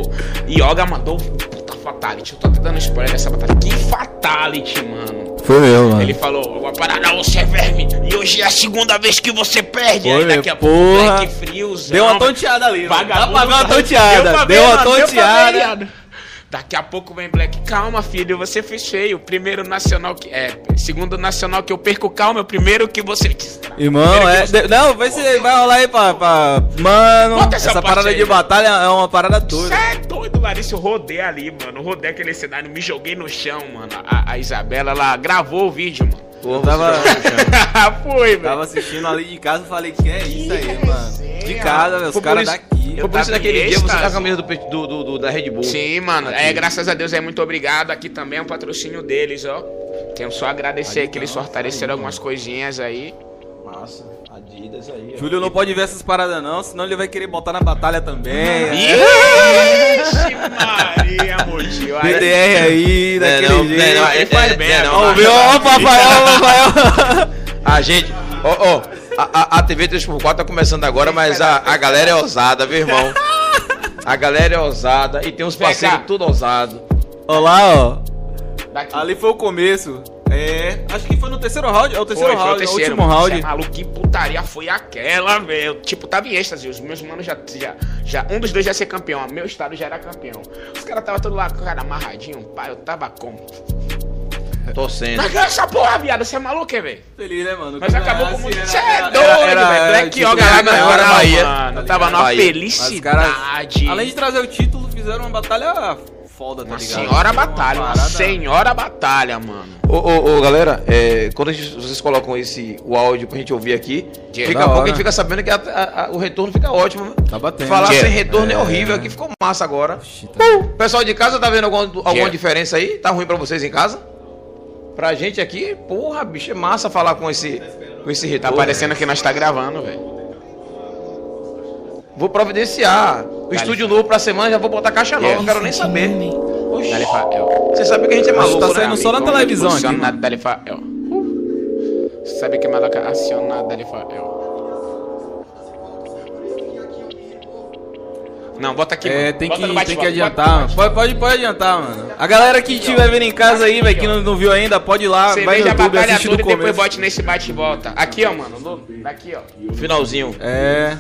[SPEAKER 2] Yoga mandou um puta fatality. Eu tô até dando spoiler dessa batalha. Que fatality, mano.
[SPEAKER 5] Foi meu,
[SPEAKER 2] Ele falou, uma parada, você é verme. E hoje é a segunda vez que você perde.
[SPEAKER 5] Foi,
[SPEAKER 2] Aí daqui a pouco,
[SPEAKER 5] porra.
[SPEAKER 2] Black friozão.
[SPEAKER 5] Deu uma tonteada ali, mano. Dá
[SPEAKER 2] Vagabundo
[SPEAKER 5] pra ver uma
[SPEAKER 2] tá- Deu pra
[SPEAKER 5] tonteada.
[SPEAKER 2] ver,
[SPEAKER 5] Deu uma
[SPEAKER 2] mano, deu pra ver,
[SPEAKER 5] tonteada.
[SPEAKER 2] viado. Daqui a pouco vem Black. Calma, filho, você fez feio. Primeiro nacional que. É, segundo nacional que eu perco, calma. é o Primeiro que você.
[SPEAKER 5] Irmão, é. de- Não, vai, ser, vai rolar aí pra. pra- Mano,
[SPEAKER 2] Bota
[SPEAKER 5] essa,
[SPEAKER 2] essa parte
[SPEAKER 5] parada
[SPEAKER 2] aí,
[SPEAKER 5] de
[SPEAKER 2] velho.
[SPEAKER 5] batalha é uma parada
[SPEAKER 2] Você
[SPEAKER 5] toda.
[SPEAKER 2] é doido, Larissa. Eu rodei ali, mano. Eu rodei aquele cenário, me joguei no chão, mano. A, a Isabela, ela gravou o vídeo, mano.
[SPEAKER 5] Eu tava,
[SPEAKER 2] *laughs* Foi, velho.
[SPEAKER 5] tava assistindo ali de casa e falei, que é isso aí, mano? De
[SPEAKER 2] resenha,
[SPEAKER 5] casa, velho, os
[SPEAKER 1] Foi por
[SPEAKER 5] caras
[SPEAKER 1] isso-
[SPEAKER 5] daqui.
[SPEAKER 1] Foi por
[SPEAKER 2] tava
[SPEAKER 1] isso naquele
[SPEAKER 2] em
[SPEAKER 1] dia você tá com a
[SPEAKER 2] êxtase.
[SPEAKER 1] camisa do, pe- do, do- do- da Red Bull.
[SPEAKER 2] Sim, mano. É, graças a Deus é muito obrigado. Aqui também é um patrocínio deles, ó. Tenho só a agradecer que eles fortaleceram algumas coisinhas aí.
[SPEAKER 1] Massa. Adidas aí. ó.
[SPEAKER 5] Júlio não pode ver essas paradas, não, senão ele vai querer botar na batalha também. é.
[SPEAKER 2] Ixi, Maria, motivo.
[SPEAKER 5] DDR aí, daquele
[SPEAKER 1] não,
[SPEAKER 5] jeito.
[SPEAKER 1] não,
[SPEAKER 2] Ele faz bem,
[SPEAKER 1] é, não,
[SPEAKER 5] Ó, o meu, ó, o Pafael, ó, o Pafael. *laughs*
[SPEAKER 1] A gente. Ó, ó. a, a- a TV 3x4 tá começando agora, mas a, a galera é ousada, viu, irmão? A galera é ousada e tem uns parceiros
[SPEAKER 2] Vem cá.
[SPEAKER 1] tudo ousado.
[SPEAKER 5] Ó lá, ó.
[SPEAKER 2] Daqui.
[SPEAKER 5] Ali foi o começo. É, acho que foi no terceiro round. É o terceiro
[SPEAKER 2] Foi, foi
[SPEAKER 5] round,
[SPEAKER 2] o terceiro,
[SPEAKER 5] último
[SPEAKER 2] mano. Cê
[SPEAKER 5] round.
[SPEAKER 2] é maluco, que putaria foi aquela, velho? Tipo, tava em êxtase. Os meus manos já, já, já. Um dos dois já ia ser campeão. Meu estado já era campeão. Os caras tava todo lá com o cara amarradinho, pai. Eu tava como?
[SPEAKER 1] Torcendo.
[SPEAKER 2] Mas ganha essa porra, viado. Você é maluco, é, velho?
[SPEAKER 5] Feliz, né, mano?
[SPEAKER 2] Mas
[SPEAKER 5] Que
[SPEAKER 2] acabou
[SPEAKER 5] ganhasse
[SPEAKER 2] com o mundo.
[SPEAKER 5] era-
[SPEAKER 2] Você
[SPEAKER 5] era-
[SPEAKER 2] é
[SPEAKER 5] era-
[SPEAKER 2] doido,
[SPEAKER 5] era-
[SPEAKER 2] velho.
[SPEAKER 5] era
[SPEAKER 2] Black
[SPEAKER 5] título
[SPEAKER 2] Yoga lá
[SPEAKER 5] ganho,
[SPEAKER 2] na
[SPEAKER 1] ganhou
[SPEAKER 5] era
[SPEAKER 1] na
[SPEAKER 2] Bahia.
[SPEAKER 1] Bahia.
[SPEAKER 2] Mano, eu tava numa
[SPEAKER 1] Bahia.
[SPEAKER 5] Os
[SPEAKER 2] felicidade.
[SPEAKER 5] caras, além de trazer o título, fizeram uma batalha foda, tá
[SPEAKER 2] Uma
[SPEAKER 5] ligado?
[SPEAKER 2] senhora
[SPEAKER 5] Uma
[SPEAKER 2] batalha, uma
[SPEAKER 5] parada-
[SPEAKER 2] senhora batalha, mano.
[SPEAKER 1] Ô, ô, ô, galera, é, quando a gente- vocês colocam esse, o áudio pra gente ouvir aqui,
[SPEAKER 2] Diego.
[SPEAKER 1] fica
[SPEAKER 5] Da
[SPEAKER 1] a pouco
[SPEAKER 5] hora.
[SPEAKER 1] a gente fica sabendo que a- a- a- o retorno fica ótimo.
[SPEAKER 5] Tá batendo.
[SPEAKER 1] Falar
[SPEAKER 2] Diego.
[SPEAKER 1] sem retorno é, horrível, aqui ficou massa agora. O pessoal de casa, tá vendo algum- alguma
[SPEAKER 2] Diego.
[SPEAKER 1] diferença aí? Tá ruim pra vocês em casa? Pra gente aqui, porra, bicho, é massa falar com esse, com esse
[SPEAKER 2] Tá
[SPEAKER 1] retorno.
[SPEAKER 2] parecendo que nós tá gravando, velho.
[SPEAKER 1] Vou providenciar o estúdio novo pra semana, já vou botar caixa nova,
[SPEAKER 2] Diego.
[SPEAKER 1] não quero nem saber. Oxi,
[SPEAKER 2] Telefael.
[SPEAKER 1] você sabe que a gente é maluco,
[SPEAKER 5] tá
[SPEAKER 1] né,
[SPEAKER 5] saindo
[SPEAKER 1] amigo?
[SPEAKER 5] só na televisão aqui,
[SPEAKER 2] Aciona
[SPEAKER 5] mano.
[SPEAKER 2] Telefael. Uh. Sabe que maloca? Aciona é, Telefael. Não, bota aqui,
[SPEAKER 5] É,
[SPEAKER 2] mano.
[SPEAKER 5] tem
[SPEAKER 2] Bota no
[SPEAKER 5] que, tem
[SPEAKER 2] bate-volta,
[SPEAKER 5] que
[SPEAKER 2] bota
[SPEAKER 5] adiantar,
[SPEAKER 2] no
[SPEAKER 5] mano.
[SPEAKER 2] bate-volta.
[SPEAKER 5] Pode, pode, pode adiantar, mano. A galera que estiver vendo em casa aí, velho, que não, não viu ainda, pode ir lá,
[SPEAKER 2] Você
[SPEAKER 5] Ah, vai
[SPEAKER 2] veja
[SPEAKER 5] no
[SPEAKER 2] a
[SPEAKER 5] YouTube,
[SPEAKER 2] batalha
[SPEAKER 5] assiste
[SPEAKER 2] toda e
[SPEAKER 5] do
[SPEAKER 2] depois
[SPEAKER 5] começo.
[SPEAKER 2] bote nesse bate-volta. Aqui, ó, mano. no- Daqui, ó.
[SPEAKER 1] Finalzinho.
[SPEAKER 5] É,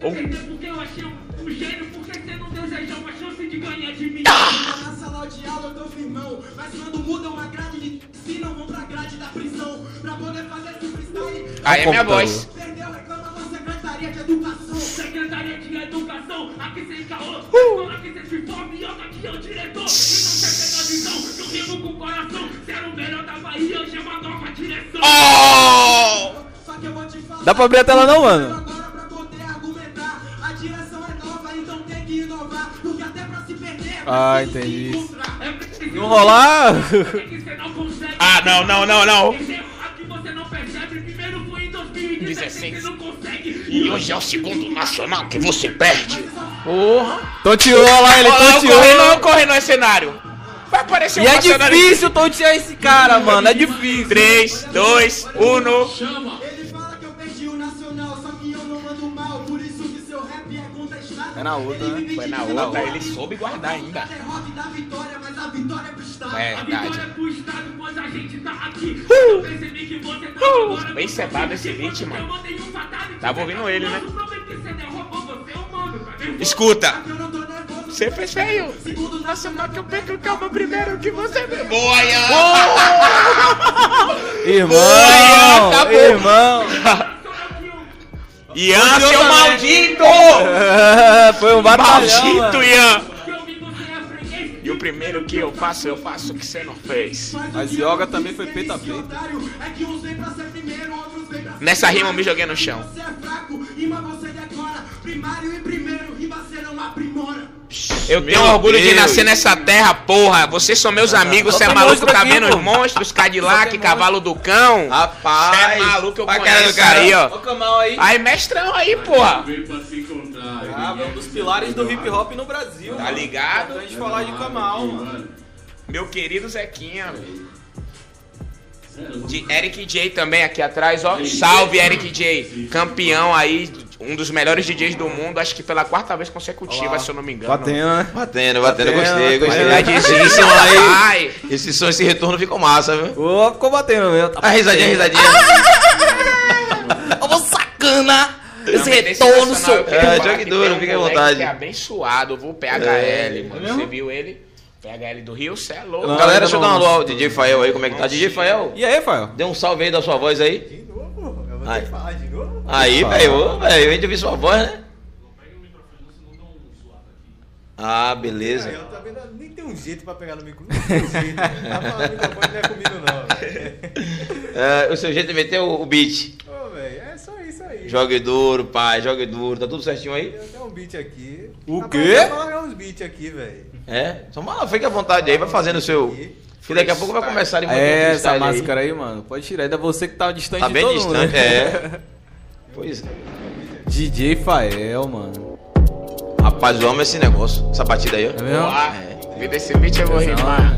[SPEAKER 6] Porque eu achei um, um gênio, por que você não desejou uma chance de ganhar de mim?
[SPEAKER 7] Na sala de aula eu tô firmão, mas quando mudam a grade de ensinam, vão pra grade da prisão. Pra poder fazer esse freestyle,
[SPEAKER 2] Aí é minha
[SPEAKER 5] computador.
[SPEAKER 2] voz.
[SPEAKER 7] perdeu, reclama nossa gritaria. Secretaria de Educação.
[SPEAKER 8] Secretaria de Educação, aqui sem caô,
[SPEAKER 7] Uh!
[SPEAKER 8] escola que cê se forma e eu tô aqui, eu diretor. Então cê pega a visão, eu rimo com o coração. Cê era o melhor da Bahia, hoje é uma nova direção.
[SPEAKER 7] Ah! Só que eu vou te falar.
[SPEAKER 5] Ah! Dá pra abrir a tela não, mano?
[SPEAKER 7] Agora pra poder argumentar, a direção é nova, então tem que inovar. Porque até pra se perder,
[SPEAKER 5] Ah,
[SPEAKER 7] precisa se
[SPEAKER 5] entendi.
[SPEAKER 7] encontrar.
[SPEAKER 8] É preciso
[SPEAKER 5] Não rolar.
[SPEAKER 8] *laughs* É que cê não consegue.
[SPEAKER 2] Ah, não, não, não, não.
[SPEAKER 8] Esse errado que você não percebe, primeiro foi em 2016. Você não consegue.
[SPEAKER 2] E hoje é o segundo nacional que você perde.
[SPEAKER 5] *laughs* Tonteou lá,
[SPEAKER 2] Olha
[SPEAKER 5] ele
[SPEAKER 2] lá, o
[SPEAKER 5] tonteou.
[SPEAKER 2] corre, não, o corre não é cenário. Vai aparecer um
[SPEAKER 5] E é
[SPEAKER 2] cenário.
[SPEAKER 5] difícil tontear esse cara, mano. É difícil.
[SPEAKER 2] 3, 2, 1.
[SPEAKER 7] Ele fala que eu perdi o nacional, só que eu não ando mal. Por isso que seu rap é contestado.
[SPEAKER 5] É na outra,
[SPEAKER 7] Ele
[SPEAKER 5] né?
[SPEAKER 7] vive
[SPEAKER 2] Foi
[SPEAKER 7] de
[SPEAKER 2] na
[SPEAKER 7] vida
[SPEAKER 2] outra,
[SPEAKER 7] boa.
[SPEAKER 2] ele soube guardar ainda.
[SPEAKER 7] Até rock dá vitória, mas a vitória é pro Estado.
[SPEAKER 2] É,
[SPEAKER 8] A
[SPEAKER 2] verdade. Uh!
[SPEAKER 8] vitória é pro Estado, pois a gente tá aqui. Eu percebi que você tá agora.
[SPEAKER 2] Bem cevado esse beat, mano.
[SPEAKER 8] um
[SPEAKER 2] Tava ouvindo
[SPEAKER 8] tá
[SPEAKER 2] ele, né?
[SPEAKER 8] é
[SPEAKER 2] Escuta.
[SPEAKER 7] Eu não tô nervoso.
[SPEAKER 2] Você fez feio.
[SPEAKER 7] Segundo nacional que eu perco,
[SPEAKER 2] Calma, primeiro que você me. Boia!
[SPEAKER 5] Irmão, irmão. *laughs*
[SPEAKER 2] Ian, Ah, seu maldito!
[SPEAKER 5] Foi um batalhão,
[SPEAKER 2] Maldito,
[SPEAKER 5] mano.
[SPEAKER 2] Ian!
[SPEAKER 8] E
[SPEAKER 2] E o primeiro que eu faço, eu faço o que você não fez.
[SPEAKER 5] Mas Yoga também foi peito a peito.
[SPEAKER 7] É que uns vem pra ser primeiro, outros vem pra ser
[SPEAKER 2] Nessa rima eu
[SPEAKER 7] primeiro.
[SPEAKER 2] me joguei no chão.
[SPEAKER 7] Você é fraco, rima você decora. Primário e primeiro, rima você não aprimora.
[SPEAKER 2] Eu tenho orgulho de nascer nessa terra, porra. Vocês são meus amigos, você é
[SPEAKER 5] tem
[SPEAKER 2] maluco,
[SPEAKER 5] monstro
[SPEAKER 2] tá
[SPEAKER 5] aqui,
[SPEAKER 2] vendo
[SPEAKER 5] pô.
[SPEAKER 2] os monstros, Cadillac, cavalo do cão.
[SPEAKER 5] Rapaz.
[SPEAKER 2] Cê é maluco, eu
[SPEAKER 5] Olha a
[SPEAKER 2] conheço
[SPEAKER 5] do cara.
[SPEAKER 2] aí, ó.
[SPEAKER 5] Olha o Kamal aí.
[SPEAKER 2] Aí, mestrão aí, porra.
[SPEAKER 5] Ah, um dos pilares do hip hop né? no Brasil.
[SPEAKER 2] Tá ligado?
[SPEAKER 5] Importante falar de
[SPEAKER 2] Ah,
[SPEAKER 5] Kamal, mano.
[SPEAKER 2] Meu querido Zequinha. De Eric J também aqui atrás, ó. Salve Eric J, campeão aí, um dos melhores DJs do mundo, acho que pela quarta vez consecutiva, se eu não me engano.
[SPEAKER 5] Batendo, né?
[SPEAKER 1] Batendo, batendo, gostei, gostei.
[SPEAKER 5] batendo.
[SPEAKER 1] Esse som
[SPEAKER 2] Ai.
[SPEAKER 1] aí, esse som, esse retorno ficou massa, viu?
[SPEAKER 5] Ô, ficou batendo mesmo.
[SPEAKER 1] A risadinha, a risadinha.
[SPEAKER 5] Ô, sacana!
[SPEAKER 2] Não,
[SPEAKER 5] Esse
[SPEAKER 2] mas desse
[SPEAKER 5] retorno,
[SPEAKER 2] nacional eu
[SPEAKER 5] seu...
[SPEAKER 2] quero
[SPEAKER 1] É,
[SPEAKER 2] falar
[SPEAKER 1] jogue
[SPEAKER 2] que tem
[SPEAKER 1] duro,
[SPEAKER 2] um
[SPEAKER 1] fica à
[SPEAKER 2] moleque
[SPEAKER 1] vontade.
[SPEAKER 2] Que é abençoado, viu? PHL,
[SPEAKER 5] É.
[SPEAKER 2] mano. Você viu ele? PHL do Rio, cê é louco.
[SPEAKER 5] Não,
[SPEAKER 1] Galera,
[SPEAKER 5] ainda
[SPEAKER 1] deixa eu
[SPEAKER 5] não.
[SPEAKER 1] dar um alô ao DJ Fael aí, como é que tá? DJ Fael,
[SPEAKER 5] E aí, Fael?
[SPEAKER 1] dê um salve aí da sua voz aí.
[SPEAKER 4] De novo? Eu vou
[SPEAKER 1] Ai.
[SPEAKER 4] ter que falar de novo?
[SPEAKER 1] Aí, velho, ô, velho, a gente ouviu sua voz, né? Ah, beleza.
[SPEAKER 4] Cara, eu também não- nem tem um jeito pra pegar no microfone. Não tem um jeito. Tá falando microfone, não é comigo, não. velho.
[SPEAKER 1] É, o seu jeito de meter o, o beat.
[SPEAKER 4] Ô, velho, é só isso aí.
[SPEAKER 1] Jogue duro, pai, jogue duro. Tá tudo certinho aí?
[SPEAKER 4] Tem até um beat aqui.
[SPEAKER 5] O
[SPEAKER 4] Rapaz,
[SPEAKER 5] quê?
[SPEAKER 4] eu vou largar uns beats aqui, velho.
[SPEAKER 1] É? Então, mano, fica à vontade aí, vai fazendo o seu. Que daqui a pouco vai começar de
[SPEAKER 5] É, essa máscara aí, mano. Pode tirar. Ainda você que tá distante
[SPEAKER 1] Tá
[SPEAKER 5] de
[SPEAKER 1] bem
[SPEAKER 5] todo
[SPEAKER 1] distante,
[SPEAKER 5] mundo. né?
[SPEAKER 1] é. Pois é.
[SPEAKER 5] DJ Fael, mano.
[SPEAKER 1] Rapaz, eu amo esse negócio, essa batida aí, ó.
[SPEAKER 5] É mesmo?
[SPEAKER 2] Ah, me desse beat eu vou rimar.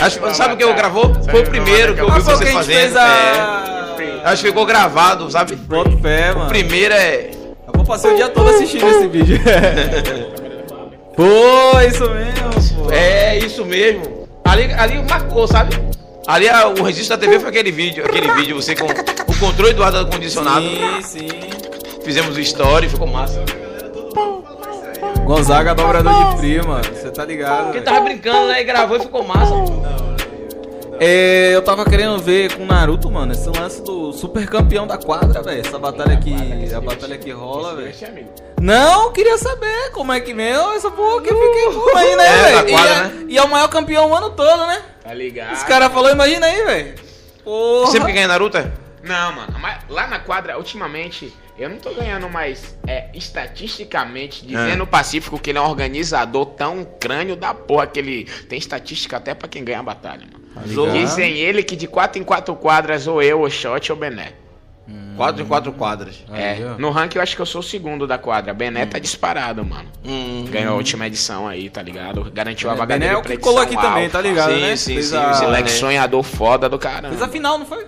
[SPEAKER 1] Acho que sabe o que eu gravou? Foi o primeiro que eu
[SPEAKER 5] Ah,
[SPEAKER 1] vi
[SPEAKER 5] foi o que
[SPEAKER 1] você
[SPEAKER 5] a gente fez
[SPEAKER 1] fazendo. É.
[SPEAKER 5] a...
[SPEAKER 1] Acho que ficou gravado, sabe?
[SPEAKER 5] Bota fé, mano.
[SPEAKER 1] Primeiro é.
[SPEAKER 5] Eu vou passar o dia todo assistindo esse vídeo. *laughs* pô, isso mesmo, pô.
[SPEAKER 1] É isso mesmo. Ali, ali marcou, sabe? Ali a- o registro da TV foi aquele vídeo, aquele vídeo, você com o controle do ar condicionado.
[SPEAKER 5] É, Sim, sim.
[SPEAKER 1] Fizemos o story, ficou massa.
[SPEAKER 5] Gonzaga dobrador de frio, mano. Você tá ligado?
[SPEAKER 1] Porque
[SPEAKER 5] velho.
[SPEAKER 1] tava brincando, né? E gravou e ficou massa.
[SPEAKER 5] É, eu tava querendo ver com o Naruto, mano, esse lance do super campeão da quadra, velho. Essa batalha que. A batalha que rola, velho.
[SPEAKER 2] é
[SPEAKER 5] Não, queria saber como é que meu, essa porra que fiquei porra aí, né,
[SPEAKER 1] É, da
[SPEAKER 5] velho? E
[SPEAKER 1] quadra,
[SPEAKER 5] é- E, é o maior campeão o ano todo, né?
[SPEAKER 2] Tá ligado?
[SPEAKER 5] Os caras falaram, imagina aí, velho. Porra.
[SPEAKER 1] Sempre que ganha Naruto? é?
[SPEAKER 2] Não, mano, mas lá na quadra, ultimamente, eu não tô ganhando mais, é, estatisticamente, dizendo o Pacífico que ele é um organizador tão crânio da porra que ele tem estatística até pra quem ganha a batalha, mano.
[SPEAKER 5] Tá
[SPEAKER 1] Zorro.
[SPEAKER 2] Dizem ele que de 4 em 4 quadras, ou eu, ou Shot, ou Bené.
[SPEAKER 1] Quatro em quatro quadras.
[SPEAKER 2] É,
[SPEAKER 5] Aí, ó.
[SPEAKER 2] no ranking eu acho que eu sou o segundo da quadra. Bené tá disparado, mano.
[SPEAKER 1] Hum.
[SPEAKER 2] Ganhou a última edição aí, tá ligado? Garantiu a
[SPEAKER 5] É,
[SPEAKER 2] vaga
[SPEAKER 5] Bené
[SPEAKER 2] dele
[SPEAKER 5] é o
[SPEAKER 2] pra
[SPEAKER 5] que colou aqui
[SPEAKER 2] edição
[SPEAKER 5] também, tá
[SPEAKER 2] alfa.
[SPEAKER 5] ligado,
[SPEAKER 1] Sim,
[SPEAKER 5] né?
[SPEAKER 1] sim,
[SPEAKER 5] Fez
[SPEAKER 1] sim,
[SPEAKER 5] a-
[SPEAKER 1] o Selex-
[SPEAKER 2] Moleque sonhador foda do caramba.
[SPEAKER 5] Fez a final, não foi?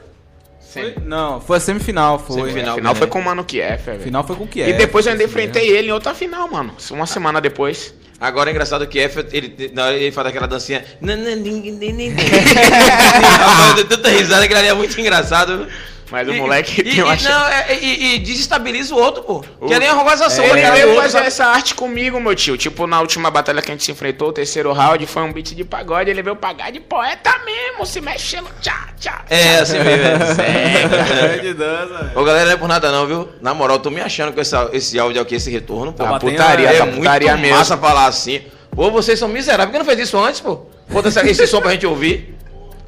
[SPEAKER 2] Sim.
[SPEAKER 5] Foi? Não, foi a semifinal, foi.
[SPEAKER 1] Semifinal.
[SPEAKER 2] Final,
[SPEAKER 1] Final
[SPEAKER 2] foi
[SPEAKER 1] né?
[SPEAKER 2] com o Mano Kiefer, velho.
[SPEAKER 5] é. Final foi com o é. Kiev.
[SPEAKER 1] É,
[SPEAKER 2] E depois eu ainda enfrentei ele em outra final, mano. Uma semana depois.
[SPEAKER 1] Agora é engraçado que F, ele, na hora ele faz aquela *laughs* dancinha. Nananini. Rapaz, eu dei tanta risada que ele é muito engraçado.
[SPEAKER 2] Mas o moleque
[SPEAKER 1] e,
[SPEAKER 2] tem uma
[SPEAKER 1] e, não, é- e, e desestabiliza o outro, pô.
[SPEAKER 2] O-
[SPEAKER 1] Que é nem a rogazação.
[SPEAKER 2] Ele
[SPEAKER 1] cara, o
[SPEAKER 2] veio
[SPEAKER 1] é outro,
[SPEAKER 2] fazer
[SPEAKER 1] sabe?
[SPEAKER 2] essa arte comigo, meu tio. Tipo, na última batalha que a gente se enfrentou, o terceiro round, foi um beat de pagode. Ele veio pagar de poeta mesmo, se mexendo. Tchá, tchá. *laughs*
[SPEAKER 1] É, assim mesmo. É.
[SPEAKER 5] de dança.
[SPEAKER 1] Ô, galera, não é por nada não, viu? Na moral, tô me achando com essa, esse áudio aqui, esse retorno, pô.
[SPEAKER 5] Tá batendo,
[SPEAKER 1] é
[SPEAKER 2] putaria, tá
[SPEAKER 1] muito
[SPEAKER 2] putaria mesmo.
[SPEAKER 1] massa falar assim. Pô, vocês são miseráveis. Por que não fez isso antes, pô? Bota essa- esse som pra gente ouvir.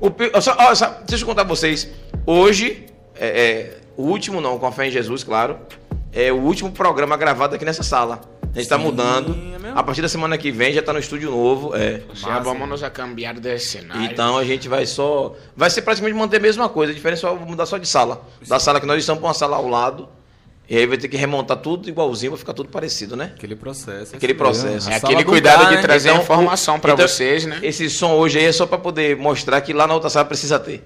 [SPEAKER 1] O, pi- ó, só, ó, só- deixa eu contar pra vocês. Hoje, é, é, o último não, com a fé em Jesus, claro, é o último programa gravado aqui nessa sala. A gente tá mudando.
[SPEAKER 5] é mesmo?
[SPEAKER 1] a partir da semana que vem já tá no estúdio novo. É.
[SPEAKER 2] Já vamos nos acambiar desse cenário.
[SPEAKER 1] Então a gente vai só. Vai ser praticamente manter a mesma coisa. A diferença é só mudar só de sala. Da sala que nós estamos para uma sala ao lado. E aí vai ter que remontar tudo igualzinho, vai ficar tudo parecido, né?
[SPEAKER 5] Aquele processo.
[SPEAKER 1] Aquele processo.
[SPEAKER 2] é
[SPEAKER 5] A
[SPEAKER 2] aquele
[SPEAKER 5] sala do
[SPEAKER 2] cuidado
[SPEAKER 5] bar,
[SPEAKER 2] de
[SPEAKER 5] né?
[SPEAKER 2] trazer
[SPEAKER 1] Então,
[SPEAKER 2] informação pra
[SPEAKER 1] então,
[SPEAKER 2] vocês, né?
[SPEAKER 1] Esse som hoje aí é só para poder mostrar que lá na outra sala precisa ter.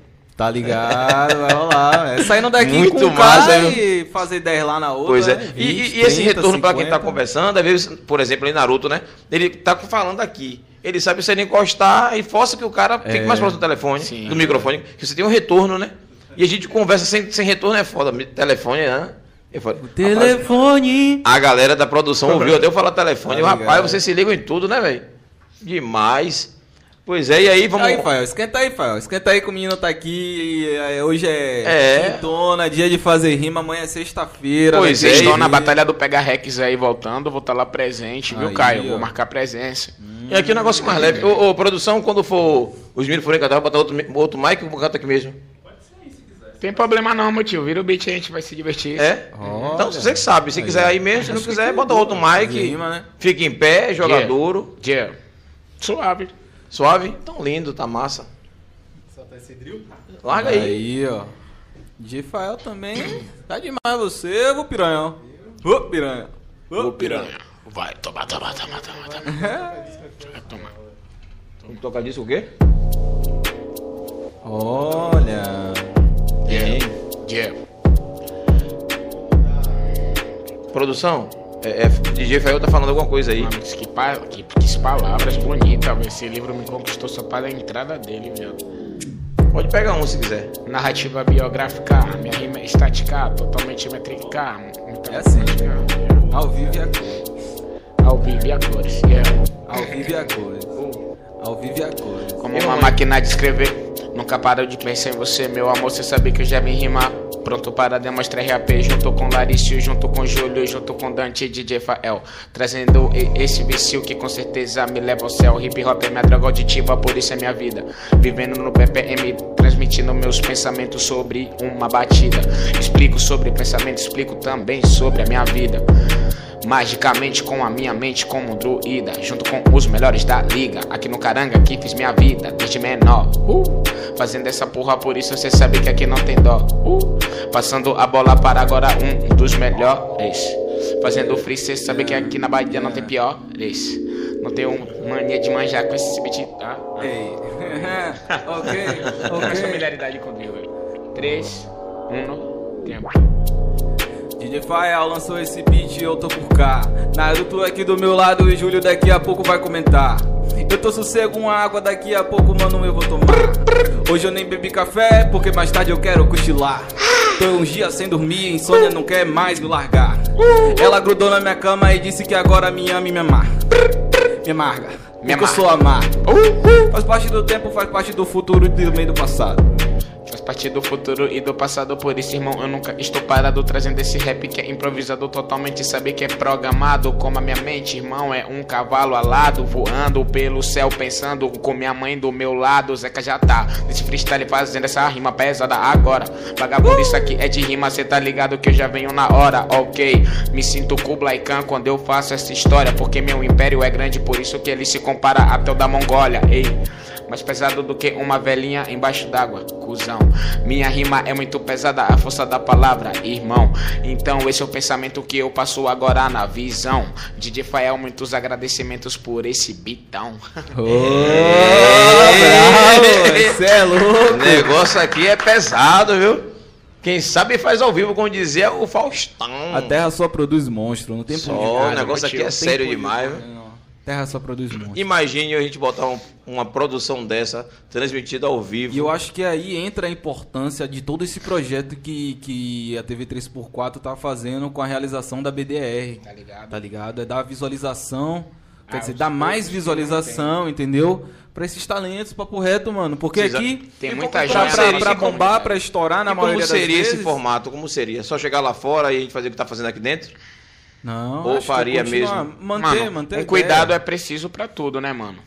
[SPEAKER 1] *laughs*
[SPEAKER 5] Tá ligado, vai rolar. É saindo daqui
[SPEAKER 1] Muito
[SPEAKER 5] com um
[SPEAKER 1] massa,
[SPEAKER 5] cara
[SPEAKER 1] hein?
[SPEAKER 5] e fazer 10 lá na outra.
[SPEAKER 1] Pois é.
[SPEAKER 5] né?
[SPEAKER 1] E,
[SPEAKER 5] 20,
[SPEAKER 1] e- e esse
[SPEAKER 5] 30,
[SPEAKER 1] retorno para quem tá
[SPEAKER 5] 50.
[SPEAKER 1] conversando, às vezes, por exemplo, aí Naruto, né? Ele tá falando aqui. Ele sabe se ele encostar e força que o cara fique mais próximo do telefone,
[SPEAKER 2] Sim.
[SPEAKER 1] do microfone, que você tem um retorno, né? E a gente conversa sem, sem retorno, é foda. Telefone, né? É foda.
[SPEAKER 5] Telefone.
[SPEAKER 1] A galera da produção ouviu até eu falar telefone.
[SPEAKER 5] Tá
[SPEAKER 1] Rapaz,
[SPEAKER 5] ligado.
[SPEAKER 1] vocês se ligam em tudo, né, velho? Demais. Pois é, e aí vamos.
[SPEAKER 5] Aí, Fael, esquenta aí, Fael. Esquenta aí que o menino tá aqui. é, Hoje
[SPEAKER 1] É.
[SPEAKER 5] é, quintona, dia de fazer rima, amanhã é sexta-feira.
[SPEAKER 2] Pois
[SPEAKER 5] né?
[SPEAKER 2] é,
[SPEAKER 1] Vocês
[SPEAKER 2] estão
[SPEAKER 1] aí,
[SPEAKER 2] na Batalha do Pega Rex aí voltando, vou estar lá presente, viu,
[SPEAKER 5] Aí,
[SPEAKER 2] Caio?
[SPEAKER 5] ó.
[SPEAKER 2] Vou marcar presença.
[SPEAKER 1] E aqui o negócio mais leve. Ô, ô, produção, quando for os milho forem cantar, vai botar outro, mi- outro mic eu canto aqui mesmo.
[SPEAKER 2] Tem problema não, meu tio. Vira o beat aí, a gente vai se divertir.
[SPEAKER 1] É? Então você que sabe. Se quiser aí mesmo, se não quiser, bota outro mic.
[SPEAKER 5] Rima, né?
[SPEAKER 1] Fica em pé, joga
[SPEAKER 2] Yeah.
[SPEAKER 1] duro,
[SPEAKER 2] Yeah. Suave.
[SPEAKER 1] suave. Tão lindo, tá massa.
[SPEAKER 9] Solta tá esse drill.
[SPEAKER 1] Larga aí.
[SPEAKER 5] Aí, ó. DJ Fael também. Tá demais você, ô piranhão. Ô piranha. Ô piranha.
[SPEAKER 2] Vai, toma, toma, toma, toma, toma. Vai tomar.
[SPEAKER 1] Vamos tocar disso o quê?
[SPEAKER 5] Olha.
[SPEAKER 2] Yeah. Yeah.
[SPEAKER 1] Produção, é, é, DJ Fael tá falando alguma coisa aí.
[SPEAKER 2] Mano, que, pa- que, que palavras bonitas, é velho. Esse livro me conquistou só para a entrada dele, viado.
[SPEAKER 1] Pode pegar um se quiser.
[SPEAKER 2] Narrativa biográfica, minha rima é estática, totalmente métrica. Muito
[SPEAKER 5] É assim.
[SPEAKER 2] yeah.
[SPEAKER 5] Ao vivo e a cores.
[SPEAKER 2] Ao vivo e a cores, yeah.
[SPEAKER 5] Ao vivo e a cores. Ao vivo e a cores.
[SPEAKER 2] Como uma máquina de escrever, nunca parou de pensar em você, meu amor. Você sabe que eu já me rimar. Pronto para demonstrar RAP junto com Larício, junto com Júlio, junto com Dante e DJ Fael. Trazendo e- esse vício que com certeza me leva ao céu. Hip hop é minha droga auditiva, por isso é minha vida. Vivendo no BPM, transmitindo meus pensamentos sobre uma batida. Explico sobre pensamento, explico também sobre a minha vida. Magicamente com a minha mente como druida Junto com os melhores da liga Aqui no Caranga que fiz minha vida Desde menor Uh, Fazendo essa porra por isso cê sabe que aqui não tem dó Uh, Passando a bola para agora um dos melhores Fazendo free cê sabe que aqui na Bahia não tem piores Não tem um mania de manjar com esse beat tá?
[SPEAKER 5] Ei. *laughs*
[SPEAKER 2] Mais
[SPEAKER 5] ok, ok.
[SPEAKER 2] familiaridade com o drill 3, 1, tempo
[SPEAKER 5] DJ Fael lançou esse beat e eu tô por cá. Naruto aqui do meu lado e Júlio daqui a pouco vai comentar. Eu tô sossego uma água, daqui a pouco, mano, eu vou tomar. Hoje eu nem bebi café, porque mais tarde eu quero cochilar. Tô uns dias sem dormir, insônia não quer mais me largar. Ela grudou na minha cama e disse que agora me ama e me amar. Me amarga,
[SPEAKER 2] Me
[SPEAKER 5] porque eu
[SPEAKER 2] amarga.
[SPEAKER 5] sou amargo. Faz parte do tempo, faz parte do futuro e também do passado.
[SPEAKER 2] Faz parte do futuro e do passado, por isso, irmão, eu nunca estou parado trazendo esse rap que é improvisado totalmente, saber que é programado como a minha mente, irmão, é um cavalo alado voando pelo céu pensando com minha mãe do meu lado, Zeca já tá nesse freestyle fazendo essa rima pesada agora. Vagabundo, isso aqui é de rima, cê tá ligado que eu já venho na hora, ok? Me sinto Kublai Khan quando eu faço essa história, porque meu império é grande, por isso que ele se compara até o da Mongólia, ei. Mais pesado do que uma velhinha embaixo d'água, cuzão. Minha rima é muito pesada, a força da palavra, irmão. Então esse é o pensamento que eu passo agora na visão. DJ Fael, muitos agradecimentos por
[SPEAKER 1] *laughs*
[SPEAKER 2] esse bitão.
[SPEAKER 5] Você é louco!
[SPEAKER 1] O negócio aqui é pesado, viu? Quem sabe faz ao vivo, como dizia o Faustão.
[SPEAKER 5] A terra só produz monstro, não tem
[SPEAKER 1] Hum. Só,
[SPEAKER 5] por onde.
[SPEAKER 1] o negócio aqui é sério é demais, viu?
[SPEAKER 5] Terra só produz monstros.
[SPEAKER 1] Imagine a gente botar um- uma produção dessa transmitida ao vivo.
[SPEAKER 5] E eu acho que aí entra a importância de todo esse projeto que, que a TV 3x4 tá fazendo com a realização da BDR.
[SPEAKER 10] Tá ligado?
[SPEAKER 5] Tá ligado? É dar visualização. Quer
[SPEAKER 10] Ah,
[SPEAKER 5] dizer,
[SPEAKER 10] os
[SPEAKER 5] dar mais
[SPEAKER 10] poucos que
[SPEAKER 5] visualização, entendeu? Pra esses talentos, papo reto, mano. Porque
[SPEAKER 1] Precisa-
[SPEAKER 5] aqui.
[SPEAKER 2] Tem
[SPEAKER 5] pra-
[SPEAKER 2] muita
[SPEAKER 5] pra,
[SPEAKER 2] joia
[SPEAKER 5] pra,
[SPEAKER 2] nessa
[SPEAKER 5] pra bombar,
[SPEAKER 2] comunidade.
[SPEAKER 5] pra estourar na
[SPEAKER 1] e como
[SPEAKER 5] maioria das
[SPEAKER 1] seria
[SPEAKER 5] vezes.
[SPEAKER 1] esse formato? Como seria? Só chegar lá fora e a gente fazer o que tá fazendo aqui dentro?
[SPEAKER 5] Não.
[SPEAKER 1] Ou
[SPEAKER 5] acho que
[SPEAKER 1] faria
[SPEAKER 5] continuar-
[SPEAKER 1] mesmo?
[SPEAKER 5] Manter,
[SPEAKER 2] mano,
[SPEAKER 5] manter. a
[SPEAKER 2] um
[SPEAKER 5] ideia.
[SPEAKER 2] cuidado é preciso pra tudo, né, mano?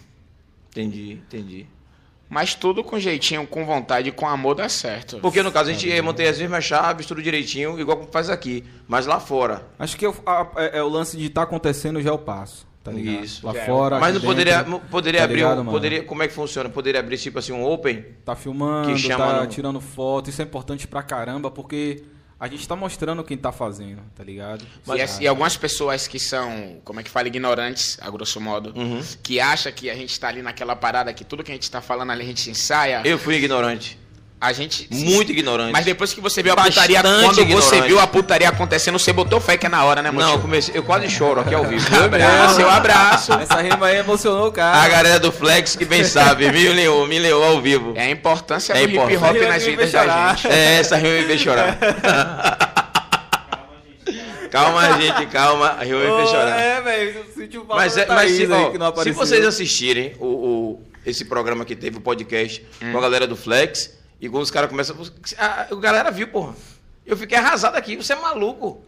[SPEAKER 1] Entendi, entendi.
[SPEAKER 2] Mas tudo com jeitinho, com vontade, com amor dá certo.
[SPEAKER 1] Porque no caso a gente ia manter as mesmas chaves, tudo direitinho, igual como faz aqui, mas lá fora.
[SPEAKER 5] Acho que eu- a- é, é o lance de tá acontecendo já é o passo. Tá ligado?
[SPEAKER 1] Isso.
[SPEAKER 5] Lá
[SPEAKER 1] Já é.
[SPEAKER 5] fora.
[SPEAKER 1] Mas não
[SPEAKER 5] aqui
[SPEAKER 1] poderia,
[SPEAKER 5] dentro,
[SPEAKER 1] não poderia
[SPEAKER 5] tá
[SPEAKER 1] abrir,
[SPEAKER 5] ligado,
[SPEAKER 1] um-
[SPEAKER 5] mano?
[SPEAKER 1] poderia, como é que funciona? Poderia abrir tipo assim um open?
[SPEAKER 5] Tá filmando,
[SPEAKER 1] Que chama
[SPEAKER 5] tá
[SPEAKER 1] no-
[SPEAKER 5] tirando foto, isso é importante pra caramba, porque a gente tá mostrando quem tá fazendo, tá ligado?
[SPEAKER 1] é-
[SPEAKER 2] e, as- e algumas pessoas que são, como é que fala, ignorantes, a grosso modo,
[SPEAKER 1] Uhum.
[SPEAKER 2] que acha que a gente tá ali naquela parada, que tudo que a gente tá falando ali a gente ensaia,
[SPEAKER 1] Eu fui ignorante,
[SPEAKER 2] a gente...
[SPEAKER 1] muito ignorante.
[SPEAKER 2] Mas depois que você viu a
[SPEAKER 1] Bastante
[SPEAKER 2] putaria, quando você
[SPEAKER 1] ignorante.
[SPEAKER 2] viu a putaria acontecendo, você botou fé que é na hora, né,
[SPEAKER 1] não, eu
[SPEAKER 2] moço?
[SPEAKER 1] comecei, eu quase choro aqui ao
[SPEAKER 5] *laughs*
[SPEAKER 1] vivo.
[SPEAKER 2] abraço, eu abraço.
[SPEAKER 5] Essa rima aí emocionou o
[SPEAKER 1] A
[SPEAKER 5] cara.
[SPEAKER 1] galera do Flex que bem sabe, um, me leou, me leou ao vivo.
[SPEAKER 2] É a importância
[SPEAKER 1] É
[SPEAKER 2] do hip hop
[SPEAKER 1] importante.
[SPEAKER 2] nas vidas da gente.
[SPEAKER 1] É, essa rima me fez chorar. calma, gente, calma. A rima me fez chorar.
[SPEAKER 5] É, velho, eu senti o valor
[SPEAKER 1] Mas, é,
[SPEAKER 5] da
[SPEAKER 1] mas se,
[SPEAKER 5] Isa aí né,
[SPEAKER 1] ó,
[SPEAKER 5] que não
[SPEAKER 1] se
[SPEAKER 5] apareceu.
[SPEAKER 1] vocês assistirem o, o- esse programa que teve, o podcast, com
[SPEAKER 2] Hum.
[SPEAKER 1] a galera do Flex, e quando os caras começam. os- A, a galera viu, porra. Eu fiquei arrasado aqui, você é maluco.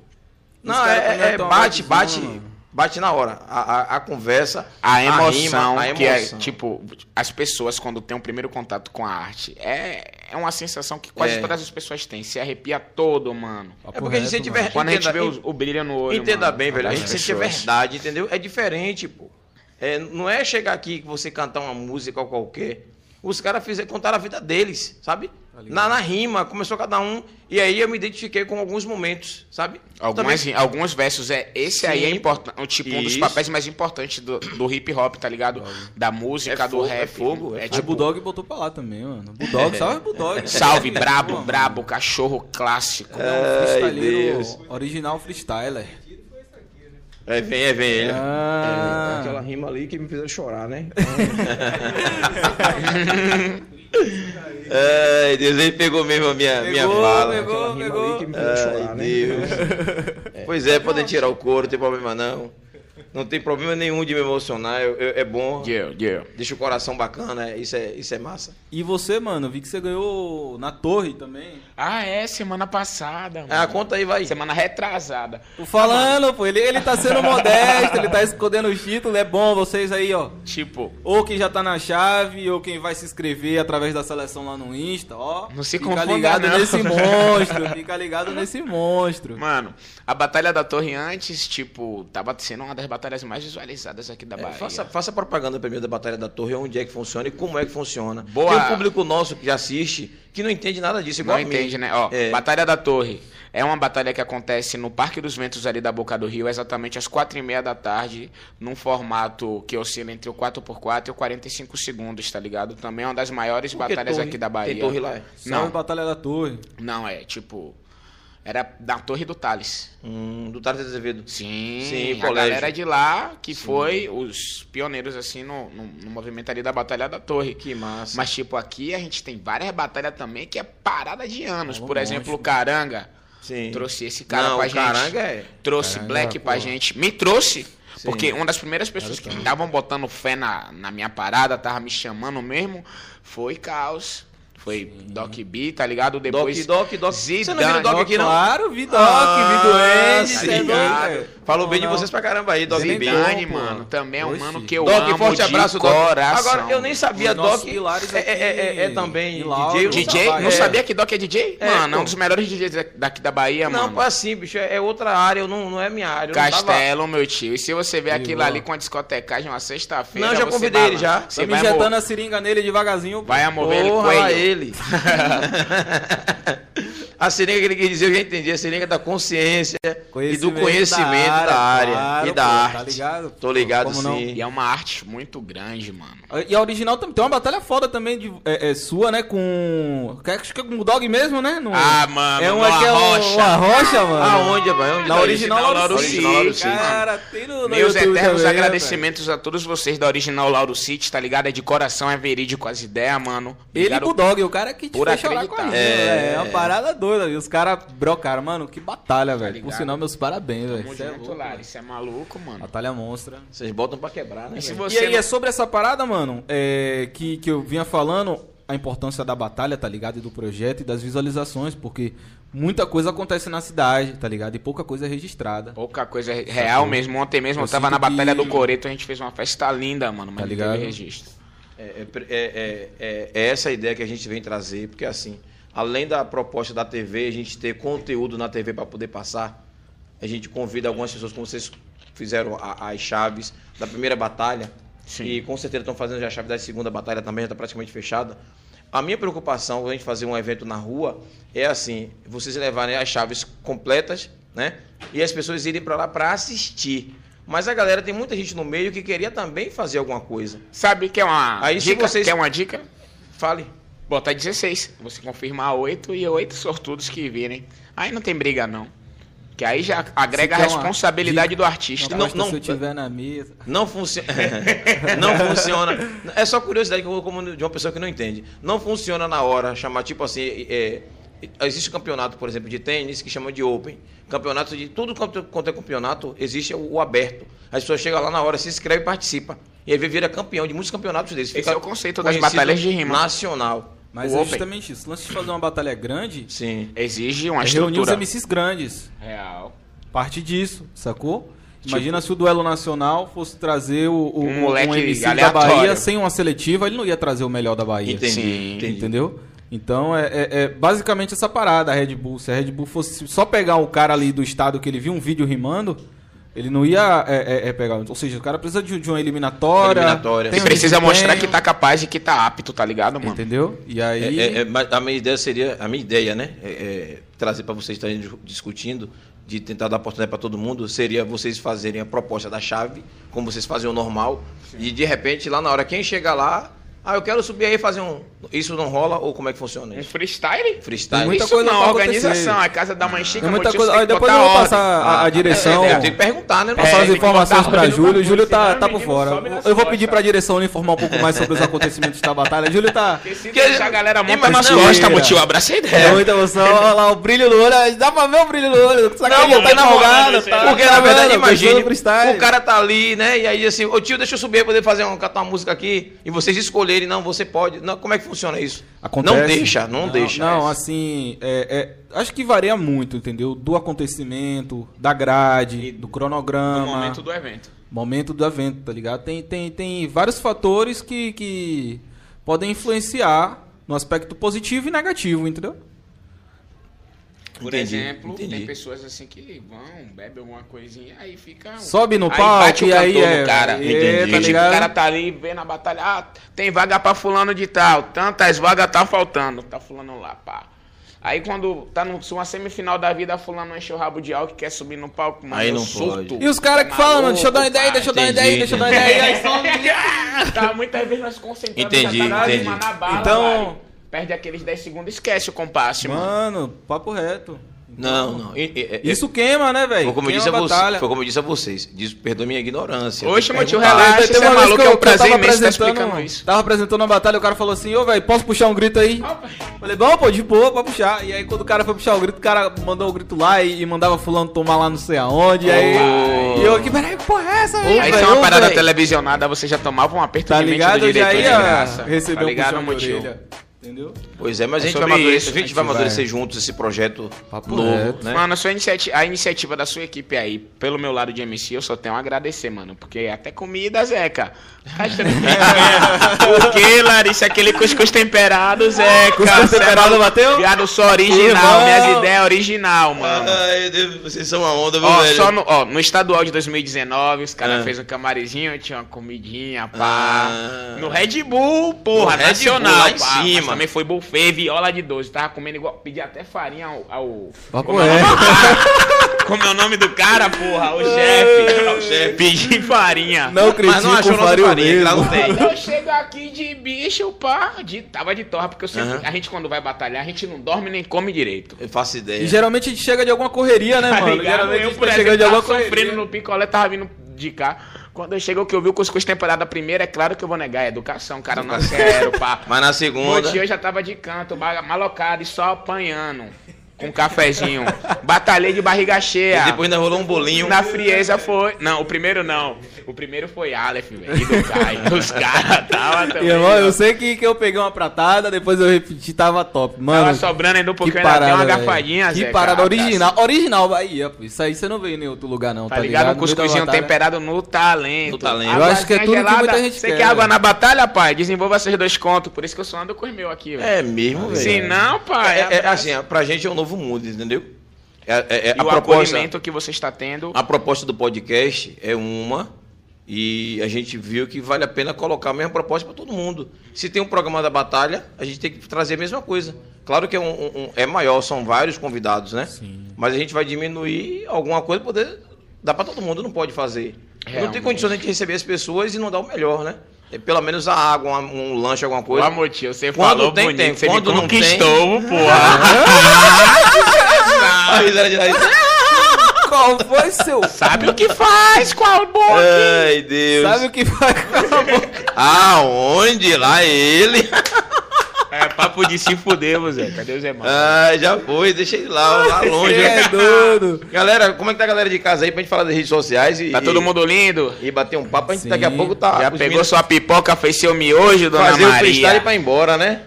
[SPEAKER 1] Não,
[SPEAKER 5] caras
[SPEAKER 1] é,
[SPEAKER 5] quando
[SPEAKER 1] é
[SPEAKER 5] entram lá,
[SPEAKER 1] bate,
[SPEAKER 5] eles
[SPEAKER 1] bate,
[SPEAKER 5] vão, mano.
[SPEAKER 1] bate na hora. A, a- a conversa,
[SPEAKER 2] A emoção,
[SPEAKER 1] rima, a
[SPEAKER 2] que é,
[SPEAKER 1] emoção.
[SPEAKER 2] tipo, as pessoas quando têm o primeiro contato com a arte, é, é uma sensação que quase
[SPEAKER 1] É.
[SPEAKER 2] todas as pessoas têm. Se arrepia todo, mano.
[SPEAKER 1] É porque a gente sente
[SPEAKER 5] tiver
[SPEAKER 1] ver-
[SPEAKER 2] Quando
[SPEAKER 1] entenda,
[SPEAKER 2] a gente vê o, o brilho no olho,
[SPEAKER 1] Entenda
[SPEAKER 2] mano,
[SPEAKER 1] bem, velho. A
[SPEAKER 2] das
[SPEAKER 1] gente sente a
[SPEAKER 2] pessoas.
[SPEAKER 1] verdade, entendeu? É diferente, pô. É, não é chegar aqui que você cantar uma música qualquer. Os caras fizeram contar a vida deles, sabe? na, na rima, começou cada um. E aí eu me identifiquei com alguns momentos, sabe?
[SPEAKER 2] Algumas,
[SPEAKER 1] Também-
[SPEAKER 2] alguns versos é esse aí é
[SPEAKER 1] Sim.
[SPEAKER 2] importante, tipo um dos
[SPEAKER 1] Isso.
[SPEAKER 2] papéis mais importantes do, do hip hop, tá ligado? Da música,
[SPEAKER 1] É
[SPEAKER 2] do
[SPEAKER 1] fogo,
[SPEAKER 2] rap,
[SPEAKER 1] é fogo, é
[SPEAKER 2] é
[SPEAKER 5] Aí
[SPEAKER 1] *laughs*
[SPEAKER 5] o
[SPEAKER 2] tipo
[SPEAKER 5] Bulldog botou pra lá também, mano. Bulldog, salve Bulldog.
[SPEAKER 2] salve
[SPEAKER 5] Ele é
[SPEAKER 2] brabo,
[SPEAKER 5] *laughs* mano.
[SPEAKER 2] brabo, cachorro clássico.
[SPEAKER 5] É um freestyleiro,
[SPEAKER 1] Deus.
[SPEAKER 5] original freestyler.
[SPEAKER 1] É, vem, é, vem. ele.
[SPEAKER 5] Ah.
[SPEAKER 1] É Aquela rima ali que me fizeram chorar, *laughs* né? Ai, É, Deus, ele pegou mesmo a minha, minha
[SPEAKER 5] Pegou,
[SPEAKER 1] fala.
[SPEAKER 5] pegou, pegou.
[SPEAKER 1] Ai, Deus. Pois né? é, podem tirar o couro, não tem problema não. Não tem problema nenhum de me emocionar, eu- eu- é bom.
[SPEAKER 2] Yeah, yeah.
[SPEAKER 1] Deixa o coração bacana, é- isso é, isso é massa.
[SPEAKER 5] E você, mano, eu vi que você ganhou na torre também.
[SPEAKER 2] Ah, é, semana passada.
[SPEAKER 1] Ah,
[SPEAKER 2] mano.
[SPEAKER 1] conta aí, vai.
[SPEAKER 2] Semana retrasada.
[SPEAKER 5] Tô falando, pô, ele, ele tá sendo modesto, ele tá escondendo o título, é bom vocês aí, ó.
[SPEAKER 2] Tipo,
[SPEAKER 5] Ou quem já tá na chave, ou quem vai se inscrever através da seleção lá no Insta, ó.
[SPEAKER 2] Não se
[SPEAKER 5] Fica
[SPEAKER 2] confunda,
[SPEAKER 5] ligado
[SPEAKER 1] *laughs*
[SPEAKER 2] não.
[SPEAKER 5] nesse monstro, fica ligado nesse monstro.
[SPEAKER 2] Mano, a Batalha da Torre antes, tipo, tava sendo uma das batalhas mais visualizadas aqui da
[SPEAKER 1] É,
[SPEAKER 2] Bahia.
[SPEAKER 1] faça, faça propaganda primeiro da Batalha da Torre, onde é que funciona e como é que funciona.
[SPEAKER 2] Boa.
[SPEAKER 1] Tem um público nosso que assiste que não entende nada disso, igual
[SPEAKER 2] Não
[SPEAKER 1] a mim.
[SPEAKER 2] entende, né? Ó,
[SPEAKER 1] É.
[SPEAKER 2] Batalha da Torre é uma batalha que acontece no Parque dos Ventos ali da Boca do Rio, exatamente às quatro e meia da tarde, num formato que oscila entre o 4x4 e o 45 segundos, tá ligado? Também é uma das maiores
[SPEAKER 1] Por que
[SPEAKER 2] batalhas
[SPEAKER 1] torre?
[SPEAKER 2] aqui da Bahia.
[SPEAKER 1] Tem torre lá? é?
[SPEAKER 5] Salve
[SPEAKER 2] Não,
[SPEAKER 5] Batalha da Torre.
[SPEAKER 2] não, é tipo... Era da Torre do Thales.
[SPEAKER 1] Hum, do Tales Azevedo.
[SPEAKER 2] Sim,
[SPEAKER 1] Sim,
[SPEAKER 2] a
[SPEAKER 1] colégio.
[SPEAKER 2] galera de lá que foi os pioneiros assim no, no, no movimento ali da Batalha da Torre.
[SPEAKER 1] Que massa.
[SPEAKER 2] Mas tipo, aqui a gente tem várias batalhas também que é parada de anos.
[SPEAKER 5] Rolou
[SPEAKER 2] Por
[SPEAKER 5] um
[SPEAKER 2] exemplo,
[SPEAKER 5] monte,
[SPEAKER 2] o Caranga
[SPEAKER 1] Sim.
[SPEAKER 2] trouxe esse cara
[SPEAKER 1] não,
[SPEAKER 2] pra
[SPEAKER 1] o
[SPEAKER 2] gente.
[SPEAKER 1] Caranga é.
[SPEAKER 2] Trouxe
[SPEAKER 5] Caranga,
[SPEAKER 2] Black pra
[SPEAKER 5] pô.
[SPEAKER 2] gente. Me trouxe.
[SPEAKER 1] Sim. é.
[SPEAKER 2] Porque uma das primeiras pessoas que estavam botando fé na, na minha parada, tava me chamando mesmo, foi Caos. Foi Doc B, tá ligado? Depois.
[SPEAKER 1] Doc, Doc, Doc. Você não viu o
[SPEAKER 2] Zidane.
[SPEAKER 1] Doc aqui, não?
[SPEAKER 5] Claro, vi Doc, vi
[SPEAKER 1] Ah,
[SPEAKER 5] Duende,
[SPEAKER 1] tá
[SPEAKER 5] cê é doido,
[SPEAKER 1] ligado.
[SPEAKER 5] velho.
[SPEAKER 1] Falou bem de
[SPEAKER 5] Não, não.
[SPEAKER 1] vocês pra caramba aí, Doc B.
[SPEAKER 2] Zidane,
[SPEAKER 5] pô.
[SPEAKER 2] mano. Também é um
[SPEAKER 5] Oxi.
[SPEAKER 2] mano que eu
[SPEAKER 1] Doc,
[SPEAKER 2] amo.
[SPEAKER 1] forte
[SPEAKER 2] de
[SPEAKER 1] abraço, Doc.
[SPEAKER 2] coração.
[SPEAKER 1] Agora, eu nem sabia,
[SPEAKER 5] Os nossos
[SPEAKER 1] Doc.
[SPEAKER 5] pilares
[SPEAKER 1] É,
[SPEAKER 5] aqui.
[SPEAKER 1] é, é, é também
[SPEAKER 5] Lauro,
[SPEAKER 1] DJ.
[SPEAKER 2] DJ?
[SPEAKER 5] Não
[SPEAKER 2] Não
[SPEAKER 5] sabia.
[SPEAKER 2] sabia que Doc é DJ?
[SPEAKER 1] É,
[SPEAKER 2] mano, é
[SPEAKER 1] pô.
[SPEAKER 2] um dos melhores DJs da- daqui da Bahia,
[SPEAKER 1] Não,
[SPEAKER 2] mano.
[SPEAKER 1] pô, assim, bicho, é é outra área, eu não, não é minha área. eu não tava-
[SPEAKER 2] Castelo, meu tio. E se você vê aquilo
[SPEAKER 5] lá.
[SPEAKER 2] ali com a discotecagem uma sexta-feira.
[SPEAKER 1] Não, eu já
[SPEAKER 2] você
[SPEAKER 1] convidei ele já.
[SPEAKER 2] Você
[SPEAKER 5] Tá me
[SPEAKER 2] vai, mo-
[SPEAKER 5] injetando a seringa nele devagarzinho.
[SPEAKER 2] *laughs*
[SPEAKER 5] pô.
[SPEAKER 2] vai amover ele
[SPEAKER 1] Porra,
[SPEAKER 2] coelho.
[SPEAKER 1] ele. A seringa que ele quis dizer, eu já entendi. A seringa da consciência e do
[SPEAKER 5] Conhecimento da
[SPEAKER 1] conhecimento da área,
[SPEAKER 5] área, claro,
[SPEAKER 1] e da
[SPEAKER 5] pô, tá
[SPEAKER 1] arte.
[SPEAKER 5] ligado?
[SPEAKER 1] Tô ligado,
[SPEAKER 5] Como não?
[SPEAKER 1] sim.
[SPEAKER 2] E é uma arte muito grande, mano.
[SPEAKER 5] E a original também tem uma batalha foda também de, é, é sua, né? Com. que- Acho que é com o Dog mesmo, né? No-
[SPEAKER 2] Ah, mano,
[SPEAKER 5] é uma
[SPEAKER 2] no
[SPEAKER 5] que é
[SPEAKER 2] Arrocha.
[SPEAKER 5] o, o Arrocha, mano.
[SPEAKER 1] Aonde, rapaz? Onde
[SPEAKER 5] Na
[SPEAKER 1] tá?
[SPEAKER 5] original,
[SPEAKER 1] Lauro
[SPEAKER 2] Lauro
[SPEAKER 1] Cid.
[SPEAKER 2] Cid,
[SPEAKER 1] Lauro Cid.
[SPEAKER 5] Cara, tem no, no
[SPEAKER 2] Meus
[SPEAKER 5] YouTube
[SPEAKER 2] eternos
[SPEAKER 5] também, né,
[SPEAKER 2] agradecimentos a todos vocês da original Lauro City, tá ligado? É de coração, é verídico as ideias, mano.
[SPEAKER 5] velho? Ele e
[SPEAKER 2] Obrigado-
[SPEAKER 5] o Dog, o cara que te
[SPEAKER 2] por
[SPEAKER 5] fez chorar com a
[SPEAKER 2] acreditar.
[SPEAKER 5] gente. É... é uma parada doida. E os caras brocaram, mano. Que batalha, velho. Por
[SPEAKER 2] ligado?
[SPEAKER 5] sinal, meus parabéns, velho.
[SPEAKER 2] Tamo
[SPEAKER 5] Cê é
[SPEAKER 2] junto,
[SPEAKER 5] louco.
[SPEAKER 2] Lara, Isso é maluco, mano.
[SPEAKER 5] Batalha monstra.
[SPEAKER 1] Vocês botam pra quebrar, né?
[SPEAKER 2] E se
[SPEAKER 1] velho?
[SPEAKER 2] você
[SPEAKER 5] E aí,
[SPEAKER 2] não-
[SPEAKER 5] é sobre essa parada, mano, é, que, que eu vinha falando, a importância da batalha, tá ligado? E do projeto e das visualizações, porque muita coisa acontece na cidade, tá ligado? E pouca coisa é registrada.
[SPEAKER 2] Pouca coisa re- real mesmo. Ontem mesmo eu,
[SPEAKER 5] Eu
[SPEAKER 2] tava
[SPEAKER 5] sinto
[SPEAKER 2] na Batalha
[SPEAKER 5] que-
[SPEAKER 2] do Coreto, a gente fez uma festa linda, mano. Mas
[SPEAKER 5] Tá
[SPEAKER 2] não
[SPEAKER 5] ligado?
[SPEAKER 2] teve registro.
[SPEAKER 1] É, é pre- é- é- é- é essa a ideia que a gente vem trazer, porque assim, além da proposta da TV, a gente ter conteúdo na TV para poder passar, a gente convida algumas pessoas, como vocês fizeram a- as chaves da primeira batalha,
[SPEAKER 2] Sim.
[SPEAKER 1] e com certeza estão fazendo já a chave da segunda batalha também, já está praticamente fechada. A minha preocupação quando a gente fazer um evento na rua é assim, vocês levarem as chaves completas, né? E as pessoas irem para lá para assistir. Mas a galera tem muita gente no meio que queria também fazer alguma coisa.
[SPEAKER 2] Sabe que é uma
[SPEAKER 1] Aí, se
[SPEAKER 2] dica?
[SPEAKER 1] vocês-
[SPEAKER 2] Quer uma dica?
[SPEAKER 1] Fale.
[SPEAKER 2] Botar 16. tá Você confirmar 8 e 8 sortudos que virem. Aí não tem briga, não. Que aí já agrega a
[SPEAKER 5] quer uma
[SPEAKER 2] responsabilidade do
[SPEAKER 5] Não,
[SPEAKER 2] artista. né?
[SPEAKER 5] não,
[SPEAKER 1] não-
[SPEAKER 5] se eu tiver na mesa.
[SPEAKER 1] Não funciona. *laughs* não funciona. É só curiosidade que eu vou como de uma pessoa que não entende. Não funciona na hora chamar, tipo assim. é, existe um campeonato, por exemplo, de tênis que chama de Open. Campeonato de. Tudo quanto quanto é campeonato, existe o, o aberto. As pessoas chegam lá na hora, se inscrevem e participam. E aí vira campeão de muitos campeonatos desses.
[SPEAKER 2] Esse
[SPEAKER 1] Fica
[SPEAKER 2] é o conceito das
[SPEAKER 1] conhecido
[SPEAKER 2] batalhas de rima.
[SPEAKER 1] Nacional.
[SPEAKER 5] Mas
[SPEAKER 2] O
[SPEAKER 5] é
[SPEAKER 2] Open.
[SPEAKER 5] justamente isso. O lance de fazer uma batalha grande
[SPEAKER 1] Sim.
[SPEAKER 2] Exige uma
[SPEAKER 5] é reunir os
[SPEAKER 2] estrutura.
[SPEAKER 5] MCs grandes.
[SPEAKER 2] Real.
[SPEAKER 5] Parte disso, sacou? Imagina se o duelo nacional fosse trazer o, o-
[SPEAKER 2] Tipo, Um moleque
[SPEAKER 5] da
[SPEAKER 2] aleatório.
[SPEAKER 5] Bahia sem uma seletiva, ele não ia trazer o melhor da Bahia.
[SPEAKER 1] Entendi.
[SPEAKER 2] Sim.
[SPEAKER 1] entendi.
[SPEAKER 5] Entendeu? Então é, é- é basicamente essa parada, a Red Bull. Se a Red Bull fosse só pegar o cara ali do estado que ele viu um vídeo rimando, ele não ia é, é, é pegar. Ou seja, o cara precisa de, de uma eliminatória.
[SPEAKER 1] Eliminatória.
[SPEAKER 5] tem
[SPEAKER 1] Ele
[SPEAKER 5] um
[SPEAKER 2] Precisa
[SPEAKER 5] desempenho,
[SPEAKER 2] mostrar que tá capaz e que tá apto, tá ligado, mano?
[SPEAKER 5] Entendeu? E aí.
[SPEAKER 1] É, é, é, mas a minha ideia seria, a minha ideia, né? é, é, trazer para vocês estarem dis- discutindo, de tentar dar oportunidade para todo mundo, seria vocês fazerem a proposta da chave, como vocês fazem o normal, e de repente lá na hora, quem chega lá, ah, eu quero subir aí e fazer um. Isso não rola ou como é que funciona
[SPEAKER 2] Um
[SPEAKER 1] isso?
[SPEAKER 2] freestyle?
[SPEAKER 1] Freestyle.
[SPEAKER 5] Tem muita
[SPEAKER 2] Isso
[SPEAKER 5] coisa
[SPEAKER 2] não, é
[SPEAKER 5] pra
[SPEAKER 2] organização.
[SPEAKER 5] acontecer.
[SPEAKER 2] A casa da mãe chica,
[SPEAKER 5] É muita
[SPEAKER 2] motivo,
[SPEAKER 5] coisa.
[SPEAKER 2] você tem
[SPEAKER 5] Ó,
[SPEAKER 2] que
[SPEAKER 5] depois eu
[SPEAKER 2] botar
[SPEAKER 5] vou
[SPEAKER 2] ordem.
[SPEAKER 5] passar a, a direção.
[SPEAKER 1] É, é, tem que perguntar, né?
[SPEAKER 5] Passar
[SPEAKER 2] É,
[SPEAKER 5] as
[SPEAKER 2] tem que
[SPEAKER 5] informações
[SPEAKER 2] botar
[SPEAKER 5] pra
[SPEAKER 2] ordem no
[SPEAKER 5] Júlio. O Júlio tá,
[SPEAKER 11] senão
[SPEAKER 5] tá
[SPEAKER 11] o
[SPEAKER 5] por
[SPEAKER 11] menino
[SPEAKER 5] fora.
[SPEAKER 11] some nas
[SPEAKER 5] Eu vou
[SPEAKER 11] costas.
[SPEAKER 5] pedir pra direção lhe informar um pouco mais sobre os acontecimentos da batalha. Júlio tá.
[SPEAKER 2] Porque se
[SPEAKER 1] Que-
[SPEAKER 2] deixar a galera monta
[SPEAKER 1] Imagina,
[SPEAKER 2] nas costas,
[SPEAKER 5] era.
[SPEAKER 2] motivo, abraça a ideia.
[SPEAKER 5] É muita emoção, olha lá o brilho no olho, dá pra ver o brilho no olho, só que
[SPEAKER 1] Não,
[SPEAKER 5] ele
[SPEAKER 1] porque
[SPEAKER 5] tá
[SPEAKER 1] na
[SPEAKER 5] empolgado, tá?
[SPEAKER 1] Porque
[SPEAKER 5] Tá
[SPEAKER 1] na verdade,
[SPEAKER 5] vendo?
[SPEAKER 1] imagine,
[SPEAKER 5] Pensando no freestyle.
[SPEAKER 1] o cara tá ali, né? E aí assim, ô tio, deixa eu subir pra poder fazer um, cantar uma música aqui, e vocês escolherem, não, você pode. Não, como é que funciona isso?
[SPEAKER 5] Acontece.
[SPEAKER 1] Não deixa, não, deixa.
[SPEAKER 5] Não, assim, é- é- acho que varia muito, entendeu? Do acontecimento, da grade, do cronograma,
[SPEAKER 2] No momento do evento.
[SPEAKER 5] momento do evento, tá ligado? Tem, tem, tem vários fatores que, que podem influenciar no aspecto positivo e negativo, entendeu?
[SPEAKER 2] Por
[SPEAKER 1] Entendi,
[SPEAKER 2] exemplo,
[SPEAKER 1] entendi.
[SPEAKER 2] tem pessoas assim que vão, bebem alguma coisinha, aí fica... um
[SPEAKER 5] Sobe no
[SPEAKER 2] aí
[SPEAKER 5] palco
[SPEAKER 2] bate o
[SPEAKER 5] e aí
[SPEAKER 2] cantor
[SPEAKER 5] é-
[SPEAKER 2] no cara.
[SPEAKER 5] é,
[SPEAKER 2] Entendi.
[SPEAKER 5] tá
[SPEAKER 2] Tipo,
[SPEAKER 5] ligado?
[SPEAKER 2] o cara tá ali vendo a batalha, ah, tem vaga pra fulano de tal, tantas vagas tá faltando, tá fulano lá, pá. Aí quando tá no, uma semifinal da vida, fulano enche o rabo de álcool e quer subir no palco, mano,
[SPEAKER 1] Aí
[SPEAKER 2] eu
[SPEAKER 1] não
[SPEAKER 2] surto. Tá
[SPEAKER 1] pode.
[SPEAKER 5] E os caras que falam, mano, deixa eu dar uma ideia,
[SPEAKER 2] Maluco,
[SPEAKER 5] deixa eu dar uma
[SPEAKER 1] entendi,
[SPEAKER 5] ideia, deixa eu dar uma
[SPEAKER 1] entendi.
[SPEAKER 2] *laughs*
[SPEAKER 5] ideia, aí só
[SPEAKER 2] Tá muitas vezes nós concentramos
[SPEAKER 1] Entendi,
[SPEAKER 2] já tá na
[SPEAKER 1] entendi.
[SPEAKER 2] rima, na bala,
[SPEAKER 5] Então-
[SPEAKER 2] vai. Perde aqueles 10 segundos, esquece o compasso, mano.
[SPEAKER 5] Mano, papo reto.
[SPEAKER 1] Não, não. E- e- e-
[SPEAKER 5] Isso queima, né, velho?
[SPEAKER 1] foi como, eu
[SPEAKER 5] Queima
[SPEAKER 1] disse a você-
[SPEAKER 5] batalha.
[SPEAKER 1] foi como eu disse a vocês. Diz, perdoe minha ignorância. um
[SPEAKER 2] Oxe,
[SPEAKER 1] Eu
[SPEAKER 2] meu tio,
[SPEAKER 1] perguntava.
[SPEAKER 2] relaxa.
[SPEAKER 5] Tem-
[SPEAKER 2] você
[SPEAKER 5] tem
[SPEAKER 2] é
[SPEAKER 5] uma vez
[SPEAKER 2] maluco,
[SPEAKER 5] que eu-
[SPEAKER 2] é um
[SPEAKER 5] que eu
[SPEAKER 2] prazer
[SPEAKER 5] tava
[SPEAKER 2] imenso tá
[SPEAKER 5] apresentando-
[SPEAKER 2] explicando isso.
[SPEAKER 5] Tava apresentando uma batalha, o cara falou assim, ô, velho, posso puxar um grito aí? Falei, bom, pô, de boa, pode puxar. E aí, quando o cara foi puxar o grito, o cara mandou o grito lá e, e mandava fulano tomar lá não sei aonde. E aí, e eu aqui, peraí, que porra é essa, velho?
[SPEAKER 2] Aí se é uma parada televisionada, você já tomava um aperto
[SPEAKER 5] Tá
[SPEAKER 2] de mente do
[SPEAKER 5] ligado? Eu
[SPEAKER 2] diretor
[SPEAKER 5] já
[SPEAKER 2] de
[SPEAKER 5] ia
[SPEAKER 2] graça.
[SPEAKER 5] receber
[SPEAKER 2] tá
[SPEAKER 5] um
[SPEAKER 2] ligado,
[SPEAKER 5] puxão de
[SPEAKER 2] motivo?
[SPEAKER 5] orelha. Entendeu?
[SPEAKER 1] Pois é, mas a
[SPEAKER 2] É
[SPEAKER 1] gente vai
[SPEAKER 2] sobre
[SPEAKER 1] amadurecer,
[SPEAKER 2] isso,
[SPEAKER 1] a gente vai amadurecer juntos esse projeto
[SPEAKER 5] Papo
[SPEAKER 1] novo,
[SPEAKER 5] reto.
[SPEAKER 1] né?
[SPEAKER 2] Mano, a, sua iniciati- a iniciativa da sua equipe aí, pelo meu lado de MC, eu só tenho a agradecer, mano. Porque até comida, Zeca.
[SPEAKER 5] *laughs*
[SPEAKER 2] Acha- porque, Larissa, aquele cuscuz temperado, Zeca.
[SPEAKER 5] Cuscuz
[SPEAKER 2] Cê é
[SPEAKER 5] temperado
[SPEAKER 2] maluco.
[SPEAKER 5] bateu?
[SPEAKER 2] Viado, sou original.
[SPEAKER 5] Irmão.
[SPEAKER 2] Minhas ideias é original, mano.
[SPEAKER 1] Ai, Deus, vocês são uma onda, viu,
[SPEAKER 2] Ó,
[SPEAKER 1] velho?
[SPEAKER 2] só no, ó, no estadual de 2019, os caras
[SPEAKER 1] Ah.
[SPEAKER 2] fez um camarizinho, tinha uma comidinha, pá.
[SPEAKER 1] Ah.
[SPEAKER 2] No Red Bull, porra,
[SPEAKER 1] No Red Bull,
[SPEAKER 2] nacional,
[SPEAKER 1] lá em
[SPEAKER 2] pá,
[SPEAKER 1] cima,
[SPEAKER 2] também foi buffet, viola de 12. Tava comendo igual. Pedi até farinha ao. ao
[SPEAKER 5] Papo
[SPEAKER 2] como é o *laughs*
[SPEAKER 5] é.
[SPEAKER 2] nome do cara? Como é o nome do cara, porra? O chefe.
[SPEAKER 1] É.
[SPEAKER 2] O chefe. Pedi farinha. Então,
[SPEAKER 5] Não
[SPEAKER 2] Mas não
[SPEAKER 5] critico,
[SPEAKER 2] achou
[SPEAKER 5] faria
[SPEAKER 2] nossa
[SPEAKER 5] o
[SPEAKER 2] farinha, que lá não
[SPEAKER 5] mesmo.
[SPEAKER 2] tem.
[SPEAKER 12] Eu chego aqui de bicho, pá.
[SPEAKER 2] De, tava de torra, porque eu sempre,
[SPEAKER 1] Aham.
[SPEAKER 2] a gente quando vai batalhar, a gente não dorme nem come direito.
[SPEAKER 1] Eu faço ideia.
[SPEAKER 5] E geralmente a gente chega de alguma correria, né,
[SPEAKER 2] Tá
[SPEAKER 5] mano?
[SPEAKER 2] ligado?
[SPEAKER 5] Geralmente a
[SPEAKER 2] eu,
[SPEAKER 5] gente
[SPEAKER 2] por
[SPEAKER 5] tá
[SPEAKER 2] exemplo,
[SPEAKER 5] chegando de
[SPEAKER 2] tava
[SPEAKER 5] alguma
[SPEAKER 2] sofrendo
[SPEAKER 5] correria.
[SPEAKER 2] no picolé, tava vindo de cá. Quando eu chego, o que eu vi o Cuscuz temporada primeira, é claro que eu vou negar, é educação, cara, eu não quero, pá.
[SPEAKER 1] *laughs* Mas na
[SPEAKER 2] No
[SPEAKER 1] segunda.
[SPEAKER 2] dia eu já tava de canto, ba- malocado e só apanhando. Com um cafezinho. *laughs* Batalhei de barriga cheia.
[SPEAKER 1] E depois ainda rolou um bolinho.
[SPEAKER 2] Na frieza foi. Não, o primeiro não. O primeiro foi Aleph, velho. E do Kai.
[SPEAKER 1] *laughs*
[SPEAKER 2] Os caras tava também.
[SPEAKER 5] Irmão, eu sei que, que eu peguei uma pratada, depois eu repeti, tava top. Mano,
[SPEAKER 2] Tava sobrando ainda um
[SPEAKER 5] que
[SPEAKER 2] pouquinho, ainda
[SPEAKER 5] parada,
[SPEAKER 2] deu uma
[SPEAKER 5] velho.
[SPEAKER 2] garfadinha,
[SPEAKER 5] Que
[SPEAKER 2] Zeca.
[SPEAKER 5] parada
[SPEAKER 2] Ah,
[SPEAKER 5] original, original Bahia, pô. Isso aí você não vê em nenhum outro lugar não,
[SPEAKER 2] Tá,
[SPEAKER 5] tá,
[SPEAKER 2] ligado? Um
[SPEAKER 5] No meio da
[SPEAKER 2] cuscuzinho
[SPEAKER 5] batalha.
[SPEAKER 2] temperado no talento.
[SPEAKER 1] No talento. Eu
[SPEAKER 5] acho que é tudo que muita gente
[SPEAKER 2] Você
[SPEAKER 5] quer,
[SPEAKER 2] quer, água
[SPEAKER 5] velho.
[SPEAKER 2] na batalha, pai? Desenvolva esses dois contos. Por isso que eu só ando com os meus aqui, velho.
[SPEAKER 1] É mesmo, velho.
[SPEAKER 2] Se não,
[SPEAKER 1] É, é,
[SPEAKER 2] pai.
[SPEAKER 1] é
[SPEAKER 2] abraça.
[SPEAKER 1] assim, é, pra gente é um novo mundo, entendeu? É, é- é
[SPEAKER 2] E
[SPEAKER 1] a,
[SPEAKER 2] o
[SPEAKER 1] proposta,
[SPEAKER 2] acolhimento que você está tendo.
[SPEAKER 1] a proposta do podcast é uma e a gente viu que vale a pena colocar a mesma proposta para todo mundo. Se tem um programa da batalha, a gente tem que trazer a mesma coisa. Claro que é, um, um- um- é maior, são vários convidados, né? Mas a gente vai diminuir alguma coisa, pra poder dá para todo mundo, não pode fazer. Não tem
[SPEAKER 2] Realmente.
[SPEAKER 1] condições de a gente receber as pessoas e não dar o melhor, né? É Pelo menos a água, um, um lanche, alguma
[SPEAKER 2] Ô,
[SPEAKER 1] coisa.
[SPEAKER 2] amor, tio, você
[SPEAKER 1] Quando
[SPEAKER 2] falou
[SPEAKER 1] tem,
[SPEAKER 2] bonito,
[SPEAKER 1] tem.
[SPEAKER 2] você
[SPEAKER 1] Quando
[SPEAKER 2] me
[SPEAKER 1] não tem-
[SPEAKER 2] conquistou, porra.
[SPEAKER 1] *laughs* A risada de nariz.
[SPEAKER 5] Qual foi seu...
[SPEAKER 2] *laughs* Sabe o que faz, qual boa?
[SPEAKER 1] Ai, Deus.
[SPEAKER 5] Sabe o
[SPEAKER 2] *laughs*
[SPEAKER 5] que vai com a boca?
[SPEAKER 1] Aonde? Lá
[SPEAKER 2] *laughs*
[SPEAKER 1] ele.
[SPEAKER 2] É papo de se fuder, Zé. Cadê os irmãos?
[SPEAKER 1] Ah, já foi, deixa ele lá, lá longe.
[SPEAKER 2] *laughs* tá
[SPEAKER 5] É doido.
[SPEAKER 1] Galera, como é que tá a galera de casa aí pra gente falar das redes sociais e,
[SPEAKER 2] Tá todo mundo lindo?
[SPEAKER 1] e, e bater um papo? A gente
[SPEAKER 5] Sim.
[SPEAKER 1] daqui a pouco tá.
[SPEAKER 2] Já
[SPEAKER 1] os
[SPEAKER 2] pegou
[SPEAKER 1] meninos
[SPEAKER 2] sua pipoca, fez seu miojo, dona
[SPEAKER 1] fazer o freestyle
[SPEAKER 2] Maria?
[SPEAKER 1] pra ir embora, né?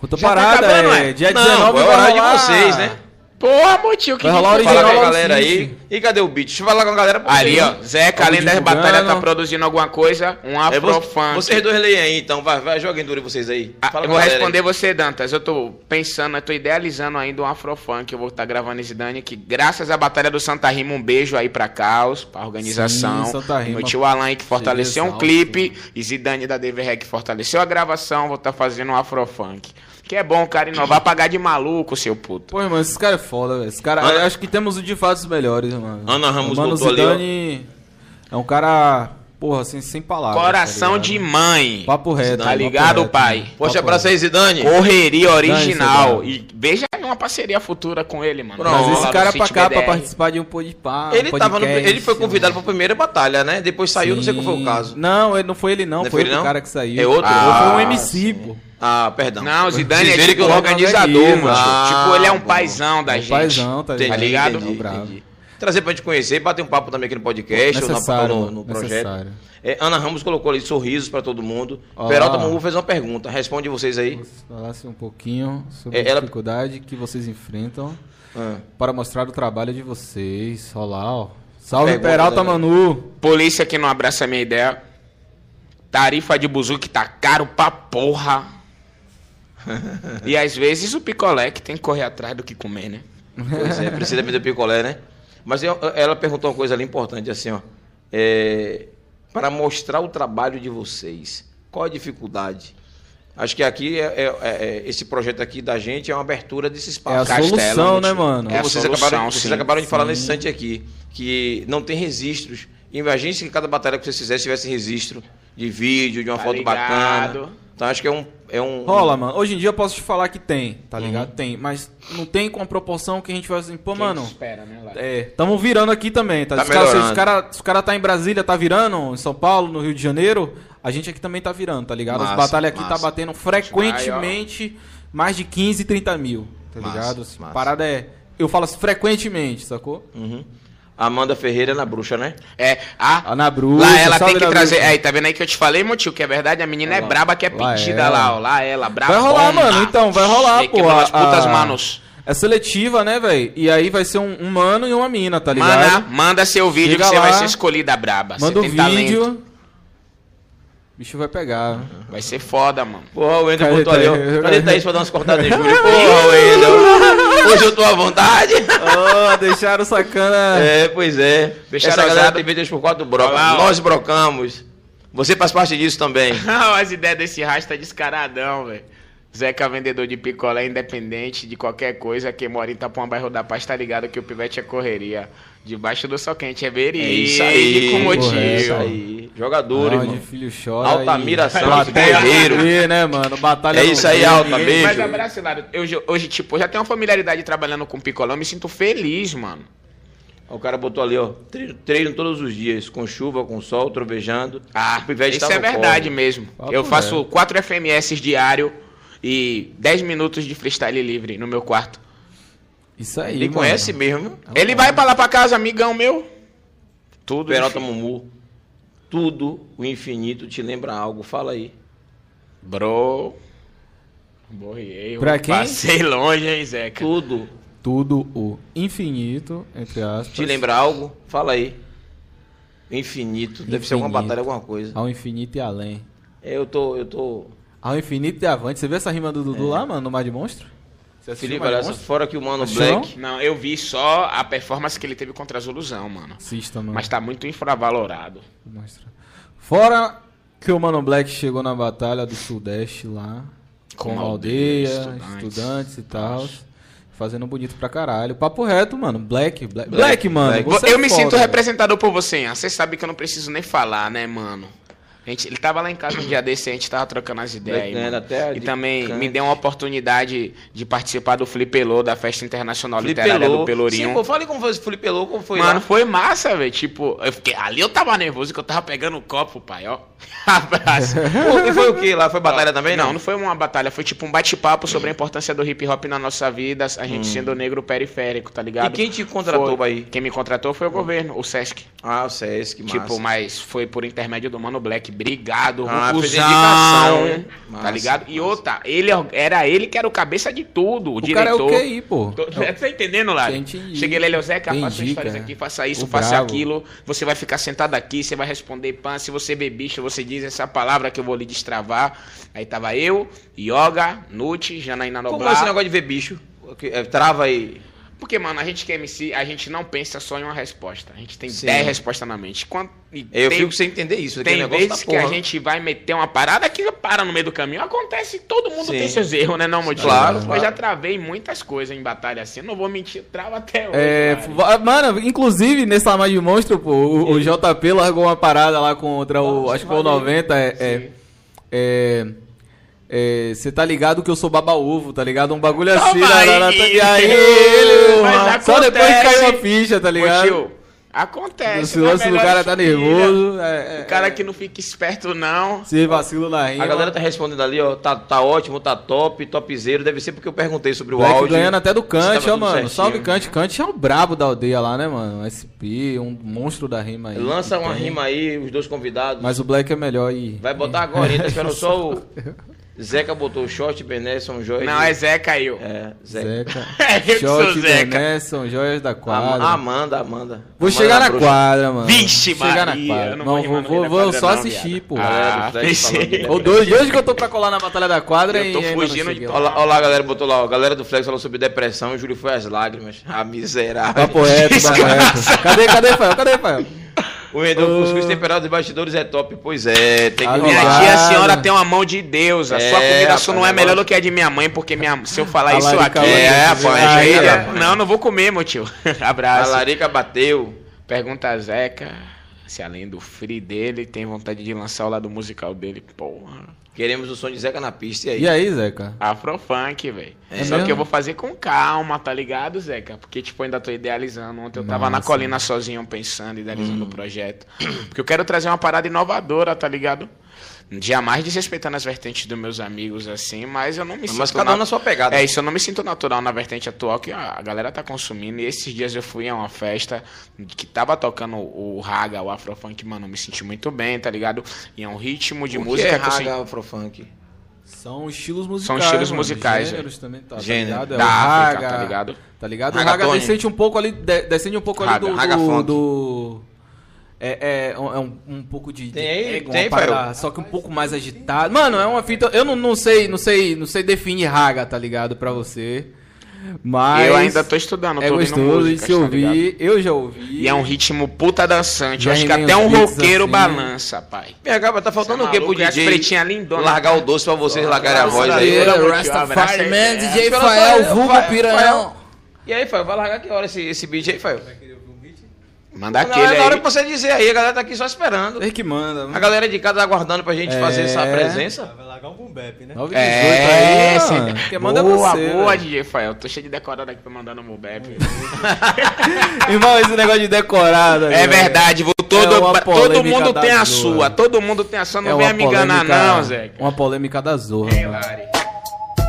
[SPEAKER 5] Conta
[SPEAKER 2] Já tá
[SPEAKER 5] parada,
[SPEAKER 2] acabando,
[SPEAKER 5] é.
[SPEAKER 2] é?
[SPEAKER 5] Dia
[SPEAKER 1] Não,
[SPEAKER 5] 19
[SPEAKER 1] é o
[SPEAKER 5] vai
[SPEAKER 1] horário de
[SPEAKER 5] rolar-
[SPEAKER 1] vocês, né?
[SPEAKER 2] Porra, motivo, que
[SPEAKER 5] Vai rolar
[SPEAKER 2] que-
[SPEAKER 5] Original
[SPEAKER 1] Falar com a
[SPEAKER 5] Lounge
[SPEAKER 1] galera aí.
[SPEAKER 5] City.
[SPEAKER 1] E cadê o beat? Deixa eu falar com a galera. pra
[SPEAKER 2] Ali,
[SPEAKER 1] vocês,
[SPEAKER 2] ó.
[SPEAKER 1] né?
[SPEAKER 2] Zeca, além das
[SPEAKER 5] divulgando.
[SPEAKER 2] batalhas, tá produzindo alguma coisa. Um
[SPEAKER 1] É,
[SPEAKER 2] afrofunk.
[SPEAKER 1] vo- vocês dois leem aí, então. Vai, vai, joguem duro vocês aí.
[SPEAKER 2] Ah,
[SPEAKER 1] Fala
[SPEAKER 2] eu
[SPEAKER 1] com
[SPEAKER 2] vou
[SPEAKER 1] a galera aí.
[SPEAKER 2] responder você, Dantas. Eu tô pensando, eu tô idealizando ainda um afrofunk. Eu vou estar gravando esse Dani que graças à Batalha do Santa Rima, um beijo aí pra Caos, pra organização.
[SPEAKER 5] Sim, Santa Rima.
[SPEAKER 2] Meu tio Alan aí que fortaleceu um
[SPEAKER 5] Exalto.
[SPEAKER 2] clipe. E Zidane da DVR que fortaleceu a gravação. Vou estar fazendo um afrofunk. Que é bom, cara,
[SPEAKER 5] *clears throat*
[SPEAKER 2] inovar, pagar de maluco, seu puto.
[SPEAKER 5] Pô, irmão, esses caras é foda, velho. Esses caras...
[SPEAKER 1] Ana-
[SPEAKER 5] eu Acho que temos de fato os melhores, mano.
[SPEAKER 1] Ana Ramos
[SPEAKER 5] O Mano
[SPEAKER 1] botou ali, ó.
[SPEAKER 5] Zidane é um cara... Porra, sem, sem palavras. tá
[SPEAKER 2] Coração
[SPEAKER 5] ligado?
[SPEAKER 2] de mãe.
[SPEAKER 5] Papo reto. né?
[SPEAKER 2] Tá ligado, pai?
[SPEAKER 1] Forte abraço aí, Zidane.
[SPEAKER 2] Correria original.
[SPEAKER 5] Dane-se,
[SPEAKER 2] E veja uma parceria futura com ele, mano.
[SPEAKER 1] Pronto.
[SPEAKER 2] Lá
[SPEAKER 5] Mas
[SPEAKER 2] do
[SPEAKER 5] esse cara é pra
[SPEAKER 2] City
[SPEAKER 5] cá, pra
[SPEAKER 2] BDR.
[SPEAKER 5] participar de um podpar,
[SPEAKER 1] Ele, tava no- ele foi convidado pra primeira batalha, né? Depois saiu, não sei qual foi o caso.
[SPEAKER 5] Não, ele não foi ele não,
[SPEAKER 1] Não
[SPEAKER 5] foi
[SPEAKER 1] foi ele,
[SPEAKER 5] outro
[SPEAKER 1] não?
[SPEAKER 5] cara que saiu.
[SPEAKER 1] É outro?
[SPEAKER 5] Ah, foi um
[SPEAKER 2] Ah,
[SPEAKER 5] MC, pô.
[SPEAKER 1] Ah, perdão.
[SPEAKER 2] Não, o Zidane é
[SPEAKER 1] Vocês verem
[SPEAKER 2] tipo
[SPEAKER 1] que eu
[SPEAKER 2] um
[SPEAKER 1] não
[SPEAKER 2] organizador,
[SPEAKER 5] organizo.
[SPEAKER 2] mano.
[SPEAKER 1] Ah,
[SPEAKER 2] tipo, ele é um
[SPEAKER 1] bom.
[SPEAKER 2] paizão da
[SPEAKER 5] É um
[SPEAKER 2] gente.
[SPEAKER 5] paizão, tá
[SPEAKER 1] Entendi,
[SPEAKER 2] tá ligado?
[SPEAKER 1] entendi,
[SPEAKER 5] Não, bravo.
[SPEAKER 1] entendi. Trazer pra gente conhecer, bater um papo também aqui no podcast, ou na-
[SPEAKER 5] Necessário,
[SPEAKER 1] no,
[SPEAKER 5] mano,
[SPEAKER 1] no projeto.
[SPEAKER 5] necessário.
[SPEAKER 1] É, Ana Ramos colocou ali sorrisos pra todo mundo.
[SPEAKER 5] Ó.
[SPEAKER 1] Peralta Mungu fez uma pergunta, responde vocês aí.
[SPEAKER 5] Falasse um pouquinho sobre
[SPEAKER 1] É,
[SPEAKER 5] a
[SPEAKER 1] ela-
[SPEAKER 5] dificuldade que vocês enfrentam
[SPEAKER 1] Ah.
[SPEAKER 5] para mostrar o trabalho de vocês. Olha lá, ó. Salve,
[SPEAKER 1] Pergunta,
[SPEAKER 5] Peralta
[SPEAKER 1] né,
[SPEAKER 5] Manu.
[SPEAKER 2] Polícia que não abraça a minha ideia. Tarifa de buzu que tá caro pra
[SPEAKER 5] *laughs*
[SPEAKER 2] porra. e às vezes o picolé que tem que correr atrás do que comer, né?
[SPEAKER 1] Pois é, precisa me do picolé, né? Mas eu- ela perguntou uma coisa ali importante, assim, ó. É, para mostrar o trabalho de vocês, qual a dificuldade? Acho que aqui, é, é- é- esse projeto aqui da gente é uma abertura desse
[SPEAKER 5] É a
[SPEAKER 1] espaço.
[SPEAKER 5] solução, né,
[SPEAKER 2] Monte-
[SPEAKER 5] mano?
[SPEAKER 2] É a
[SPEAKER 1] vocês
[SPEAKER 2] solução,
[SPEAKER 1] acabaram, vocês
[SPEAKER 2] sim,
[SPEAKER 1] acabaram de falar
[SPEAKER 5] sim.
[SPEAKER 1] nesse instante aqui, que não tem registros. Imagine se que cada batalha que vocês fizessem tivesse registro de vídeo, de uma
[SPEAKER 2] Tá
[SPEAKER 1] foto
[SPEAKER 2] ligado.
[SPEAKER 1] bacana. Então acho que é um. É um
[SPEAKER 5] Rola, mano. Hoje em dia eu posso te falar que tem, tá
[SPEAKER 1] Uhum.
[SPEAKER 5] ligado? Tem, mas não tem com a proporção que a gente vai assim, pô, mano.
[SPEAKER 2] Espera, né, lá.
[SPEAKER 5] É, tamo virando aqui também, tá?
[SPEAKER 1] Tá
[SPEAKER 5] os caras
[SPEAKER 1] melhorando.
[SPEAKER 5] os cara, os cara tá em Brasília, tá virando, em São Paulo, no Rio de Janeiro, a gente aqui também tá virando, tá ligado?
[SPEAKER 1] Massa,
[SPEAKER 5] As batalhas aqui tá
[SPEAKER 1] massa.
[SPEAKER 5] batendo frequentemente mais de 15, 30 mil, tá
[SPEAKER 1] Massa,
[SPEAKER 5] ligado? Assim,
[SPEAKER 1] massa.
[SPEAKER 5] Parada é. Eu falo assim, frequentemente, sacou?
[SPEAKER 1] Uhum. Amanda Ferreira na bruxa, né?
[SPEAKER 2] É, a.
[SPEAKER 5] Ana Bruxa.
[SPEAKER 2] Lá ela
[SPEAKER 5] salve,
[SPEAKER 2] tem que
[SPEAKER 5] Ana
[SPEAKER 2] trazer.
[SPEAKER 5] Bruxa.
[SPEAKER 2] Aí, tá vendo aí que eu te falei, motivo, que é verdade? A menina é braba que é
[SPEAKER 5] Lá
[SPEAKER 2] pedida
[SPEAKER 5] ela.
[SPEAKER 2] lá, ó. Lá ela, braba.
[SPEAKER 5] Vai rolar, mano, então, vai rolar, pô.
[SPEAKER 2] Quebrou as
[SPEAKER 5] a-
[SPEAKER 2] putas
[SPEAKER 5] a-
[SPEAKER 2] manos.
[SPEAKER 5] É seletiva, né, velho? E aí vai ser um, um mano e uma mina, tá ligado?
[SPEAKER 2] Mana, manda seu vídeo
[SPEAKER 5] Chega
[SPEAKER 2] que você vai
[SPEAKER 5] lá,
[SPEAKER 2] ser escolhida braba. Você
[SPEAKER 5] Manda o
[SPEAKER 2] tem talento.
[SPEAKER 5] vídeo. O bicho vai pegar.
[SPEAKER 2] Vai ser foda, mano. *laughs*
[SPEAKER 1] Porra, o Wendel
[SPEAKER 5] Cadê
[SPEAKER 1] botou ali, ó.
[SPEAKER 5] Thaís?
[SPEAKER 1] Cadê tá Thaís pra dar umas cortadas de *laughs* Júlio? Porra, Wendel. Hoje eu tô à vontade.
[SPEAKER 5] *laughs* Ó, deixaram sacana.
[SPEAKER 1] É, pois é.
[SPEAKER 2] Deixaram
[SPEAKER 1] Essa galera
[SPEAKER 2] ousado.
[SPEAKER 1] tem 3x4 broca.
[SPEAKER 2] Olha lá, ó.
[SPEAKER 1] Nós brocamos. Você faz parte disso também.
[SPEAKER 2] Ah, As ideias desse rastro tá descaradão, velho. Zeca, vendedor de picolé, independente de qualquer coisa, quem mora em Itapuã, bairro da Paz, tá ligado que o pivete é correria. Debaixo do sol quente é veria.
[SPEAKER 1] É isso aí,
[SPEAKER 2] com
[SPEAKER 1] porra,
[SPEAKER 2] motivo.
[SPEAKER 1] é isso aí. Jogador,
[SPEAKER 5] Onde
[SPEAKER 1] irmão.
[SPEAKER 5] filho chora.
[SPEAKER 1] Altamira Santos,
[SPEAKER 5] Plateia
[SPEAKER 1] guerreiro.
[SPEAKER 5] aí, né, mano? Batalha
[SPEAKER 1] É
[SPEAKER 5] no
[SPEAKER 1] isso aí,
[SPEAKER 5] peito.
[SPEAKER 1] Alta,
[SPEAKER 2] Mas
[SPEAKER 1] beijo.
[SPEAKER 2] abraço, Hilário. Eu jo- Hoje, tipo, eu já tenho uma familiaridade trabalhando com picolé, eu me sinto feliz, mano.
[SPEAKER 1] O cara botou ali, ó. tre- Treino todos os dias, com chuva, com sol, trovejando.
[SPEAKER 2] Ah,
[SPEAKER 1] O pivete
[SPEAKER 2] isso
[SPEAKER 1] tá
[SPEAKER 2] é
[SPEAKER 1] no colo.
[SPEAKER 2] verdade mesmo.
[SPEAKER 5] Papo
[SPEAKER 2] eu faço 4 FMS diário e 10 minutos de freestyle livre no meu quarto.
[SPEAKER 5] Isso aí,
[SPEAKER 1] Ele
[SPEAKER 5] mano.
[SPEAKER 1] conhece mesmo.
[SPEAKER 5] Ah,
[SPEAKER 2] Ele vai pra lá pra casa, amigão meu. Tudo.
[SPEAKER 1] Peralta
[SPEAKER 2] enfim.
[SPEAKER 1] Mumu. Tudo o infinito te lembra algo. Fala aí.
[SPEAKER 2] Bro. Borriei. eu
[SPEAKER 5] Pra quem?
[SPEAKER 2] Passei longe, hein, Zeca.
[SPEAKER 1] Tudo
[SPEAKER 5] Tudo o infinito, entre aspas.
[SPEAKER 1] te lembra algo. Fala aí. O Infinito. Deve ser alguma
[SPEAKER 5] Infinito.
[SPEAKER 1] batalha, alguma coisa.
[SPEAKER 5] Ao infinito e além.
[SPEAKER 1] Eu tô, eu tô.
[SPEAKER 5] Ao infinito e avante. Você viu essa rima do Dudu lá, mano, no Mar de Monstro? Você assistiu
[SPEAKER 1] É. Felipe,
[SPEAKER 5] Mar de
[SPEAKER 1] olha só,
[SPEAKER 5] Monstro?
[SPEAKER 1] fora que o Mano
[SPEAKER 5] Assistiu,
[SPEAKER 1] Black.
[SPEAKER 2] Não, eu vi só a performance que ele teve contra a Zolusão, mano.
[SPEAKER 5] Assista, mano.
[SPEAKER 2] Mas tá muito infravalorado.
[SPEAKER 5] Mostra. Fora que o Mano Black chegou na Batalha do Sudeste lá.
[SPEAKER 2] Com
[SPEAKER 5] Com, a
[SPEAKER 2] aldeia,
[SPEAKER 5] aldeia,
[SPEAKER 2] estudantes.
[SPEAKER 5] estudantes, e tal. Fazendo bonito pra caralho. Papo reto, mano. Black, Black, Black, mano.
[SPEAKER 1] Black.
[SPEAKER 5] você
[SPEAKER 2] eu
[SPEAKER 5] é
[SPEAKER 2] me
[SPEAKER 5] foda,
[SPEAKER 2] sinto
[SPEAKER 1] né?
[SPEAKER 5] velho.
[SPEAKER 2] representado por você, hein? Ah, Você sabe que eu não preciso nem falar, né, mano? A Gente, ele tava lá em casa um dia desse, a gente tava trocando as ideias. aí,
[SPEAKER 1] ganhando
[SPEAKER 2] mano.
[SPEAKER 1] até de
[SPEAKER 2] e também
[SPEAKER 1] Kant.
[SPEAKER 2] me deu uma oportunidade de participar do Flipelô, da Festa Internacional Literária do Pelourinho.
[SPEAKER 1] Sim, pô, fale como foi esse Felipe Pelô, como foi
[SPEAKER 2] Mano,
[SPEAKER 1] lá.
[SPEAKER 2] foi massa, velho. Tipo, eu fiquei, ali eu tava nervoso que eu tava pegando o copo, pai, ó. *laughs* Abraço.
[SPEAKER 1] Pô, e foi o que lá? Foi batalha também?
[SPEAKER 2] Não,
[SPEAKER 1] Não.
[SPEAKER 2] não, foi uma batalha, foi tipo um bate-papo sobre a importância do hip hop na nossa vida, a gente sendo negro periférico, tá
[SPEAKER 1] Hum. e
[SPEAKER 2] ligado?
[SPEAKER 1] quem te contratou,
[SPEAKER 2] Foi-
[SPEAKER 1] Bahia?
[SPEAKER 2] Quem me contratou foi o governo, o Sesc.
[SPEAKER 1] Ah, o Sesc, massa.
[SPEAKER 2] Tipo, mas foi por intermédio do Mano Black. Obrigado,
[SPEAKER 1] Ah, fez
[SPEAKER 2] Rufusão,
[SPEAKER 1] indicação, hein? Massa,
[SPEAKER 2] Tá ligado? E
[SPEAKER 1] massa.
[SPEAKER 2] outra, ele or- era ele que era o cabeça de tudo, o,
[SPEAKER 5] O
[SPEAKER 2] diretor.
[SPEAKER 5] cara é o QI, pô.
[SPEAKER 2] Tô-
[SPEAKER 1] É
[SPEAKER 2] tá entendendo, Lari?
[SPEAKER 5] Entendi.
[SPEAKER 2] Cheguei lá, ele, ó, Zeca,
[SPEAKER 5] Entendi,
[SPEAKER 2] faça histórias
[SPEAKER 5] cara.
[SPEAKER 2] aqui, faça isso,
[SPEAKER 5] O
[SPEAKER 2] faça
[SPEAKER 5] brabo.
[SPEAKER 2] aquilo. Você vai ficar sentado aqui, você vai responder pan. Se você beber bicho, você diz essa palavra que eu vou lhe destravar. Aí tava eu, Yoga, Nute, Janaína
[SPEAKER 1] Como
[SPEAKER 2] Noblar.
[SPEAKER 1] é esse negócio de ver bicho? Que- é, Trava aí.
[SPEAKER 2] Porque, mano, a gente que é MC, a gente não pensa só em uma resposta. A gente tem
[SPEAKER 1] Sim.
[SPEAKER 2] 10 respostas na mente. Quando, e
[SPEAKER 1] Eu
[SPEAKER 2] tem-
[SPEAKER 1] fico sem entender isso.
[SPEAKER 5] é
[SPEAKER 1] aquele
[SPEAKER 2] Tem
[SPEAKER 1] negócio
[SPEAKER 2] vezes
[SPEAKER 1] da
[SPEAKER 2] que a
[SPEAKER 1] porra.
[SPEAKER 2] gente vai meter uma parada que para no meio do caminho. Acontece, todo mundo
[SPEAKER 1] Sim.
[SPEAKER 2] tem seus erros, né, não, Montinho?
[SPEAKER 1] Claro,
[SPEAKER 2] Eu
[SPEAKER 1] claro.
[SPEAKER 2] já travei muitas coisas em batalha assim, eu não vou mentir, eu travo até hoje.
[SPEAKER 5] É,
[SPEAKER 2] cara.
[SPEAKER 5] va- mano, inclusive nessa mais de monstro, pô, o, o JP largou uma parada lá contra o. Acho que foi o 90. É. é- é- é, Você tá ligado que eu sou baba-ovo, tá ligado? Um bagulho
[SPEAKER 2] Toma
[SPEAKER 5] assim,
[SPEAKER 2] aí.
[SPEAKER 5] lá, lá, tá- e aí, ele,
[SPEAKER 2] Mas
[SPEAKER 5] mano, só
[SPEAKER 2] acontece.
[SPEAKER 5] depois que caiu a ficha, tá ligado?
[SPEAKER 2] Montinho, acontece.
[SPEAKER 5] Esse
[SPEAKER 2] não é
[SPEAKER 5] lance do
[SPEAKER 2] melhor
[SPEAKER 5] cara tá
[SPEAKER 2] escolha.
[SPEAKER 5] nervoso. é, é,
[SPEAKER 2] O cara que não fica esperto, não.
[SPEAKER 5] Se vacilo na rima.
[SPEAKER 1] A galera tá respondendo ali, ó. Tá, tá ótimo, tá top, topzero. Deve ser porque eu perguntei sobre o
[SPEAKER 5] Black
[SPEAKER 1] áudio.
[SPEAKER 5] ganhando até do
[SPEAKER 1] Tava
[SPEAKER 5] Kant, ó,
[SPEAKER 1] tudo
[SPEAKER 5] mano.
[SPEAKER 1] certinho.
[SPEAKER 2] né?
[SPEAKER 5] Salve Kant. Kant é o brabo da aldeia lá, né, mano? SP, um monstro da rima aí.
[SPEAKER 1] Lança
[SPEAKER 5] que
[SPEAKER 1] uma
[SPEAKER 5] tem.
[SPEAKER 1] rima aí, os dois convidados.
[SPEAKER 5] Mas o Black é melhor e.
[SPEAKER 1] Vai botar agora, tá esperando só o. Zeca botou o short, Bené, São Jorge.
[SPEAKER 2] Não, é Zé caiu.
[SPEAKER 1] É, Zeca.
[SPEAKER 5] Zeca.
[SPEAKER 2] *laughs* Eu É, que sou
[SPEAKER 5] Shot da
[SPEAKER 2] Zeca.
[SPEAKER 5] Nelson, joias da quadra.
[SPEAKER 1] Ama- Amanda, Amanda.
[SPEAKER 5] vou
[SPEAKER 1] Amanda
[SPEAKER 5] chegar na
[SPEAKER 1] Bruxa.
[SPEAKER 5] quadra, mano.
[SPEAKER 2] Vixe,
[SPEAKER 5] Vou chegar
[SPEAKER 2] Maria,
[SPEAKER 5] na quadra.
[SPEAKER 2] eu não
[SPEAKER 5] Não,
[SPEAKER 2] vou
[SPEAKER 5] vou,
[SPEAKER 2] rimar
[SPEAKER 5] vou,
[SPEAKER 2] no meio da
[SPEAKER 5] vou
[SPEAKER 2] quadra
[SPEAKER 5] só
[SPEAKER 2] não,
[SPEAKER 5] assistir,
[SPEAKER 2] viado.
[SPEAKER 5] pô.
[SPEAKER 1] Galera
[SPEAKER 2] Ah,
[SPEAKER 1] do
[SPEAKER 2] *laughs*
[SPEAKER 1] Flash
[SPEAKER 2] pensei.
[SPEAKER 1] falando de
[SPEAKER 5] Ou dois, hoje que eu tô pra colar na batalha da quadra
[SPEAKER 2] Eu tô
[SPEAKER 5] e ainda não
[SPEAKER 2] fugindo de
[SPEAKER 5] cheguei lá.
[SPEAKER 1] Olha lá, olha lá, a galera botou lá, ó. A galera do Flex falou sobre depressão e o Júlio foi às lágrimas. Ah, miserável.
[SPEAKER 2] *laughs*
[SPEAKER 5] Papo reto, papo reto. tá Cadê, cadê, Fael? Cadê, Fael?
[SPEAKER 1] O Endor, cuscuz temperado dos bastidores é top. Pois é, tem que
[SPEAKER 5] Ah,
[SPEAKER 2] Minha
[SPEAKER 5] Olá.
[SPEAKER 2] tia, a senhora tem uma mão de Deus. A sua
[SPEAKER 1] É,
[SPEAKER 2] comida só não é
[SPEAKER 1] rapaz,
[SPEAKER 2] melhor
[SPEAKER 1] agora-
[SPEAKER 2] do que a de minha mãe, porque minha, se eu falar
[SPEAKER 5] A
[SPEAKER 2] isso
[SPEAKER 5] larica
[SPEAKER 2] aqui.
[SPEAKER 5] hoje,
[SPEAKER 2] É,
[SPEAKER 5] né?
[SPEAKER 2] pô,
[SPEAKER 1] Aí,
[SPEAKER 2] aí, é-
[SPEAKER 1] rapaz.
[SPEAKER 2] Não, não vou comer, meu tio. *laughs*
[SPEAKER 1] A
[SPEAKER 2] Abraço.
[SPEAKER 1] larica bateu.
[SPEAKER 2] Pergunta a Zeca se além do free dele, tem vontade de lançar o lado musical dele. Porra.
[SPEAKER 1] Queremos o som de Zeca na pista. E aí?
[SPEAKER 5] E é aí, Zeca?
[SPEAKER 2] Afrofunk, velho.
[SPEAKER 1] É
[SPEAKER 2] Só
[SPEAKER 5] mesmo?
[SPEAKER 2] que eu vou fazer com calma, tá ligado, Zeca? Porque, tipo, eu ainda tô idealizando. Ontem eu tava na
[SPEAKER 5] Massa.
[SPEAKER 2] colina sozinho pensando, idealizando
[SPEAKER 1] Hum.
[SPEAKER 2] o projeto. Porque eu quero trazer uma parada inovadora, tá ligado? Jamais desrespeitando as vertentes dos meus amigos, assim, mas eu não me
[SPEAKER 1] Mas cada um
[SPEAKER 2] na-
[SPEAKER 1] na sua pegada.
[SPEAKER 2] é isso, eu não me sinto natural na vertente atual que a a galera tá consumindo. E esses dias eu fui a uma festa que tava tocando o raga, o afrofunk, mano, eu me senti muito bem, tá ligado? E é um ritmo de
[SPEAKER 1] O que
[SPEAKER 2] música
[SPEAKER 1] é
[SPEAKER 2] que eu
[SPEAKER 1] raga
[SPEAKER 2] sinto-
[SPEAKER 1] afrofunk.
[SPEAKER 5] São estilos musicais.
[SPEAKER 2] estilos
[SPEAKER 5] mano.
[SPEAKER 2] musicais,
[SPEAKER 5] Gêneros também tá, tá
[SPEAKER 1] Gênero.
[SPEAKER 5] ligado? É
[SPEAKER 2] da
[SPEAKER 5] o
[SPEAKER 2] África,
[SPEAKER 5] raga,
[SPEAKER 2] tá ligado?
[SPEAKER 5] Tá ligado? O
[SPEAKER 1] Ragatone.
[SPEAKER 5] raga descende um pouco ali, de- descende um pouco
[SPEAKER 1] Raga,
[SPEAKER 5] ali do-
[SPEAKER 1] raga
[SPEAKER 5] do,
[SPEAKER 1] funk.
[SPEAKER 5] do- é, é um, é um- um pouco de, de
[SPEAKER 1] Tem aí?
[SPEAKER 5] uma
[SPEAKER 1] Tem,
[SPEAKER 5] parada,
[SPEAKER 1] Fael?
[SPEAKER 5] só que um pouco mais agitado. Mano, é uma fita, eu não, não sei, não sei, não sei definir raga, tá ligado, pra você. Mas
[SPEAKER 2] eu ainda tô estudando,
[SPEAKER 5] é
[SPEAKER 2] tô ouvindo
[SPEAKER 5] gostoso de
[SPEAKER 2] músicas,
[SPEAKER 5] se
[SPEAKER 2] tá ligado?
[SPEAKER 5] ouvir. eu já ouvi.
[SPEAKER 2] E é um ritmo puta dançante. Eu
[SPEAKER 5] Já
[SPEAKER 2] acho que
[SPEAKER 5] rimei
[SPEAKER 2] até
[SPEAKER 5] uns
[SPEAKER 2] um
[SPEAKER 5] beats
[SPEAKER 2] roqueiro
[SPEAKER 5] assim.
[SPEAKER 2] balança, pai.
[SPEAKER 1] PH, mas tá faltando o quê pro
[SPEAKER 2] Maluco, e as
[SPEAKER 1] DJ
[SPEAKER 2] pretinhas né? lindonas.
[SPEAKER 1] largar o doce pra vocês largarem a
[SPEAKER 2] Nossa,
[SPEAKER 1] voz
[SPEAKER 2] eu-
[SPEAKER 1] aí?
[SPEAKER 2] Pelo amor de Deus, abraça
[SPEAKER 5] Rastafari
[SPEAKER 2] aí,
[SPEAKER 1] né?
[SPEAKER 5] Man,
[SPEAKER 2] é.
[SPEAKER 5] DJ
[SPEAKER 1] Pelo
[SPEAKER 5] Fael,
[SPEAKER 1] amor de
[SPEAKER 5] vulgo
[SPEAKER 1] Deus, Fael,
[SPEAKER 5] piranhão.
[SPEAKER 1] E aí, Fábio, vai largar que hora esse, esse beat aí, Fábio?
[SPEAKER 4] um
[SPEAKER 2] Manda
[SPEAKER 1] Não, é
[SPEAKER 2] aquele
[SPEAKER 1] na hora
[SPEAKER 2] aí.
[SPEAKER 1] que você dizer aí, a galera tá aqui só esperando.
[SPEAKER 5] Ele É que manda.
[SPEAKER 1] A galera de casa tá aguardando pra gente fazer essa
[SPEAKER 5] É.
[SPEAKER 1] presença.
[SPEAKER 4] Vai largar um boom bap, né?
[SPEAKER 5] 9
[SPEAKER 2] É,
[SPEAKER 5] aí,
[SPEAKER 2] sim.
[SPEAKER 5] mano. Quem manda é
[SPEAKER 2] boa,
[SPEAKER 5] você.
[SPEAKER 2] boa,
[SPEAKER 5] velho.
[SPEAKER 2] DJ Fael. Tô cheio de decorado aqui pra mandar no Mubep.
[SPEAKER 5] *laughs*
[SPEAKER 1] *laughs*
[SPEAKER 5] Irmão, esse negócio de decorada.
[SPEAKER 2] É verdade, vou todo,
[SPEAKER 5] É uma
[SPEAKER 2] todo
[SPEAKER 5] polêmica
[SPEAKER 2] mundo
[SPEAKER 5] da
[SPEAKER 2] tem a
[SPEAKER 5] zoa.
[SPEAKER 2] sua. Todo mundo tem a sua. Não
[SPEAKER 5] É uma
[SPEAKER 2] venha me enganar,
[SPEAKER 5] polêmica-
[SPEAKER 2] não, Zé.
[SPEAKER 5] Uma polêmica da zorra.
[SPEAKER 2] É,
[SPEAKER 5] mano.
[SPEAKER 2] Lari.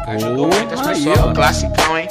[SPEAKER 2] Ajudou muitas
[SPEAKER 5] aí,
[SPEAKER 2] pessoas.
[SPEAKER 5] ó.
[SPEAKER 2] Classicão, hein?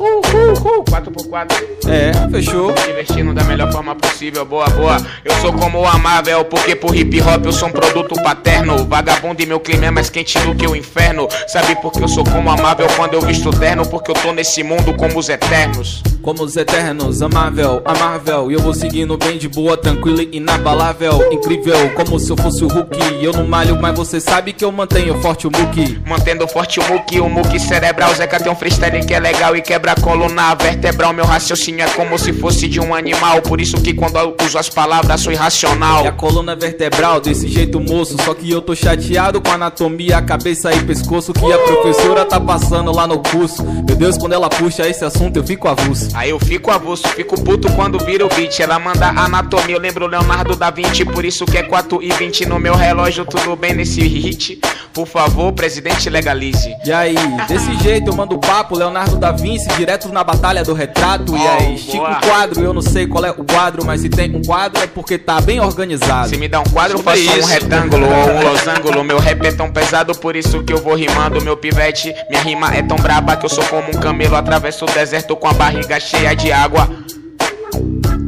[SPEAKER 2] Uhul, 4x4.
[SPEAKER 5] É, fechou.
[SPEAKER 2] me divertindo da melhor forma possível, boa, boa. Eu sou como a Marvel, porque por hip hop eu sou um produto paterno. Vagabundo e meu clima é mais quente do que o inferno. Sabe por que eu sou como a Marvel quando eu visto terno? Porque eu tô nesse mundo como os eternos.
[SPEAKER 5] Como os eternos, amável, amável. E eu vou seguindo bem de boa, tranquilo e inabalável. Incrível, como se eu fosse o Hulk. Eu não malho, mas você sabe que eu mantenho forte o Muki.
[SPEAKER 2] Mantendo forte o muque, o muque cerebral. Zeca tem um freestyle que é legal e quebra a coluna vertebral. Meu raciocínio é como se fosse de um animal. Por isso que quando eu uso as palavras sou irracional.
[SPEAKER 5] E a coluna vertebral, desse jeito moço. Só que eu tô chateado com a anatomia, cabeça e pescoço que a professora tá passando lá no curso. Meu Deus, quando ela puxa esse assunto, eu fico avulso.
[SPEAKER 2] Aí eu fico avulso, fico puto quando vira o beat. Ela manda anatomia, eu lembro Leonardo da Vinci. Por isso que é 4 e 20 no meu relógio, tudo bem nesse hit. Por favor, presidente, legalize.
[SPEAKER 5] E aí, desse jeito eu mando papo, Leonardo da Vinci, direto na batalha do retrato. e aí,
[SPEAKER 2] Oh,
[SPEAKER 5] estica
[SPEAKER 2] boa.
[SPEAKER 5] o quadro, eu não sei qual é o quadro, mas se tem um quadro é porque tá bem organizado.
[SPEAKER 2] Se me dá um quadro, eu
[SPEAKER 1] Sobre
[SPEAKER 2] faço um
[SPEAKER 1] isso.
[SPEAKER 2] retângulo ou um losango. Meu rap é tão pesado, por isso que eu vou rimando. Meu pivete, minha rima é tão braba que eu sou como um camelo. Atravesso o deserto com a barriga cheia de água.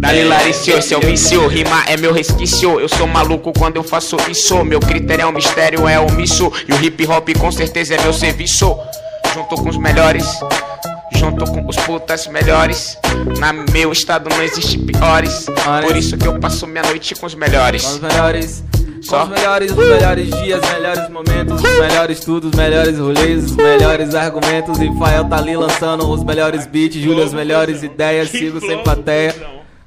[SPEAKER 2] Dali Laricio, esse é o vício, rima é meu resquício. Eu sou maluco quando eu faço isso. Meu critério é um mistério, é omisso. E o hip hop com certeza é meu serviço. Junto com os melhores, junto com os putas melhores. Na meu estado não existe piores. Por isso que eu passo minha noite com os
[SPEAKER 5] Com os
[SPEAKER 2] melhores.
[SPEAKER 5] melhores. Com
[SPEAKER 2] Só.
[SPEAKER 5] os melhores, os melhores dias, melhores momentos, os melhores tudo, os melhores rolês, os melhores argumentos. E Fael tá ali lançando os melhores beats, Júlio, as melhores ideias, sigo sem plateia.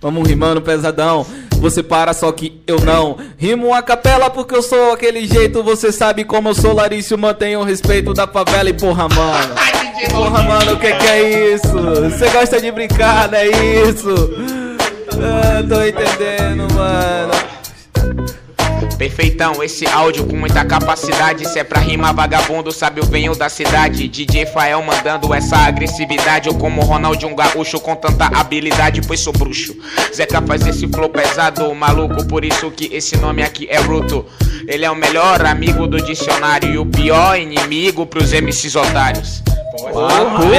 [SPEAKER 5] Vamos rimando pesadão. Você para, só que eu não. Rimo a capela porque eu sou aquele jeito. Você sabe como eu sou, Larício. Mantenho o respeito da favela e porra, mano. Porra, mano, o que, que é isso? Você gosta de brincar, não é isso? Ah, tô entendendo, mano.
[SPEAKER 2] Perfeitão, esse áudio com muita capacidade. Se é pra rimar vagabundo, sabe eu venho da cidade. DJ Fael mandando essa agressividade. Eu como Ronaldinho um gaúcho com tanta habilidade, pois sou bruxo. Zeca faz esse flow pesado, maluco. Por isso que esse nome aqui é Bruto. Ele é o melhor amigo do dicionário e o pior inimigo pros MCs otários.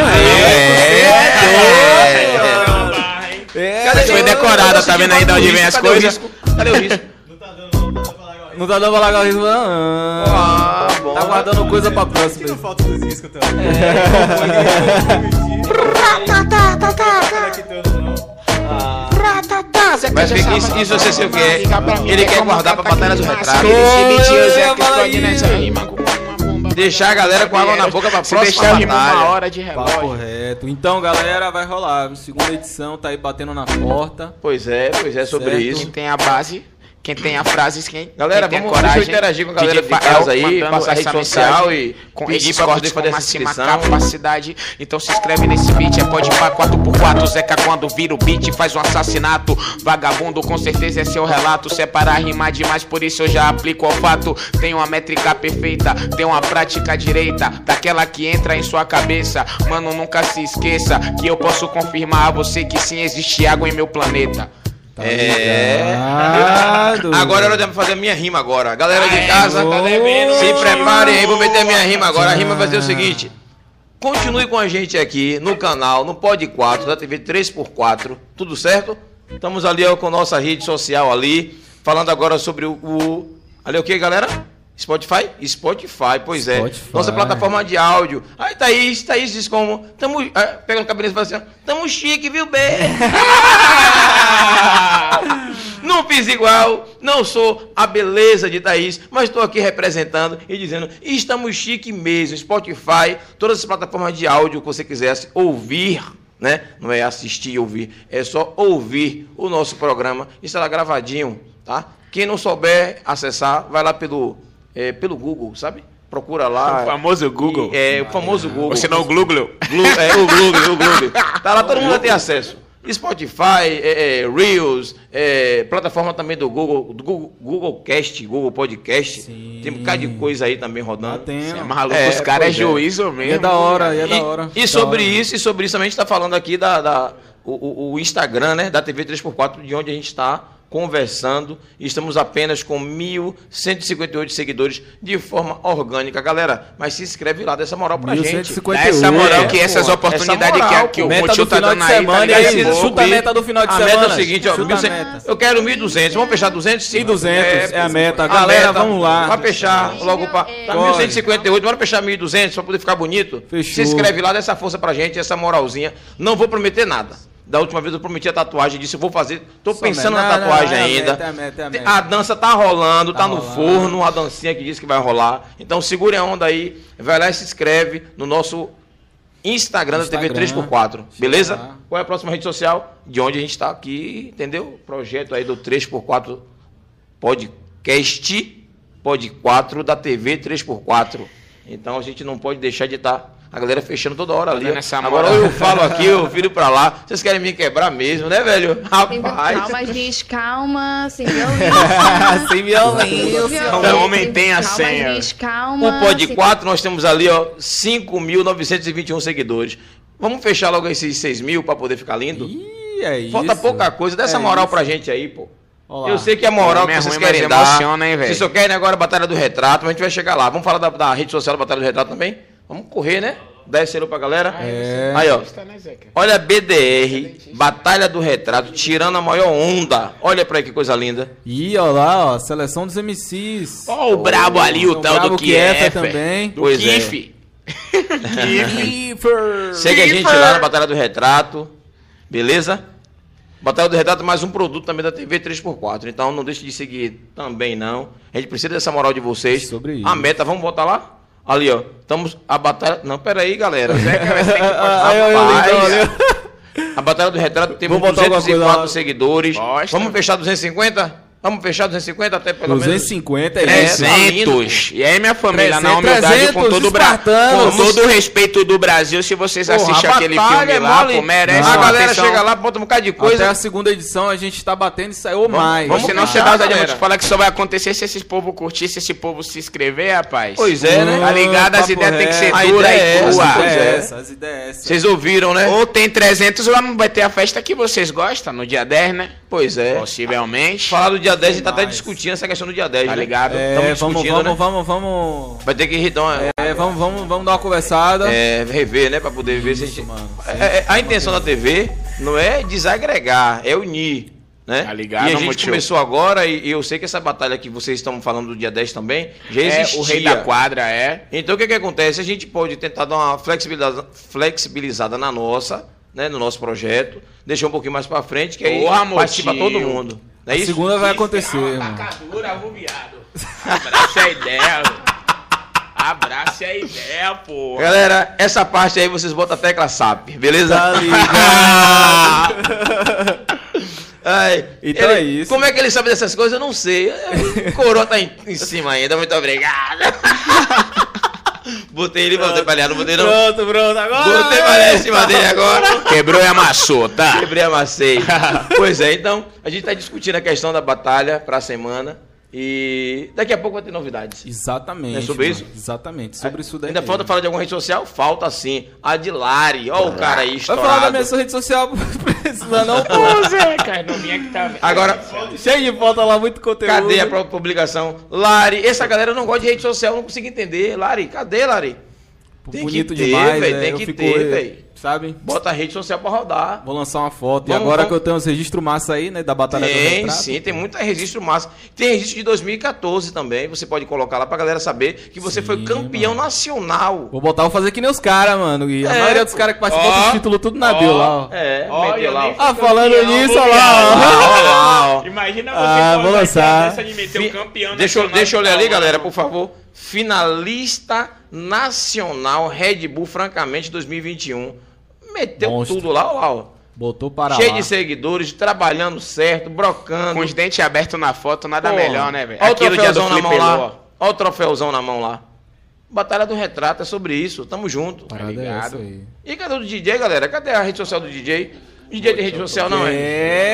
[SPEAKER 1] é.
[SPEAKER 5] É,
[SPEAKER 2] Foi decorada, tá vendo aí de onde vem as
[SPEAKER 1] Cadê o
[SPEAKER 2] coisas?
[SPEAKER 1] risco? Cadê o risco?
[SPEAKER 4] Não tá dando, não, não tá pra largar o
[SPEAKER 5] não tá dando pra largar o risco, não.
[SPEAKER 1] Ah, bom.
[SPEAKER 5] Tá guardando coisa pra
[SPEAKER 4] Por que não
[SPEAKER 5] próxima.
[SPEAKER 4] falta dos discos também? É.
[SPEAKER 1] Mas vê que isso, isso eu sei se eu quer. Ele quer guardar pra né? batalha do retrato. Deixar a galera com água na boca pra
[SPEAKER 2] Se
[SPEAKER 1] próxima
[SPEAKER 2] deixar rimar uma
[SPEAKER 1] batalha.
[SPEAKER 2] hora de
[SPEAKER 5] Papo
[SPEAKER 2] relógio.
[SPEAKER 5] reto. Então, galera, vai rolar. Segunda edição, tá aí batendo na porta.
[SPEAKER 1] Pois é, pois é, sobre
[SPEAKER 5] Certo.
[SPEAKER 2] Quem
[SPEAKER 1] isso.
[SPEAKER 2] tem a base, quem tem a frase, quem,
[SPEAKER 1] Galera,
[SPEAKER 2] quem tem
[SPEAKER 1] vamos-
[SPEAKER 2] a
[SPEAKER 1] deixa eu
[SPEAKER 2] coragem.
[SPEAKER 1] interagir com a galera
[SPEAKER 2] DJ
[SPEAKER 1] de casa
[SPEAKER 2] Fael
[SPEAKER 1] aí,
[SPEAKER 2] mandando
[SPEAKER 1] passar a
[SPEAKER 2] essa
[SPEAKER 1] rede social
[SPEAKER 2] mensagem
[SPEAKER 1] e
[SPEAKER 2] com
[SPEAKER 1] pedir
[SPEAKER 2] esses
[SPEAKER 1] pra
[SPEAKER 2] cortes
[SPEAKER 1] poder fazer
[SPEAKER 2] com
[SPEAKER 1] essa
[SPEAKER 2] máxima
[SPEAKER 1] inscrição.
[SPEAKER 2] capacidade. Então se inscreve nesse beat, é pode pra 4x4. Zeca quando vira o beat faz um assassinato. Vagabundo com certeza é seu relato. Separar rimar demais, por isso eu já aplico ao fato. Tenho uma métrica perfeita, tenho uma prática direita, daquela que entra em sua cabeça. Mano, nunca se esqueça que eu posso confirmar a você que sim existe água em meu planeta.
[SPEAKER 1] É.
[SPEAKER 5] Obrigado.
[SPEAKER 1] Agora é hora de fazer a minha rima agora. Galera de
[SPEAKER 2] Aê,
[SPEAKER 1] casa,
[SPEAKER 2] boa.
[SPEAKER 1] se preparem aí, vou meter a minha rima agora. A rima vai ser o seguinte. Continue com a gente aqui no canal, no Pod 4, da TV 3x4, tudo certo? Estamos ali ó, com nossa rede social ali, falando agora sobre o... o- ali é o que, galera? Spotify? Spotify, pois é.
[SPEAKER 5] Spotify.
[SPEAKER 1] Nossa plataforma de áudio. Aí, Thaís, Thaís diz como... Tamo, ah, pega no cabelo e fala assim, ó, tamo chique, viu, B? *laughs* Não fiz igual, não sou a beleza de Thaís, mas estou aqui representando e dizendo: estamos chique mesmo. Spotify, todas as plataformas de áudio que você quisesse ouvir, né? Não é assistir e ouvir, é só ouvir o nosso programa. Estará gravadinho, tá? Quem não souber acessar, vai lá pelo, eh, pelo Google, sabe? Procura lá.
[SPEAKER 13] É
[SPEAKER 2] Então
[SPEAKER 13] O famoso Google.
[SPEAKER 1] Ah, É, o famoso Google.
[SPEAKER 13] Ou senão o Gluglu.
[SPEAKER 1] Glu- é, o Globo, o Globo. Tá lá, todo mundo vai ter acesso. Spotify, é, é, Reels, é, plataforma também do Google, do Google, Google Cast, Google Podcast. Tem um bocado de coisa aí também rodando.
[SPEAKER 13] É
[SPEAKER 5] Tem.
[SPEAKER 13] maluco,
[SPEAKER 1] É,
[SPEAKER 13] os caras é
[SPEAKER 1] pois é.
[SPEAKER 13] juízo
[SPEAKER 5] E é
[SPEAKER 13] mesmo.
[SPEAKER 5] da hora, e é
[SPEAKER 1] E-
[SPEAKER 5] da hora.
[SPEAKER 1] E, sobre isso, e sobre isso também a gente está falando aqui da, da- o, o- o Instagram, né? Da TV 3x4, de onde a gente está conversando. E estamos apenas com 1.158 seguidores de forma orgânica, galera. Mas se inscreve lá, dá essa moral pra gente.
[SPEAKER 5] 1158.
[SPEAKER 13] Dá essa moral
[SPEAKER 1] É,
[SPEAKER 13] que essas
[SPEAKER 1] pô,
[SPEAKER 13] oportunidades
[SPEAKER 1] essa moral,
[SPEAKER 13] que, que
[SPEAKER 1] pô.
[SPEAKER 13] o
[SPEAKER 5] Meta
[SPEAKER 13] Montil
[SPEAKER 5] do
[SPEAKER 13] tá
[SPEAKER 5] final de
[SPEAKER 13] dando aí, tá
[SPEAKER 5] semana,
[SPEAKER 13] ligado?
[SPEAKER 5] hein?
[SPEAKER 13] Esse
[SPEAKER 5] Chuta a
[SPEAKER 13] golpe.
[SPEAKER 5] meta do final de
[SPEAKER 1] A
[SPEAKER 5] semana.
[SPEAKER 1] meta é o seguinte, ó,
[SPEAKER 5] Chuta a
[SPEAKER 1] 1.100
[SPEAKER 5] meta.
[SPEAKER 1] eu quero 1.200, vamos fechar 200?
[SPEAKER 5] E 200, é a meta.
[SPEAKER 1] A
[SPEAKER 5] Galera, vamos lá.
[SPEAKER 1] Vai fechar logo para tá
[SPEAKER 5] Corre.
[SPEAKER 1] 1.158, bora fechar 1.200 para poder ficar bonito.
[SPEAKER 5] Fechou.
[SPEAKER 1] Se inscreve lá, dá essa força pra gente, essa moralzinha. Não vou prometer nada. Da última vez eu prometi a tatuagem, disse eu vou fazer. Tô
[SPEAKER 5] Só
[SPEAKER 1] pensando na
[SPEAKER 5] meta. Não,
[SPEAKER 1] tatuagem
[SPEAKER 5] não, é a
[SPEAKER 1] ainda.
[SPEAKER 5] meta, é a meta, é a
[SPEAKER 1] Te-
[SPEAKER 5] meta.
[SPEAKER 1] a dança tá rolando, tá,
[SPEAKER 5] Tá
[SPEAKER 1] no
[SPEAKER 5] rolando.
[SPEAKER 1] forno, a dancinha que disse que vai rolar. Então segure a onda aí, vai lá e se inscreve no nosso Instagram, da TV
[SPEAKER 5] Instagram. tá.
[SPEAKER 1] 3x4, beleza?
[SPEAKER 5] lá.
[SPEAKER 1] Qual é a próxima rede social? De onde a gente está aqui, entendeu? Projeto aí do 3x4 Podcast, Pod 4 da TV 3x4. Então a gente não pode deixar de estar. A galera fechando toda hora ali.
[SPEAKER 13] dando
[SPEAKER 1] ó.
[SPEAKER 13] essa
[SPEAKER 1] Agora
[SPEAKER 13] moral.
[SPEAKER 1] eu falo aqui, eu viro pra lá. Vocês querem me quebrar mesmo, né, velho?
[SPEAKER 14] Sem-
[SPEAKER 1] Rapaz.
[SPEAKER 14] Calma, gente, calma, assim, sem
[SPEAKER 1] *laughs*
[SPEAKER 14] violência.
[SPEAKER 5] Sem violência.
[SPEAKER 14] violência,
[SPEAKER 13] homem tem a
[SPEAKER 14] calma,
[SPEAKER 13] senha.
[SPEAKER 14] Gente, calma. assim,
[SPEAKER 1] O Pod
[SPEAKER 14] sem-
[SPEAKER 1] 4, nós temos ali, ó, 5.921 seguidores. Vamos fechar logo esses 6 mil pra poder ficar lindo?
[SPEAKER 5] Ih, é
[SPEAKER 1] Falta
[SPEAKER 5] isso.
[SPEAKER 1] pouca coisa. Dá essa
[SPEAKER 5] É
[SPEAKER 1] moral
[SPEAKER 5] isso.
[SPEAKER 1] pra gente aí, pô.
[SPEAKER 5] Olá.
[SPEAKER 1] Eu sei que é moral
[SPEAKER 13] Homem
[SPEAKER 1] que
[SPEAKER 13] é
[SPEAKER 1] vocês
[SPEAKER 13] ruim,
[SPEAKER 1] querem
[SPEAKER 13] mas
[SPEAKER 1] dar.
[SPEAKER 13] emociona, hein, velho?
[SPEAKER 1] vocês só querem agora a Batalha do Retrato, mas a gente vai chegar lá. Vamos falar da, da rede social da Batalha do Retrato também? Vamos correr, né? Dá esse alô pra galera.
[SPEAKER 5] É.
[SPEAKER 1] Aí, ó. Olha a BDR, Batalha do Retrato, tirando a maior onda. Olha pra aí que coisa linda.
[SPEAKER 5] Ih, ó lá, ó, seleção dos MCs.
[SPEAKER 13] Ó o brabo ali, o tal do
[SPEAKER 5] brabo
[SPEAKER 13] que é, né?
[SPEAKER 5] também.
[SPEAKER 13] Do
[SPEAKER 1] Pois é.
[SPEAKER 13] Kiff.
[SPEAKER 1] Segue a gente
[SPEAKER 13] Keeper.
[SPEAKER 1] lá na Batalha do Retrato, beleza? Batalha do Retrato, mais um produto também da TV 3x4. Então não deixe de seguir também, não. A gente precisa dessa moral de vocês.
[SPEAKER 5] Sobre
[SPEAKER 1] A
[SPEAKER 5] isso.
[SPEAKER 1] meta, vamos botar lá? Ali, ó. Estamos. A batalha. Não, peraí, galera. *laughs*
[SPEAKER 5] Aí, ó, eu lembro, eu lembro.
[SPEAKER 1] A Batalha do Retrato temos
[SPEAKER 5] Vou botar alguma coisa
[SPEAKER 1] 204
[SPEAKER 5] lá.
[SPEAKER 1] seguidores.
[SPEAKER 13] Bosta.
[SPEAKER 1] Vamos fechar 250? Vamos fechar 250 até pelo menos.
[SPEAKER 5] 250 é
[SPEAKER 1] É,
[SPEAKER 5] isso.
[SPEAKER 1] tá lindo,
[SPEAKER 13] 300. E aí, minha família, na
[SPEAKER 5] 300,
[SPEAKER 13] humildade, com todo, o bra... com
[SPEAKER 5] espartanos.
[SPEAKER 13] todo o respeito do Brasil, se vocês
[SPEAKER 1] Porra,
[SPEAKER 13] assistem
[SPEAKER 1] a
[SPEAKER 13] aquele filme
[SPEAKER 1] batalha é
[SPEAKER 13] lá,
[SPEAKER 1] mole.
[SPEAKER 13] pô, merece
[SPEAKER 1] A
[SPEAKER 13] uma
[SPEAKER 1] galera
[SPEAKER 13] atenção.
[SPEAKER 1] chega lá, bota um bocado de coisa.
[SPEAKER 5] Até a segunda edição a gente tá batendo e saiu mais.
[SPEAKER 1] vamos
[SPEAKER 13] Você não
[SPEAKER 1] Ah,
[SPEAKER 13] se dá eu te
[SPEAKER 1] galera.
[SPEAKER 13] falar que só vai acontecer se esse povo curtir, se esse povo se inscrever, rapaz.
[SPEAKER 1] Pois é, né?
[SPEAKER 13] Tá ligado? As
[SPEAKER 5] Papo
[SPEAKER 13] ideias têm que ser
[SPEAKER 5] reto.
[SPEAKER 1] A
[SPEAKER 13] duras
[SPEAKER 1] ideia é
[SPEAKER 13] e crua.
[SPEAKER 1] essa,
[SPEAKER 5] As ideias
[SPEAKER 1] Pois
[SPEAKER 5] é
[SPEAKER 1] é.
[SPEAKER 5] essa, as ideias é essa.
[SPEAKER 1] Vocês ouviram, né?
[SPEAKER 13] Ou tem 300, lá não vai ter a festa que vocês gostam, no dia 10, né?
[SPEAKER 1] Pois é.
[SPEAKER 13] Possivelmente.
[SPEAKER 1] Falar do dia 10, a gente tá até discutindo essa questão do dia 10,
[SPEAKER 13] Tá
[SPEAKER 1] né?
[SPEAKER 13] ligado?
[SPEAKER 5] É,
[SPEAKER 1] Tamo
[SPEAKER 5] vamos,
[SPEAKER 1] discutindo,
[SPEAKER 5] vamos,
[SPEAKER 1] né?
[SPEAKER 5] vamos, vamos.
[SPEAKER 1] Vai ter que rir, então, é,
[SPEAKER 5] É, vamos, vamos, vamos dar uma conversada.
[SPEAKER 1] é, rever, né? Pra poder ver se a gente.
[SPEAKER 5] mano.
[SPEAKER 1] É, é, a intenção da TV não é desagregar, é unir. Né?
[SPEAKER 13] Tá ligado,
[SPEAKER 1] e a gente
[SPEAKER 13] Mutil?
[SPEAKER 1] começou agora, e, e eu sei que essa batalha que vocês estão falando do dia 10 também já
[SPEAKER 13] É,
[SPEAKER 1] existia.
[SPEAKER 13] o rei da quadra é.
[SPEAKER 1] Então o que, que acontece? A gente pode tentar dar uma flexibilizada, flexibilizada na nossa, né, no nosso projeto, deixar um pouquinho mais pra frente, que aí
[SPEAKER 13] Porra,
[SPEAKER 1] participa
[SPEAKER 13] Motinho.
[SPEAKER 1] todo mundo. Não é
[SPEAKER 5] A
[SPEAKER 1] isso? Ah,
[SPEAKER 5] segunda vai acontecer, mano.
[SPEAKER 13] Atacadura, vô viado. Abraça a ideia, Abraça a ideia, pô.
[SPEAKER 1] Galera, essa parte aí vocês botam a tecla SAP, beleza?
[SPEAKER 5] Tá
[SPEAKER 1] *laughs* Ai,
[SPEAKER 5] Então
[SPEAKER 1] ele-
[SPEAKER 5] é isso.
[SPEAKER 1] Como é que ele sabe dessas coisas? Eu não sei. O coroa tá em, em cima ainda, muito
[SPEAKER 5] *laughs*
[SPEAKER 1] obrigado. botei ele, botei pra ele, não botei não.
[SPEAKER 5] Pronto, pronto, agora.
[SPEAKER 1] Botei pra ele em cima dele agora.
[SPEAKER 13] Quebrou e amassou, tá?
[SPEAKER 1] Quebrei a
[SPEAKER 5] *laughs*
[SPEAKER 1] macei. pois é, então, a gente tá discutindo a questão da batalha pra semana. E daqui a pouco vai ter novidades.
[SPEAKER 5] Exatamente.
[SPEAKER 1] É sobre
[SPEAKER 5] mano,
[SPEAKER 1] isso?
[SPEAKER 5] Exatamente, sobre isso daí.
[SPEAKER 1] Ainda falta falar de alguma rede social? Falta sim. A de Lari, ó o cara aí
[SPEAKER 5] É. Vai
[SPEAKER 1] estourado.
[SPEAKER 5] falar da minha sua rede social, *laughs* precisa não, pô.
[SPEAKER 1] *laughs* Agora,
[SPEAKER 5] Cheio de foto lá, muito conteúdo.
[SPEAKER 1] cadê a própria publicação? Lari, essa galera não gosta de rede social, não consigo entender. Lari, cadê, Lari?
[SPEAKER 5] Bonito demais,
[SPEAKER 1] velho,
[SPEAKER 5] é,
[SPEAKER 1] tem
[SPEAKER 5] eu
[SPEAKER 1] que
[SPEAKER 5] fico-
[SPEAKER 1] ter, velho.
[SPEAKER 5] sabe?
[SPEAKER 1] Bota a rede social pra rodar.
[SPEAKER 5] Vou lançar uma foto. e
[SPEAKER 1] Vamos-
[SPEAKER 5] agora
[SPEAKER 1] vamos-
[SPEAKER 5] que eu tenho os registros massa aí, né? Da Batalha do
[SPEAKER 1] Tem,
[SPEAKER 5] Retrato.
[SPEAKER 1] sim, tem muito registro massa. Tem registro de 2014 também, você pode colocar lá pra galera saber que você
[SPEAKER 5] Sim,
[SPEAKER 1] foi campeão
[SPEAKER 5] mano.
[SPEAKER 1] nacional.
[SPEAKER 5] Vou botar, vou fazer que nem os caras, mano. E a
[SPEAKER 1] É,
[SPEAKER 5] maioria dos caras que participou
[SPEAKER 13] ó,
[SPEAKER 5] do título tudo na bio lá, ó.
[SPEAKER 1] É,
[SPEAKER 13] Ó,
[SPEAKER 1] meter
[SPEAKER 13] eu
[SPEAKER 1] lá.
[SPEAKER 13] nem
[SPEAKER 1] ó.
[SPEAKER 13] fui
[SPEAKER 5] Ah, falando
[SPEAKER 13] campeão,
[SPEAKER 5] nisso,
[SPEAKER 13] vou
[SPEAKER 5] olha lá,
[SPEAKER 13] ganhar.
[SPEAKER 5] ó.
[SPEAKER 1] Ó lá, ó.
[SPEAKER 5] *laughs*
[SPEAKER 13] Imagina você
[SPEAKER 5] Ah, vou
[SPEAKER 13] postar
[SPEAKER 5] lançar.
[SPEAKER 13] essa de meter
[SPEAKER 1] Fi-
[SPEAKER 13] o campeão
[SPEAKER 1] deixa, eu,
[SPEAKER 13] nacional
[SPEAKER 1] deixa eu
[SPEAKER 13] de
[SPEAKER 1] ler ali,
[SPEAKER 13] tal
[SPEAKER 1] galera,
[SPEAKER 13] ano.
[SPEAKER 1] por favor. Finalista nacional Red Bull, francamente, 2021. Meteu
[SPEAKER 5] Monstro.
[SPEAKER 1] tudo lá, ó lá, ó.
[SPEAKER 5] Botou para
[SPEAKER 1] Cheio
[SPEAKER 5] lá.
[SPEAKER 1] de seguidores, trabalhando certo, brocando.
[SPEAKER 13] Com os dentes abertos na foto, nada
[SPEAKER 1] Pô,
[SPEAKER 13] melhor, né, velho?
[SPEAKER 1] Olha o
[SPEAKER 13] Aqui no dia do
[SPEAKER 1] troféuzão na mão
[SPEAKER 13] Flipper
[SPEAKER 1] lá.
[SPEAKER 13] Lua.
[SPEAKER 1] Olha o troféuzão na mão lá. Batalha do Retrato é sobre isso, tamo junto.
[SPEAKER 5] Parada é
[SPEAKER 13] ligado?
[SPEAKER 5] essa aí.
[SPEAKER 1] E cadê o do DJ, galera? Cadê a rede social do DJ? DJ tem rede social, não é?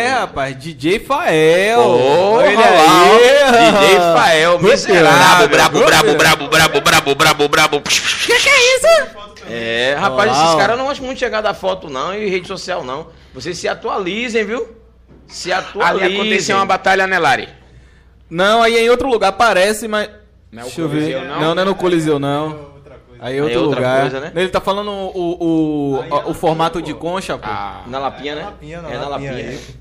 [SPEAKER 5] É, rapaz, DJ Fael.
[SPEAKER 1] Porra,
[SPEAKER 5] Olha
[SPEAKER 1] lá, ó.
[SPEAKER 5] aí.
[SPEAKER 1] DJ Fael, miserável.
[SPEAKER 13] Brabo, brabo,
[SPEAKER 5] Brabo,
[SPEAKER 13] brabo, brabo, brabo, brabo, brabo.
[SPEAKER 1] É, rapaz,
[SPEAKER 5] Olá,
[SPEAKER 1] esses
[SPEAKER 5] ó.
[SPEAKER 1] caras não acham muito chegar da foto, não, e rede social, não. Vocês se atualizem, viu? Se atualizem.
[SPEAKER 13] Ali aconteceu uma batalha, né, Lari?
[SPEAKER 5] Não, aí é em outro lugar parece, mas.
[SPEAKER 13] Não é o
[SPEAKER 5] Deixa eu
[SPEAKER 13] Coliseu,
[SPEAKER 5] ver.
[SPEAKER 13] não?
[SPEAKER 5] Não. não, é no Coliseu, não.
[SPEAKER 4] Outra coisa.
[SPEAKER 5] Aí é
[SPEAKER 1] Aí é
[SPEAKER 5] outro
[SPEAKER 1] outra
[SPEAKER 5] lugar.
[SPEAKER 1] coisa, né?
[SPEAKER 5] Ele tá falando o, o, o,
[SPEAKER 4] Aí
[SPEAKER 5] o
[SPEAKER 4] é
[SPEAKER 5] formato
[SPEAKER 4] outro,
[SPEAKER 5] de
[SPEAKER 4] pô.
[SPEAKER 5] concha, pô.
[SPEAKER 13] Ah,
[SPEAKER 1] Na Lapinha, né?
[SPEAKER 4] Na Lapinha, na
[SPEAKER 1] é na Lapinha.
[SPEAKER 4] Lapinha,
[SPEAKER 1] né?
[SPEAKER 4] isso.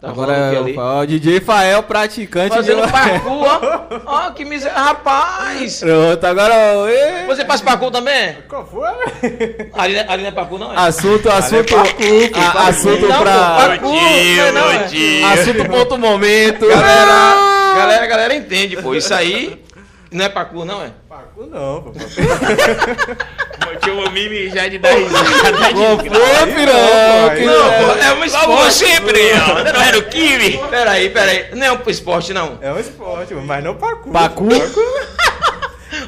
[SPEAKER 1] Tá
[SPEAKER 5] Agora
[SPEAKER 1] falando o que
[SPEAKER 5] é
[SPEAKER 1] ali?
[SPEAKER 5] o ó, DJ Fael praticante.
[SPEAKER 1] Fazendo
[SPEAKER 13] *laughs*
[SPEAKER 5] de...
[SPEAKER 1] parkour, ó. Ó, que miserável. Rapaz!
[SPEAKER 5] Pronto, agora. ó, ê.
[SPEAKER 1] Você faz parkour também?
[SPEAKER 4] Qual foi?
[SPEAKER 1] Ali, não é- ali não é parkour, não? É?
[SPEAKER 5] Assunto, assunto. a- assunto
[SPEAKER 1] Não, pô,
[SPEAKER 5] pra.
[SPEAKER 1] parkour, não é não, é?
[SPEAKER 5] Assunto ponto momento. Né?
[SPEAKER 1] Galera, galera, galera entende, pô. Isso aí não é parkour, não é?
[SPEAKER 4] Paco não, pô.
[SPEAKER 13] Tio Mimi já de 10 anos.
[SPEAKER 5] Pô, pirão, que-
[SPEAKER 1] Não, pô, é um esporte.
[SPEAKER 13] sempre, ó. Não era o Kimi?
[SPEAKER 1] Peraí, peraí. Não é um esporte, não.
[SPEAKER 4] É um esporte, mano, mas não pacu.
[SPEAKER 5] Pacu?
[SPEAKER 1] é
[SPEAKER 5] é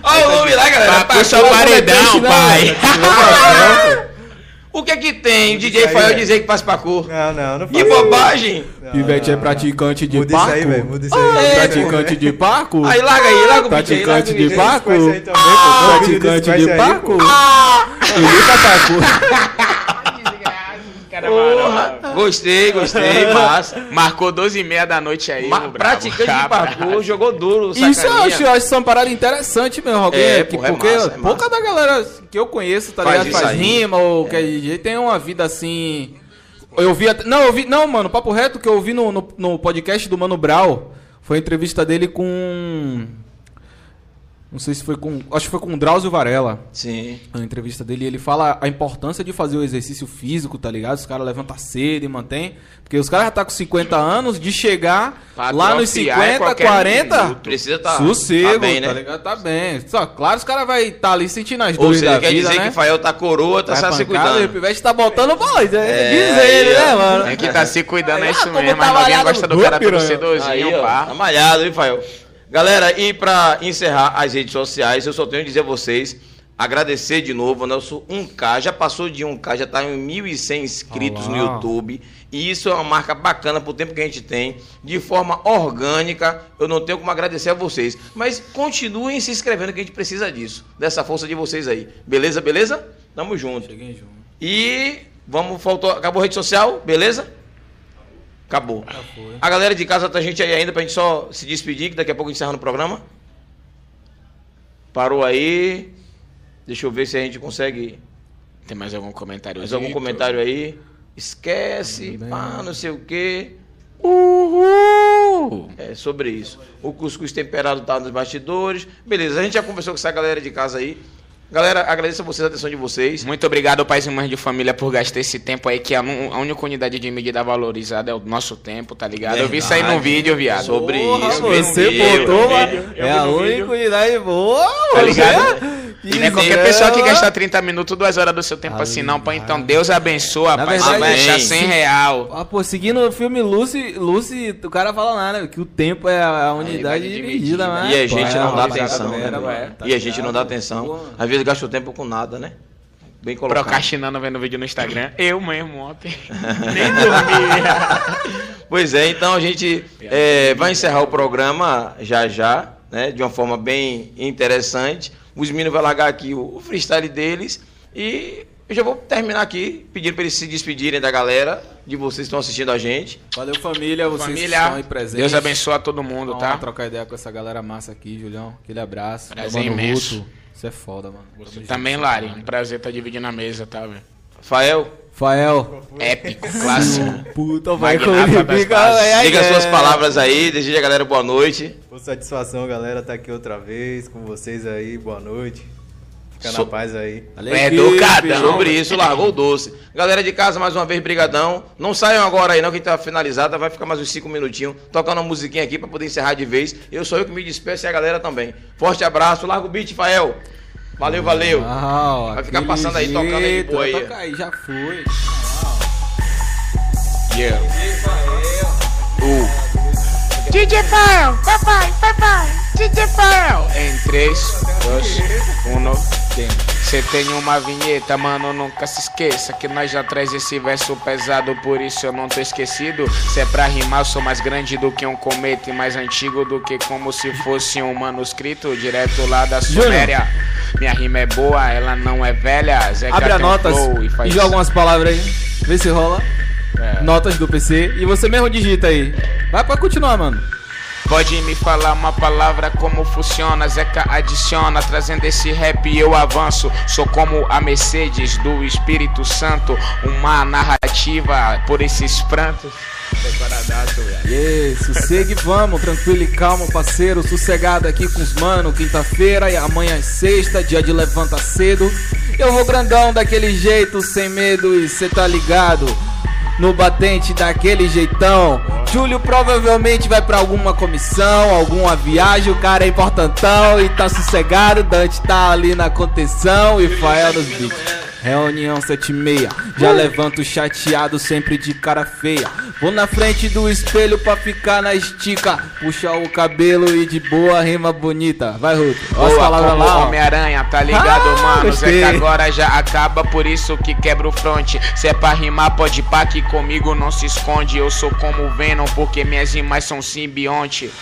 [SPEAKER 1] Olha o nome lá, galera.
[SPEAKER 13] Papo só paredão,
[SPEAKER 5] né?
[SPEAKER 13] pai.
[SPEAKER 1] *laughs* O que é que tem o DJ
[SPEAKER 4] isso aí,
[SPEAKER 1] Fael
[SPEAKER 4] velho.
[SPEAKER 1] dizer que faz parkour?
[SPEAKER 4] Não, não, não
[SPEAKER 1] Que
[SPEAKER 4] faz isso.
[SPEAKER 1] bobagem!
[SPEAKER 4] Não,
[SPEAKER 5] Pivete é
[SPEAKER 4] não, não.
[SPEAKER 5] praticante de
[SPEAKER 4] Muda isso aí,
[SPEAKER 5] parkour.
[SPEAKER 4] velho. Muda isso aí.
[SPEAKER 1] Ah, é,
[SPEAKER 5] Praticante de parkour?
[SPEAKER 1] Aí larga aí, larga o bicho aí, larga
[SPEAKER 5] Praticante
[SPEAKER 1] o bicho
[SPEAKER 5] de
[SPEAKER 1] aí.
[SPEAKER 5] Paco?
[SPEAKER 4] Conhece aí também, pô. Tem um vídeo desse,
[SPEAKER 5] Praticante
[SPEAKER 4] conhece
[SPEAKER 5] de
[SPEAKER 4] aí,
[SPEAKER 5] Paco?
[SPEAKER 4] pô.
[SPEAKER 5] tá
[SPEAKER 13] Ah!
[SPEAKER 5] *laughs* Imita
[SPEAKER 1] Porra! Gostei, gostei, massa.
[SPEAKER 13] Marcou 12 e meia da noite aí,
[SPEAKER 1] Ma-
[SPEAKER 13] meu brabo.
[SPEAKER 1] praticante de parkour, jogou duro,
[SPEAKER 5] Paco. Isso eu
[SPEAKER 1] sacaninha.
[SPEAKER 5] acho, eu acho uma parada interessante, meu, Roguinho.
[SPEAKER 1] É,
[SPEAKER 5] que-
[SPEAKER 1] porra, é
[SPEAKER 5] porque
[SPEAKER 1] massa, é massa.
[SPEAKER 5] pouca da galera que eu conheço, tá
[SPEAKER 1] Faz
[SPEAKER 5] ligado?
[SPEAKER 1] isso
[SPEAKER 5] Faz
[SPEAKER 1] aí.
[SPEAKER 5] rima ou que é DJ, tem uma vida assim. Eu vi até. Não, eu vi. Não, mano, papo reto que eu vi no, no, no podcast do Mano Brau. Foi a entrevista dele com. Não sei se foi com. Acho que foi com o Drauzio Varela.
[SPEAKER 1] Sim.
[SPEAKER 5] na entrevista dele, ele fala a importância de fazer o exercício físico, tá ligado? Os caras levantam cedo e mantém. Porque os caras já tá com 50 anos, de chegar
[SPEAKER 13] Pra
[SPEAKER 5] lá nos
[SPEAKER 13] atrofiar em
[SPEAKER 5] 50,
[SPEAKER 13] qualquer
[SPEAKER 5] 40,
[SPEAKER 13] minuto.
[SPEAKER 1] Precisa tá,
[SPEAKER 5] sossego,
[SPEAKER 1] tá bem,
[SPEAKER 5] tá
[SPEAKER 1] né?
[SPEAKER 5] ligado? Tá bem. Só, claro, os caras vai tá ali sentindo as
[SPEAKER 1] Ou
[SPEAKER 5] dores
[SPEAKER 1] seja,
[SPEAKER 5] da
[SPEAKER 1] quer
[SPEAKER 5] vida,
[SPEAKER 1] dizer
[SPEAKER 5] né?
[SPEAKER 1] que Fael tá coroa, tá
[SPEAKER 5] Vai
[SPEAKER 1] só se
[SPEAKER 5] pancada, E o
[SPEAKER 1] cuidando.
[SPEAKER 5] Pivete tá botando voz, é,
[SPEAKER 1] É,
[SPEAKER 5] diz ele,
[SPEAKER 1] aí,
[SPEAKER 5] né,
[SPEAKER 1] ó.
[SPEAKER 5] mano?
[SPEAKER 13] É que tá se cuidando, é isso
[SPEAKER 5] Como
[SPEAKER 13] mesmo.
[SPEAKER 5] tá
[SPEAKER 13] Mas alguém
[SPEAKER 5] malhado
[SPEAKER 13] gosta do
[SPEAKER 5] no
[SPEAKER 13] cara
[SPEAKER 5] piranha.
[SPEAKER 1] Aí,
[SPEAKER 13] torcedorzinho,
[SPEAKER 1] ó, tá
[SPEAKER 13] pá.
[SPEAKER 1] malhado, hein, Fael? Galera, e pra encerrar as redes sociais, eu só tenho a dizer a vocês, agradecer de novo, Nelson 1K, já passou de 1K, já tá em 1.100 inscritos no
[SPEAKER 5] Olá.
[SPEAKER 1] YouTube, e isso é uma marca bacana pro tempo que a gente tem, de forma orgânica, eu não tenho como agradecer a vocês, mas continuem se inscrevendo que a gente precisa disso, dessa força de vocês aí, beleza, beleza? Tamo junto. E vamos, faltou, acabou a rede social, beleza? Acabou. A galera de casa tá a gente aí ainda pra gente só se despedir, que daqui a pouco encerra no programa. Parou aí. Deixa eu ver se a gente consegue
[SPEAKER 13] Tem mais algum comentário?
[SPEAKER 1] mais algum comentário aí. Esquece, pá, não sei o quê.
[SPEAKER 13] Uhul!
[SPEAKER 1] É sobre isso. O cuscuz temperado tá nos bastidores. Beleza, a gente já conversou com essa galera de casa aí. Galera, agradeço a vocês a atenção de vocês.
[SPEAKER 13] Muito obrigado, pais e mães de família, por gastar esse tempo aí, que a, nu- a única unidade de medida valorizada é o nosso tempo, tá ligado? eu vi isso aí num
[SPEAKER 1] Verdade.
[SPEAKER 13] vídeo, viado.
[SPEAKER 1] Sobre
[SPEAKER 5] Porra,
[SPEAKER 1] isso.
[SPEAKER 5] você é
[SPEAKER 1] meu Deus.
[SPEAKER 5] botou,
[SPEAKER 13] eu vi,
[SPEAKER 5] mano.
[SPEAKER 13] eu
[SPEAKER 5] É
[SPEAKER 13] vi
[SPEAKER 5] a
[SPEAKER 13] no
[SPEAKER 5] única
[SPEAKER 13] vídeo.
[SPEAKER 5] unidade boa,
[SPEAKER 13] Tá
[SPEAKER 5] você
[SPEAKER 13] ligado?
[SPEAKER 5] é-
[SPEAKER 13] E não é qualquer pessoa que gastar 30 minutos, duas horas do seu tempo assim, não, pô. Então Deus abençoa,
[SPEAKER 5] Na
[SPEAKER 13] pai. Você
[SPEAKER 5] verdade,
[SPEAKER 13] vai achar
[SPEAKER 1] amém.
[SPEAKER 13] 100 real.
[SPEAKER 5] Ah, pô, seguindo o filme Lucy, Lucy, o cara fala lá, né? Que o tempo é a a unidade
[SPEAKER 13] de
[SPEAKER 5] de
[SPEAKER 13] medida,
[SPEAKER 5] medida, né?
[SPEAKER 1] E a
[SPEAKER 5] Pô,
[SPEAKER 1] gente
[SPEAKER 5] é
[SPEAKER 1] não dá
[SPEAKER 5] uma
[SPEAKER 1] atenção, né?
[SPEAKER 5] galera,
[SPEAKER 1] velho?
[SPEAKER 5] é, tá
[SPEAKER 1] E a gente não dá
[SPEAKER 5] ligado?
[SPEAKER 1] atenção.
[SPEAKER 5] Pô.
[SPEAKER 1] Às vezes gasta o tempo com nada, né? Bem colocado.
[SPEAKER 13] Procrastinando vendo vídeo no Instagram. Eu mesmo ontem. Nem dormia.
[SPEAKER 1] *laughs* Pois é, então a gente eh, vai encerrar o programa já já, né? De uma forma bem interessante. Os meninos vão largar aqui o o freestyle deles e eu já vou terminar aqui pedindo para eles se despedirem da galera, de vocês que estão assistindo a gente.
[SPEAKER 5] Valeu, família, vocês
[SPEAKER 13] Família,
[SPEAKER 5] que estão aí presentes.
[SPEAKER 13] Deus abençoe a todo mundo,
[SPEAKER 5] Vamos
[SPEAKER 13] tá?
[SPEAKER 5] trocar ideia com essa galera massa aqui, Julião. Aquele abraço.
[SPEAKER 13] Prazer
[SPEAKER 5] Meu mano
[SPEAKER 13] imenso.
[SPEAKER 5] Ruto. Isso é foda, mano.
[SPEAKER 2] Você também, Lari. Um prazer estar dividindo a mesa, tá, velho?
[SPEAKER 1] Fael,
[SPEAKER 5] Fael. *laughs*
[SPEAKER 2] Épico, clássico.
[SPEAKER 5] Puta, vai
[SPEAKER 2] Magnata
[SPEAKER 5] comigo.
[SPEAKER 2] das
[SPEAKER 5] Fica,
[SPEAKER 2] pazes.
[SPEAKER 5] é, é,
[SPEAKER 1] diga
[SPEAKER 5] é.
[SPEAKER 1] suas palavras aí, deseja a galera boa noite.
[SPEAKER 4] Com satisfação, galera, tá aqui outra vez com vocês aí. Boa noite. Fica
[SPEAKER 1] Sou-
[SPEAKER 4] na paz aí.
[SPEAKER 5] Valeu,
[SPEAKER 1] É
[SPEAKER 5] equipe.
[SPEAKER 1] educadão. Sobre isso, largou o doce. Galera de casa, mais uma vez, brigadão. Não saiam agora aí não, que tá finalizada, vai ficar mais uns cinco minutinhos, tocando uma musiquinha aqui pra poder encerrar de vez. Eu sou eu que me despeço e a galera também. Forte abraço, larga o beat, Fael. Valeu, valeu.
[SPEAKER 5] Ah,
[SPEAKER 1] Vai ficar
[SPEAKER 5] aquele
[SPEAKER 1] passando aí, tocando aí de
[SPEAKER 5] jeito,
[SPEAKER 1] boa aí.
[SPEAKER 5] Toca aí, já foi.
[SPEAKER 1] Yeah.
[SPEAKER 5] Uh.
[SPEAKER 2] DJ Fael, papai, papai, DJ Fael. Em 3, 2, 1, tem. Cê tem uma vinheta, mano, nunca se esqueça Que nós já traz esse verso pesado, por isso eu não tô esquecido Se é pra rimar, eu sou mais grande do que um cometa E mais antigo do que como se fosse um manuscrito Direto lá da Suméria Minha rima é boa, ela não é velha Zeca
[SPEAKER 5] Abre
[SPEAKER 2] tem
[SPEAKER 5] a
[SPEAKER 2] um
[SPEAKER 5] notas
[SPEAKER 2] flow
[SPEAKER 5] e, joga umas palavras aí. Vê se rola.
[SPEAKER 2] É.
[SPEAKER 5] Notas do PC. E você mesmo digita aí. Vai pra continuar, mano.
[SPEAKER 2] Pode me falar uma palavra como funciona Zeca adiciona, trazendo esse rap eu avanço Sou como a Mercedes do Espírito Santo Uma narrativa por esses prantos Decoradaço, velho
[SPEAKER 5] Yeah, sossego e vamos, tranquilo e calmo, parceiro. Sossegado aqui com os mano, quinta-feira e amanhã é sexta, dia de levanta cedo. Eu vou grandão daquele jeito, sem medo e cê tá ligado. No batente daquele jeitão. Júlio provavelmente vai pra alguma comissão, alguma viagem. O cara é importantão e tá sossegado. Dante tá ali na contenção e Fael nos beats. Reunião 76, já levanto chateado, sempre de cara feia. Vou na frente do espelho pra ficar na estica. Puxa o cabelo e de boa rima bonita. Vai, Ruth, olha as
[SPEAKER 2] Boa,
[SPEAKER 5] palavras
[SPEAKER 2] como
[SPEAKER 5] lá. ó.
[SPEAKER 2] Homem-Aranha, tá ligado,
[SPEAKER 5] Ah,
[SPEAKER 2] mano?
[SPEAKER 5] gostei.
[SPEAKER 2] Zeca agora já acaba, por isso que quebra o fronte. Se é pra rimar, pode pá que comigo não se esconde. Eu sou como Venom, porque minhas rimas são simbionte.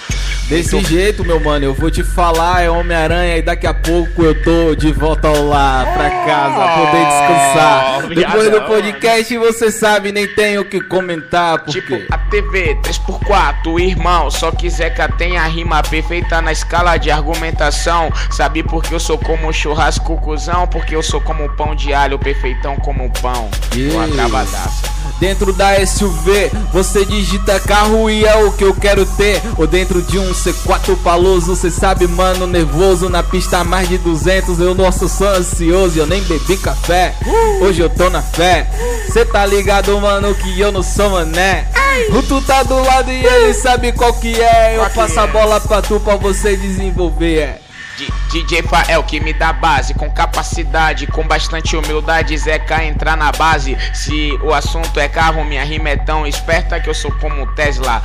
[SPEAKER 5] Desse jeito, meu mano, eu vou te falar, é Homem-Aranha e daqui a pouco eu tô de volta lá pra casa, poder descansar.
[SPEAKER 2] Oh! obrigado,
[SPEAKER 5] Depois do podcast, você sabe, nem tenho o que comentar, porque...
[SPEAKER 2] Tipo a TV 3x4, irmão. Só que Zeca tem a rima perfeita na escala de argumentação. Sabe porque eu sou como um churrasco cuzão? Porque eu sou como um pão de alho, perfeitão como um pão. Uma
[SPEAKER 5] Isso.
[SPEAKER 2] travadaça.
[SPEAKER 5] Dentro da SUV, você digita carro e é o que eu quero ter. Ou dentro de um C4 paloso, cê sabe, mano, nervoso. Na pista mais de 200, eu nossa, sou ansioso. e Eu nem bebi café, hoje eu tô na fé. Cê tá ligado, mano, que eu não sou mané. O tu tá do lado e ele sabe qual que é. Eu
[SPEAKER 2] Qual que
[SPEAKER 5] passo a
[SPEAKER 2] é?
[SPEAKER 5] bola pra tu pra você desenvolver. É.
[SPEAKER 2] D- DJ Fael que me dá base com capacidade, com bastante humildade, Zeca entrar na base. Se o assunto é carro, minha rima é tão esperta que eu sou como um Tesla,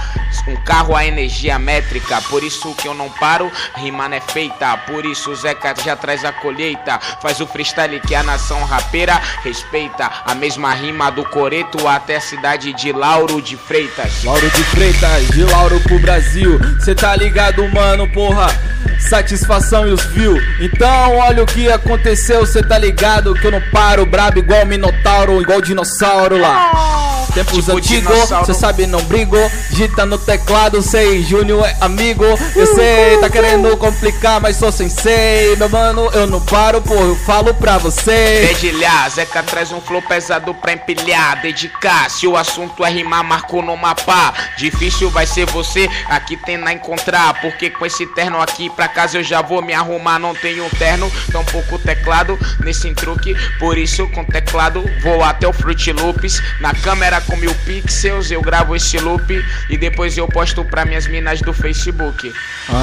[SPEAKER 2] um carro a energia métrica. Por isso que eu não paro, rima não é feita. Por isso o Zeca já traz a colheita, faz o freestyle que a nação rapeira respeita. A mesma rima do Coreto até a cidade de Lauro de Freitas.
[SPEAKER 5] Lauro de Freitas, de Lauro pro Brasil. Cê tá ligado, mano, porra. Satisfação e os view. Então, olha o que aconteceu, cê tá ligado que eu não paro. Brabo igual Minotauro, igual dinossauro lá. Tempos
[SPEAKER 2] Tipo
[SPEAKER 5] antigos,
[SPEAKER 2] dinossauro.
[SPEAKER 5] cê sabe, não brigo. Gita no teclado, sei, Júnior é amigo. Eu sei, tá querendo complicar, mas sou sensei. Meu mano, eu não paro, porra, eu falo pra vocês.
[SPEAKER 2] Dedilhar, Zeca traz um flow pesado pra empilhar, dedicar. Se o assunto é rimar, marcou no mapa. Difícil vai ser você, aqui tem na encontrar. Porque com esse terno aqui pra casa eu já vou me arrumar. Não tenho um terno, tampouco teclado nesse truque. Por isso, com teclado, vou até o Fruit Loops. Na câmera com mil pixels, eu gravo esse loop. E depois eu posto pra minhas minas do Facebook.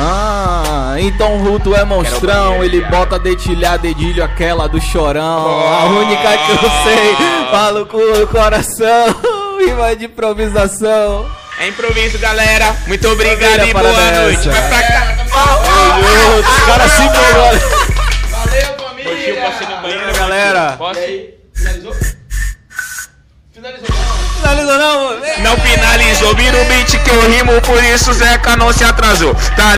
[SPEAKER 5] Ah, então o Ruto é monstrão,
[SPEAKER 2] banheiro,
[SPEAKER 5] ele
[SPEAKER 2] viado.
[SPEAKER 5] bota dedilhar, dedilho aquela do chorão. A única que eu sei, falo com o coração, *laughs* rima de improvisação.
[SPEAKER 2] É improviso, galera. Muito obrigado
[SPEAKER 5] Família,
[SPEAKER 2] e boa
[SPEAKER 5] parada é
[SPEAKER 2] noite.
[SPEAKER 5] essa?
[SPEAKER 2] Vai pra cá.
[SPEAKER 5] Ô, Os caras se envolveram.
[SPEAKER 15] Valeu, família!
[SPEAKER 5] galera.
[SPEAKER 2] Posso?
[SPEAKER 5] Finalizou não, mano?
[SPEAKER 2] Não finalizou, vira o beat que eu rimo, por isso Zeca não se atrasou. Tá